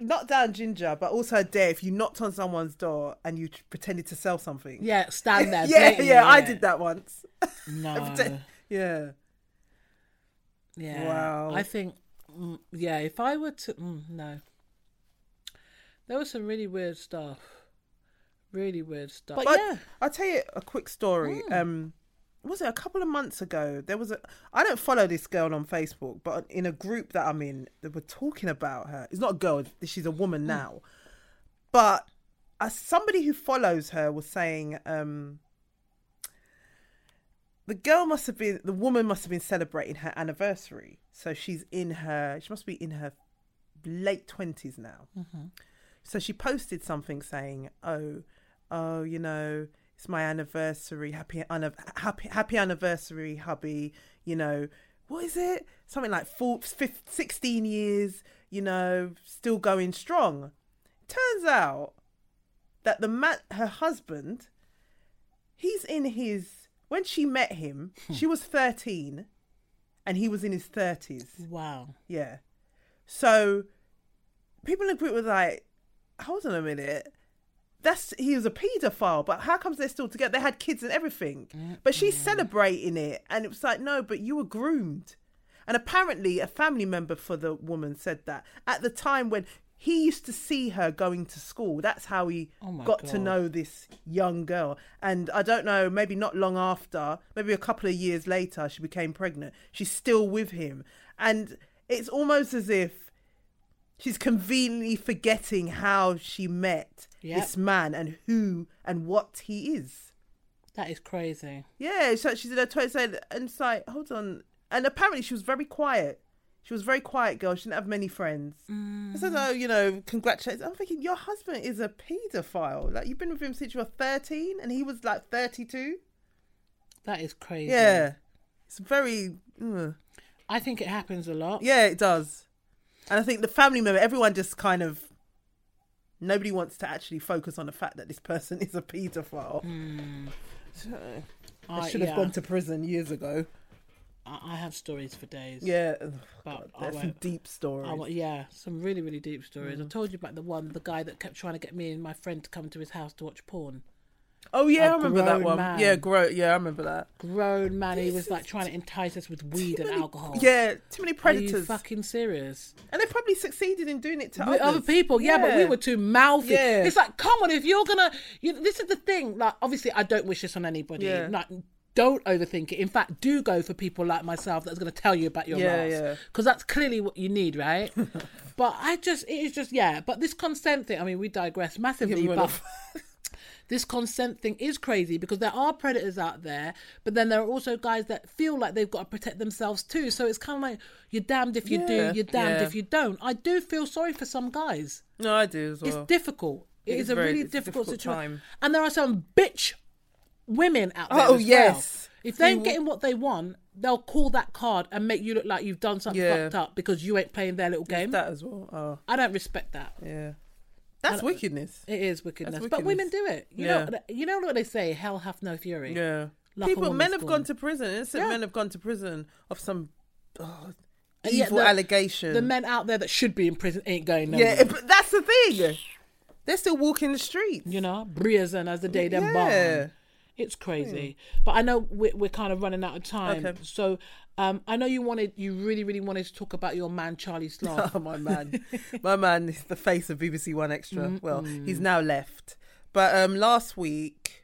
S2: not down Ginger, but also a dare if you knocked on someone's door and you t- pretended to sell something.
S1: Yeah, stand there.
S2: yeah,
S1: blatantly,
S2: yeah, Uh. I did that once.
S1: No.
S2: yeah.
S1: Yeah.
S2: Wow.
S1: I think, mm, yeah, if I were to, mm, no. There was some really weird stuff. Really weird stuff. But,
S2: But
S1: yeah.
S2: I'll tell you a quick story. Um, was it a couple of months ago? There was a. I don't follow this girl on Facebook, but in a group that I'm in, they were talking about her. It's not a girl; she's a woman now. But uh, somebody who follows her was saying, um, the girl must have been the woman must have been celebrating her anniversary, so she's in her. She must be in her late twenties now. So she posted something saying, "Oh, oh, you know, it's my anniversary. Happy, anniv- happy, happy anniversary, hubby. You know, what is it? Something like four, fif- 16 years. You know, still going strong." Turns out that the man, her husband, he's in his. When she met him, she was 13, and he was in his 30s.
S1: Wow.
S2: Yeah. So people in the group were like, hold on a minute. That's he was a paedophile, but how comes they're still together? They had kids and everything.
S1: Mm,
S2: But she's celebrating it and it was like, no, but you were groomed. And apparently a family member for the woman said that at the time when he used to see her going to school. That's how he
S1: Oh my
S2: got to
S1: God.
S2: know this young girl. And I don't know, maybe not long after, maybe a couple of years later, she became pregnant. She's still with him. And it's almost as if she's conveniently forgetting how she met
S1: Yep.
S2: this man and who and what he is.
S1: That is crazy.
S2: Yeah, so she's in her twenties, and it's like, hold on. And apparently, she was very quiet. She was a very quiet girl. She didn't have many friends. I said, oh, you know, congratulations. I'm thinking your husband is a paedophile. Like you've been with him since you were 13, and he was like 32.
S1: That is crazy.
S2: Yeah, it's very. mm.
S1: I think it happens a lot.
S2: Yeah, it does. And I think the family member, everyone just kind of. Nobody wants to actually focus on the fact that this person is a paedophile. So,
S1: Mm, I,
S2: they should have
S1: yeah.
S2: gone to prison years ago.
S1: I, I have stories for days.
S2: Yeah,
S1: But I
S2: that's some
S1: won't-
S2: deep stories. Mm.
S1: I wa- yeah, some really, really deep stories. I told you about the one, the guy that kept trying to get me and my friend to come to his house to watch porn.
S2: Oh yeah,
S1: A
S2: I remember that
S1: grown
S2: one.
S1: man.
S2: Yeah, grow. Yeah, I remember that.
S1: Grown man who was like trying to entice us with weed and alcohol.
S2: Yeah, too many
S1: Are you
S2: predators,
S1: fucking serious?
S2: and they probably succeeded in doing it to
S1: with other
S2: others.
S1: people. Yeah, but we
S2: Yeah.
S1: were too mouthy.
S2: Yeah.
S1: It's like, come on, if you're gonna, you, this is the thing. Like, obviously, I don't wish this on anybody.
S2: Yeah.
S1: Like, don't overthink it. In fact, do go for people like myself that's gonna tell you about your
S2: Yeah,
S1: loss.
S2: yeah.
S1: Because that's clearly what you need, right? but I just, it is just, yeah. But this consent thing. I mean, we digress massively,
S2: we went
S1: but
S2: off.
S1: this consent thing is crazy because there are predators out there, but then there are also guys that feel like they've got to protect themselves too. So it's kind of like you're damned if you
S2: Yeah.
S1: do, you're damned
S2: Yeah.
S1: if you don't. I do feel sorry for some guys.
S2: No, I do as well.
S1: It's difficult. it is,
S2: is
S1: a
S2: very-
S1: really
S2: it's a
S1: difficult,
S2: difficult
S1: situation.
S2: time.
S1: And there are some bitch women out there.
S2: Oh,
S1: as well.
S2: yes.
S1: If they ain't
S2: Who-
S1: getting what they want, they'll call that card and make you look like you've done something
S2: Yeah.
S1: fucked up because you ain't playing their little game.
S2: that as well. Oh,
S1: I don't respect that.
S2: yeah, that's wickedness.
S1: It is wickedness. But
S2: wickedness.
S1: women do it. You know
S2: Yeah.
S1: you know what they say, hell hath no fury.
S2: Yeah,
S1: Like a
S2: people,
S1: woman
S2: men have
S1: scorned.
S2: gone to prison. Innocent
S1: Yeah.
S2: men have gone to prison of some oh,
S1: And yet
S2: evil
S1: the-
S2: allegation.
S1: The men out there that should be in prison ain't going nowhere.
S2: yeah, eh, but that's the thing. They're still walking the streets.
S1: You know, Briazan as the day them
S2: Yeah. Hmm.
S1: born. It's crazy. But I know we're, we're kind of running out of time.
S2: Okay.
S1: So um, I know you wanted, you really, really wanted to talk about your man, Charlie Sloth.
S2: Oh my man, my man is the face of BBC One Extra. Well, he's now left, but um, last week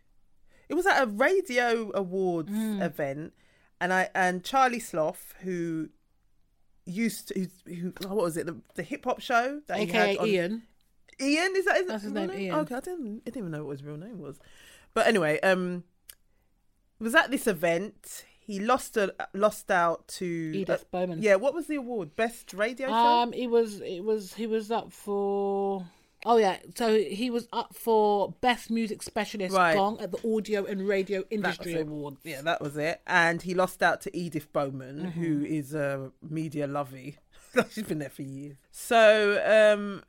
S2: it was at a radio awards
S1: Mm.
S2: event, and I and Charlie Sloth, who used to, who, who oh, what was it the, the hip hop show that he
S1: AKA
S2: had on,
S1: Ian.
S2: Ian is that is
S1: That's his
S2: real
S1: name, Ian.
S2: Okay, I didn't I didn't even know what his real name was, but anyway, um, was at this event. He lost a lost out to
S1: Edith
S2: uh,
S1: Bowman.
S2: yeah, what was the award? Best radio show.
S1: Um, he was, it was, he was up for. Oh yeah, so he was up for best music specialist
S2: Right.
S1: gong at the Audio and Radio Industry
S2: it.
S1: Award.
S2: Yeah, that was it. And he lost out to Edith Bowman,
S1: Mm-hmm.
S2: who is a media lovey. She's been there for years. So um,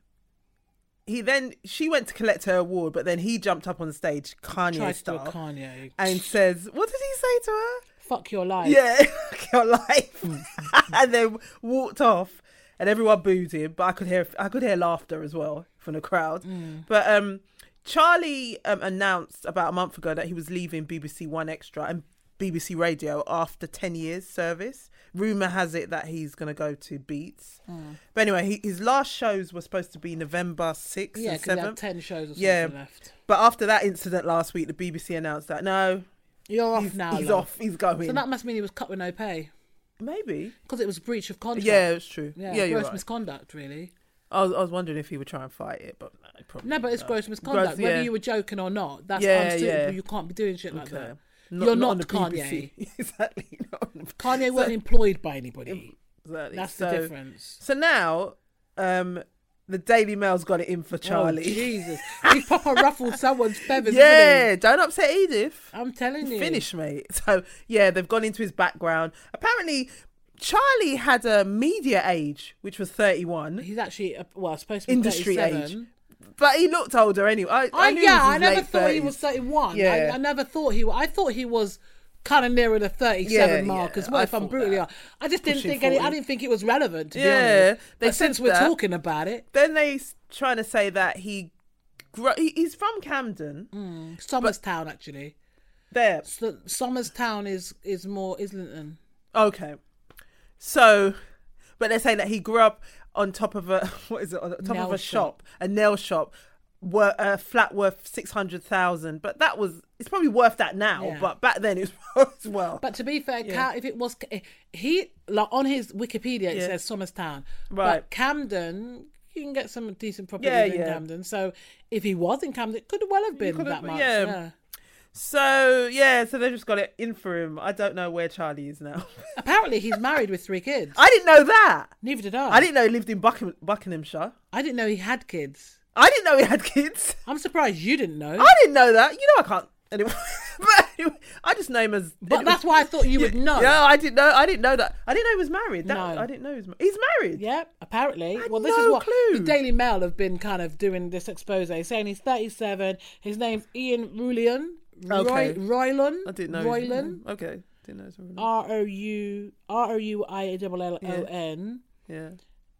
S2: he then she went to collect her award, but then he jumped up on stage,
S1: Tried
S2: Kanye
S1: to do a
S2: style,
S1: Kanye.
S2: and says, "What did he say to her?"
S1: Fuck your life.
S2: Yeah, your life.
S1: Hmm.
S2: and then walked off, and everyone booed him. But I could hear I could hear laughter as well from the crowd.
S1: Hmm.
S2: But um, Charlie um, announced about a month ago that he was leaving BBC One Extra and BBC Radio after ten years service. Rumor has it that he's going to go to Beats.
S1: Hmm.
S2: But anyway, he, his last shows were supposed to be November sixth
S1: Yeah,
S2: and
S1: because had
S2: seventh.
S1: ten shows or something
S2: Yeah.
S1: left.
S2: But after that incident last week, the BBC announced that no,
S1: You're off
S2: he's,
S1: now.
S2: he's
S1: love.
S2: off, he's going.
S1: So that must mean he was cut with no pay
S2: Maybe.
S1: because it was breach of contract.
S2: Yeah, it's true. Yeah,
S1: Yeah,
S2: you're
S1: gross
S2: right.
S1: misconduct, really.
S2: I was, I was wondering if he would try and fight it, but no, he probably
S1: No, but it's
S2: won't.
S1: gross misconduct.
S2: Gross,
S1: Whether
S2: yeah.
S1: you were joking or not, that's
S2: Yeah,
S1: unsuitable.
S2: yeah.
S1: You can't be doing shit like
S2: Okay.
S1: that. You're not Kanye.
S2: BBC. exactly. Not on the-
S1: Kanye
S2: So-
S1: weren't employed by anybody.
S2: exactly.
S1: That's
S2: so,
S1: the difference.
S2: So now, um, the Daily Mail's got it in for
S1: Oh,
S2: Charlie.
S1: Jesus. He proper ruffled someone's feathers.
S2: yeah,
S1: didn't
S2: don't upset Edith.
S1: he? I'm telling you.
S2: Finish, mate. So yeah, they've gone into his background. Apparently, Charlie had a media age, which was thirty-one,
S1: He's actually, uh, well, supposed to be
S2: Industry
S1: 37.
S2: but he looked older anyway. I, I,
S1: I,
S2: knew
S1: yeah,
S2: he was
S1: I
S2: his
S1: never
S2: late
S1: thought he
S2: 30s.
S1: was 31.
S2: Yeah.
S1: I, I never thought he was. I thought he was kind of nearer the 37
S2: Yeah,
S1: mark
S2: yeah,
S1: as well,
S2: I
S1: if I'm
S2: thought
S1: brutally
S2: that.
S1: honest. I just didn't
S2: Pushing
S1: think any, I
S2: 40.
S1: didn't think it was relevant, to be
S2: Yeah,
S1: honest.
S2: they
S1: but since
S2: said
S1: we're
S2: that.
S1: talking about it,
S2: then they s- trying to say that he, gro- he he's from Camden.
S1: Mm. Somerstown, actually.
S2: There,
S1: So, Somerstown is, is more Islington.
S2: okay. So, but they're saying that he grew up on top of a what is it on top of
S1: Nail
S2: a
S1: shop.
S2: shop, a nail shop, were a flat worth six hundred thousand. But that was it's probably worth that now.
S1: Yeah.
S2: But back then it was as well.
S1: But to be fair, Cam, if it was he like on his Wikipedia, it
S2: Yeah.
S1: says Somerstown, But
S2: Right.
S1: Camden, you can get some decent properties
S2: Yeah,
S1: in
S2: yeah.
S1: Camden. So if he was in Camden, it could well have been
S2: could
S1: that
S2: have-
S1: much.
S2: yeah.
S1: yeah.
S2: so yeah, so they just got it in for him. I don't know where Charlie is now.
S1: Apparently, he's married with three kids.
S2: I didn't know that.
S1: Neither did I.
S2: I didn't know he lived in Buckingham, Buckinghamshire.
S1: I didn't know he had kids.
S2: I didn't know he had kids.
S1: I'm surprised you didn't know.
S2: I didn't know that. You know, I can't. Anyway, but anyway, I just know him as.
S1: but that's why I thought you would know.
S2: Yeah, I didn't know. I didn't know that. I didn't know he was married. That,
S1: No.
S2: I didn't know he was. ma- He's married.
S1: Yeah, apparently.
S2: had
S1: well, this is
S2: no
S1: what
S2: clue.
S1: the Daily Mail have been kind of doing this expose, saying he's 37. His name's Ian Rulian. Roy,
S2: Okay.
S1: Roylan.
S2: I didn't know. his
S1: Roylan.
S2: name. Okay,
S1: Oh.
S2: didn't know his real name.
S1: R O U R O U I L L O N.
S2: Yeah,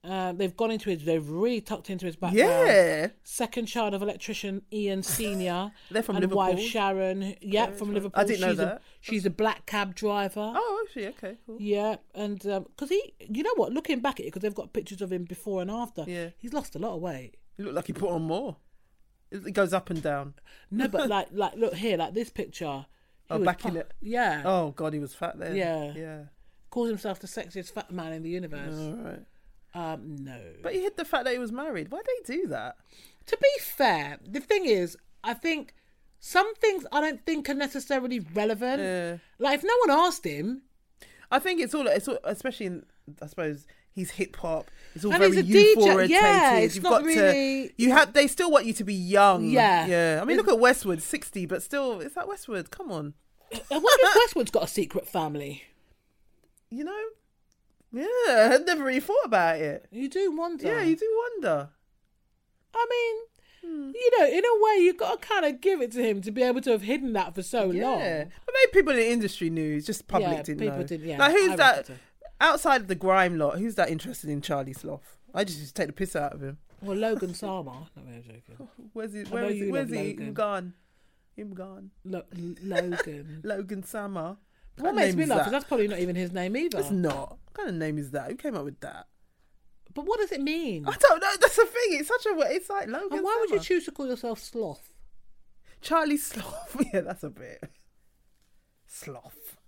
S1: Uh, they've gone into his. They've really tucked into his background.
S2: Yeah.
S1: Second child of electrician Ian Senior.
S2: They're from
S1: and
S2: Liverpool.
S1: wife Sharon. Yeah, from Liverpool.
S2: I didn't know
S1: she's A,
S2: that.
S1: she's a black cab driver.
S2: Oh, actually, okay, cool.
S1: Yeah, and because he, you know what? Looking back at it, because they've got pictures of him before and after.
S2: Yeah.
S1: he's lost a lot of weight.
S2: He looked like he put on more. It it goes up and down.
S1: No, but like, like look here, like this picture. He
S2: Oh,
S1: was
S2: back in
S1: pu-
S2: it.
S1: Yeah,
S2: Oh God, he was fat then.
S1: Yeah.
S2: yeah.
S1: calls himself the sexiest fat man in the universe.
S2: All right.
S1: Um, no.
S2: But he hid the fact that he was married. Why they do that?
S1: to be fair, the thing is, I think some things I don't think are necessarily relevant.
S2: Yeah.
S1: Like if no one asked him,
S2: I think it's all. It's all, especially in. I suppose he's hip hop. It's all
S1: And
S2: very
S1: he's a DJ.
S2: youth orientated.
S1: Yeah, it's
S2: You've
S1: not
S2: got
S1: really-
S2: to. You have. They still want you to be young.
S1: Yeah.
S2: yeah. I mean, look at Westwood, sixty, but still, is that Westwood? Come on,
S1: I wonder if Westwood's got a secret family.
S2: you know. Yeah, I never really thought about it.
S1: You do wonder.
S2: Yeah, you do wonder.
S1: I
S2: Hmm.
S1: mean, you know, in a way, you got to kind of give it to him to be able to have hidden that for so long.
S2: Yeah, but maybe people in the industry knew. It's just public
S1: Yeah,
S2: didn't
S1: people
S2: know.
S1: didn't- yeah,
S2: like
S1: I
S2: who's that?
S1: reckon
S2: Outside of the grime lot, who's that interested in Charlie Sloth? I just used to take the piss out of him.
S1: Well, Logan Sama. No, I'm joking.
S2: Where's he?
S1: know
S2: Where is
S1: you
S2: he? Where's
S1: love
S2: he?
S1: Logan.
S2: Him gone. Him gone.
S1: Lo- Logan.
S2: Logan Summer.
S1: what
S2: kind of
S1: makes
S2: name
S1: me
S2: is
S1: laugh
S2: that?
S1: is Oh. that's probably not even his name either.
S2: It's not. What kind of name is that? Who came up with that?
S1: But what does it mean?
S2: I don't know. That's the thing. It's such a. It's like Logan.
S1: Hmm. And why would you
S2: Summer.
S1: choose to call yourself Sloth?
S2: Charlie Sloth? yeah, that's a bit sloth.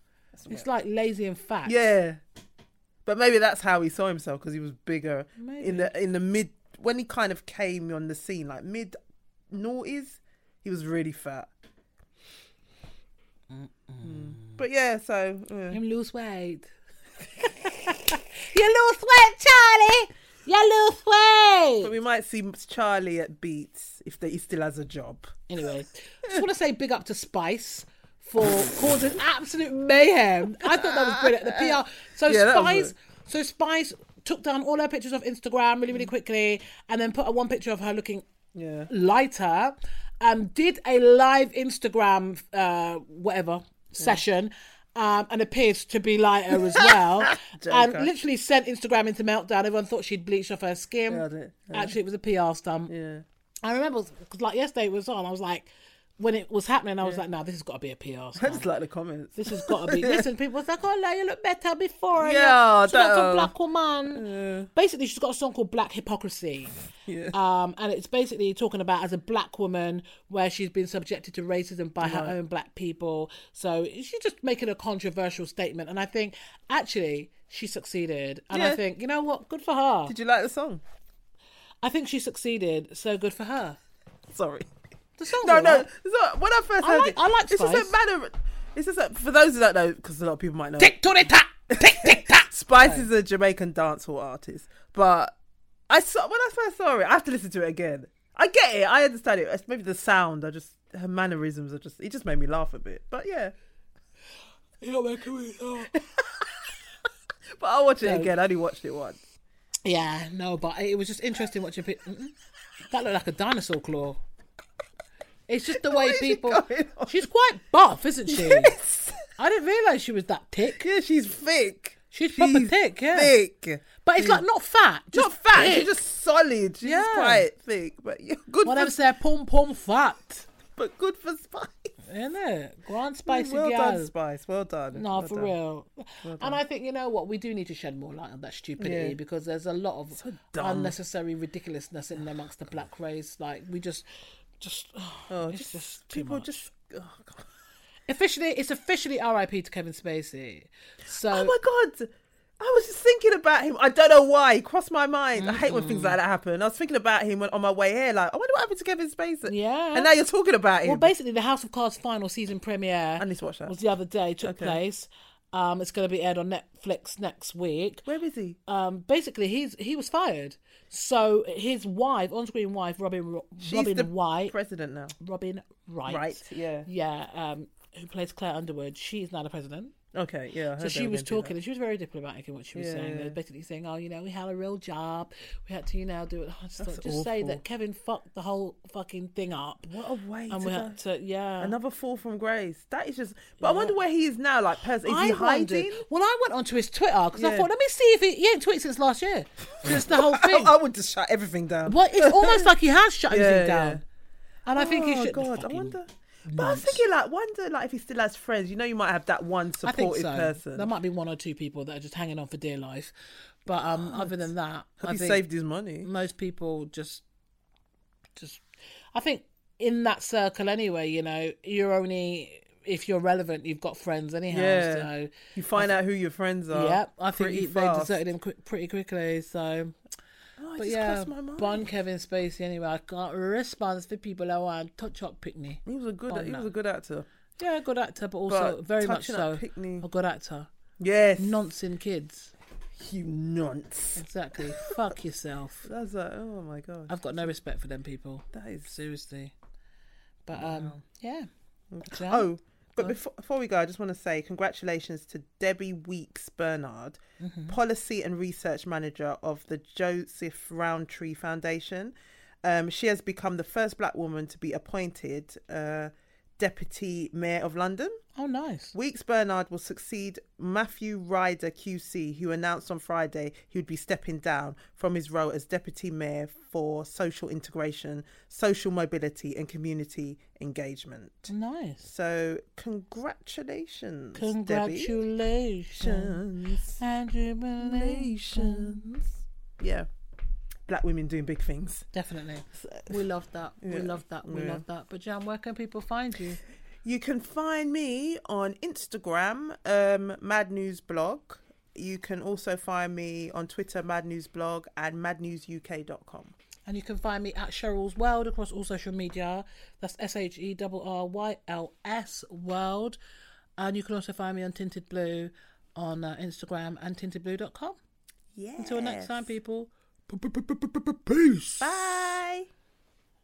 S1: It's
S2: That's weird.
S1: like lazy and fat.
S2: yeah, but maybe that's how he saw himself because he was bigger
S1: Maybe.
S2: in the in the mid when he kind of came on the scene like mid noughties. He was really fat. Mm. But yeah, so yeah.
S1: Him lose weight. you lose weight, Charlie. You lose weight.
S2: But we might see Charlie at Beats if they, he still has a job.
S1: Anyway, just want to say big up to Spice for causing absolute mayhem. I thought that was brilliant. The PR. So
S2: Yeah, that was
S1: Spice. So Spice took down all her pictures off Instagram really, really quickly, and then put a one picture of her looking
S2: Yeah.
S1: lighter. Um, did a live Instagram uh whatever session. Um, and appears to be lighter as well, and
S2: Joker.
S1: literally sent Instagram into meltdown. Everyone thought she'd bleached off her skin.
S2: Yeah, I did. Yeah.
S1: Actually, it was a PR stunt.
S2: Yeah.
S1: I remember because like yesterday it was on. I was like, when it was happening, I was like, no, this has got to be a PR.
S2: I
S1: stunt.
S2: just like the comments.
S1: This has got to be. Listen, people was like, oh, no, you look better before.
S2: Yeah,
S1: yeah, she's not
S2: that- uh,
S1: a black woman. Basically, she's got a song called Black Hypocrisy.
S2: Yeah.
S1: Um, and it's basically talking about as a black woman where she's been subjected to racism by her own black people. So she's just making a controversial statement. And I think actually she succeeded. And I
S2: Yeah.
S1: think, you know what? Good for her.
S2: Did you like the song?
S1: I think she succeeded. So good for her.
S2: Sorry.
S1: The song's
S2: No, no.
S1: alright.
S2: It's not, when I first
S1: I
S2: heard
S1: like-
S2: it,
S1: I like
S2: it's just
S1: Spice.
S2: a matter. of- It's just that for those who don't know, because a lot of people might know.
S1: Tick to the tap. Tick tick tap.
S2: Spice is a Jamaican dancehall artist, but I saw when I first saw it, I have to listen to it again. I get it. I understand it. It's maybe the sound. I just her mannerisms are just. It just made me laugh a bit. But yeah. oh. But I'll watch it again. I only watched it once.
S1: Yeah, no, but it was just interesting watching people. That looked like a dinosaur claw. It's just the way
S2: is she
S1: people.
S2: going on?
S1: She's quite buff, isn't she?
S2: Yes.
S1: I didn't realise she was that thick.
S2: Yeah, she's thick.
S1: She's proper thick, yeah.
S2: Thick.
S1: But it's like not fat, just
S2: not fat.
S1: thick.
S2: She's just solid. She's
S1: Yeah.
S2: just quite thick, but yeah, good.
S1: whatever
S2: For,
S1: say, pom pom fat,
S2: but good for spice.
S1: isn't it? Grand spicy
S2: well
S1: girl.
S2: done, spice. Well done.
S1: No,
S2: well
S1: for
S2: done.
S1: real. and I think you know what we do need to shed more light on that stupidity
S2: Yeah.
S1: because there's a lot of
S2: dumb.
S1: unnecessary ridiculousness in amongst the black race. Like we just, just
S2: Oh,
S1: it's
S2: just,
S1: just, too
S2: people
S1: much.
S2: just. Oh, God.
S1: officially, it's officially R.I.P. to Kevin Spacey. So
S2: oh my god. I was just thinking about him. I don't know why. It crossed my mind. I hate when things like that happen. I was thinking about him when, on my way here. Like, I wonder what happened to Kevin Spacey.
S1: Yeah.
S2: And now you're talking about him.
S1: well, basically, the House of Cards final season premiere
S2: I need to watch that.
S1: was the other day. Took
S2: Okay.
S1: place. Um, it's going to be aired on Netflix next week.
S2: Where is he?
S1: um, basically he's he was fired. So his wife, on-screen wife Robin Ro- Robin
S2: the
S1: White,
S2: President now.
S1: Robin Wright,
S2: Right, yeah.
S1: yeah, um, who plays Claire Underwood. She's now the president.
S2: Okay, yeah.
S1: So
S2: I heard they
S1: she
S2: were
S1: was
S2: gonna do
S1: talking, and she was very diplomatic in what she was
S2: Yeah,
S1: saying. They
S2: yeah.
S1: were basically saying, "Oh, you know, we had a real job. We had to, you know, do it." I just thought,
S2: That's
S1: just say
S2: awful.
S1: that Kevin fucked the whole fucking thing up,
S2: that. What a way
S1: and
S2: to
S1: we
S2: go.
S1: had to, yeah.
S2: Another fall from grace. That is just. But I
S1: Yeah.
S2: wonder where he is now. Like, pers- is
S1: I
S2: he
S1: wondered-
S2: hiding?
S1: Well, I went onto his Twitter because I
S2: Yeah.
S1: thought, let me see if he, he ain't tweeted since last year, since the whole thing.
S2: I would just shut everything down.
S1: Well, it's almost like he has shut
S2: Oh, Yeah,
S1: everything
S2: yeah.
S1: down. And I think he
S2: oh
S1: should.
S2: God, I
S1: fucking-
S2: wonder. But I was thinking, like, wonder, like, if he still has friends. You know, you might have that one
S1: I think
S2: supportive
S1: so.
S2: person.
S1: There might be one or two people that are just hanging on for dear life, but um, other than that, I
S2: he
S1: think
S2: saved his money.
S1: most people just, just, I think in that circle anyway. You know, you're only if you're relevant, you've got friends anyhow.
S2: Yeah.
S1: So
S2: You find out who your friends are.
S1: yeah, I think
S2: pretty
S1: he- they
S2: fast.
S1: deserted him quick, pretty quickly. So,
S2: Oh,
S1: but
S2: it just
S1: yeah,
S2: crossed my mind.
S1: bond Kevin Spacey anyway. I got response for people who want touch up picnic.
S2: He was a good.
S1: Bond
S2: he was
S1: that.
S2: a good actor.
S1: Yeah, good actor, but also
S2: But
S1: very much
S2: touching up
S1: so
S2: Pickney-
S1: a good actor.
S2: Yes.
S1: Noncing kids.
S2: You nonce.
S1: Exactly. Fuck yourself.
S2: That's like, oh my god.
S1: I've got no respect for them people.
S2: that is.
S1: Seriously. But um yeah. Jan?
S2: Oh, but before, before we go, I just want to say congratulations to Debbie Weeks Bernard, Policy and Research Manager of the Joseph Roundtree Foundation. Um, she has become the first black woman to be appointed uh, Deputy Mayor of London.
S1: Oh nice.
S2: Weeks Bernard will succeed Matthew Ryder QC, who announced on Friday he would be stepping down from his role as Deputy Mayor for Social Integration, Social Mobility, and Community Engagement.
S1: Nice.
S2: So congratulations, Debbie.
S1: Congratulations. And jubilation.
S2: Congratulations. Yeah, black women doing big things.
S1: Definitely. We love that. We
S2: Yeah.
S1: love that. We
S2: Yeah.
S1: love that. But Jan, where can people find you?
S2: You can find me on Instagram, um, Mad News Blog. You can also find me on Twitter, Mad News Blog, and madnewsuk.com.
S1: And you can find me at Cheryl's World across all social media. That's S H E R R Y L S World. And you can also find me on Tinted Blue on uh, Instagram and tintedblue.com.
S2: Yeah.
S1: Until next time, people. Peace.
S2: Bye.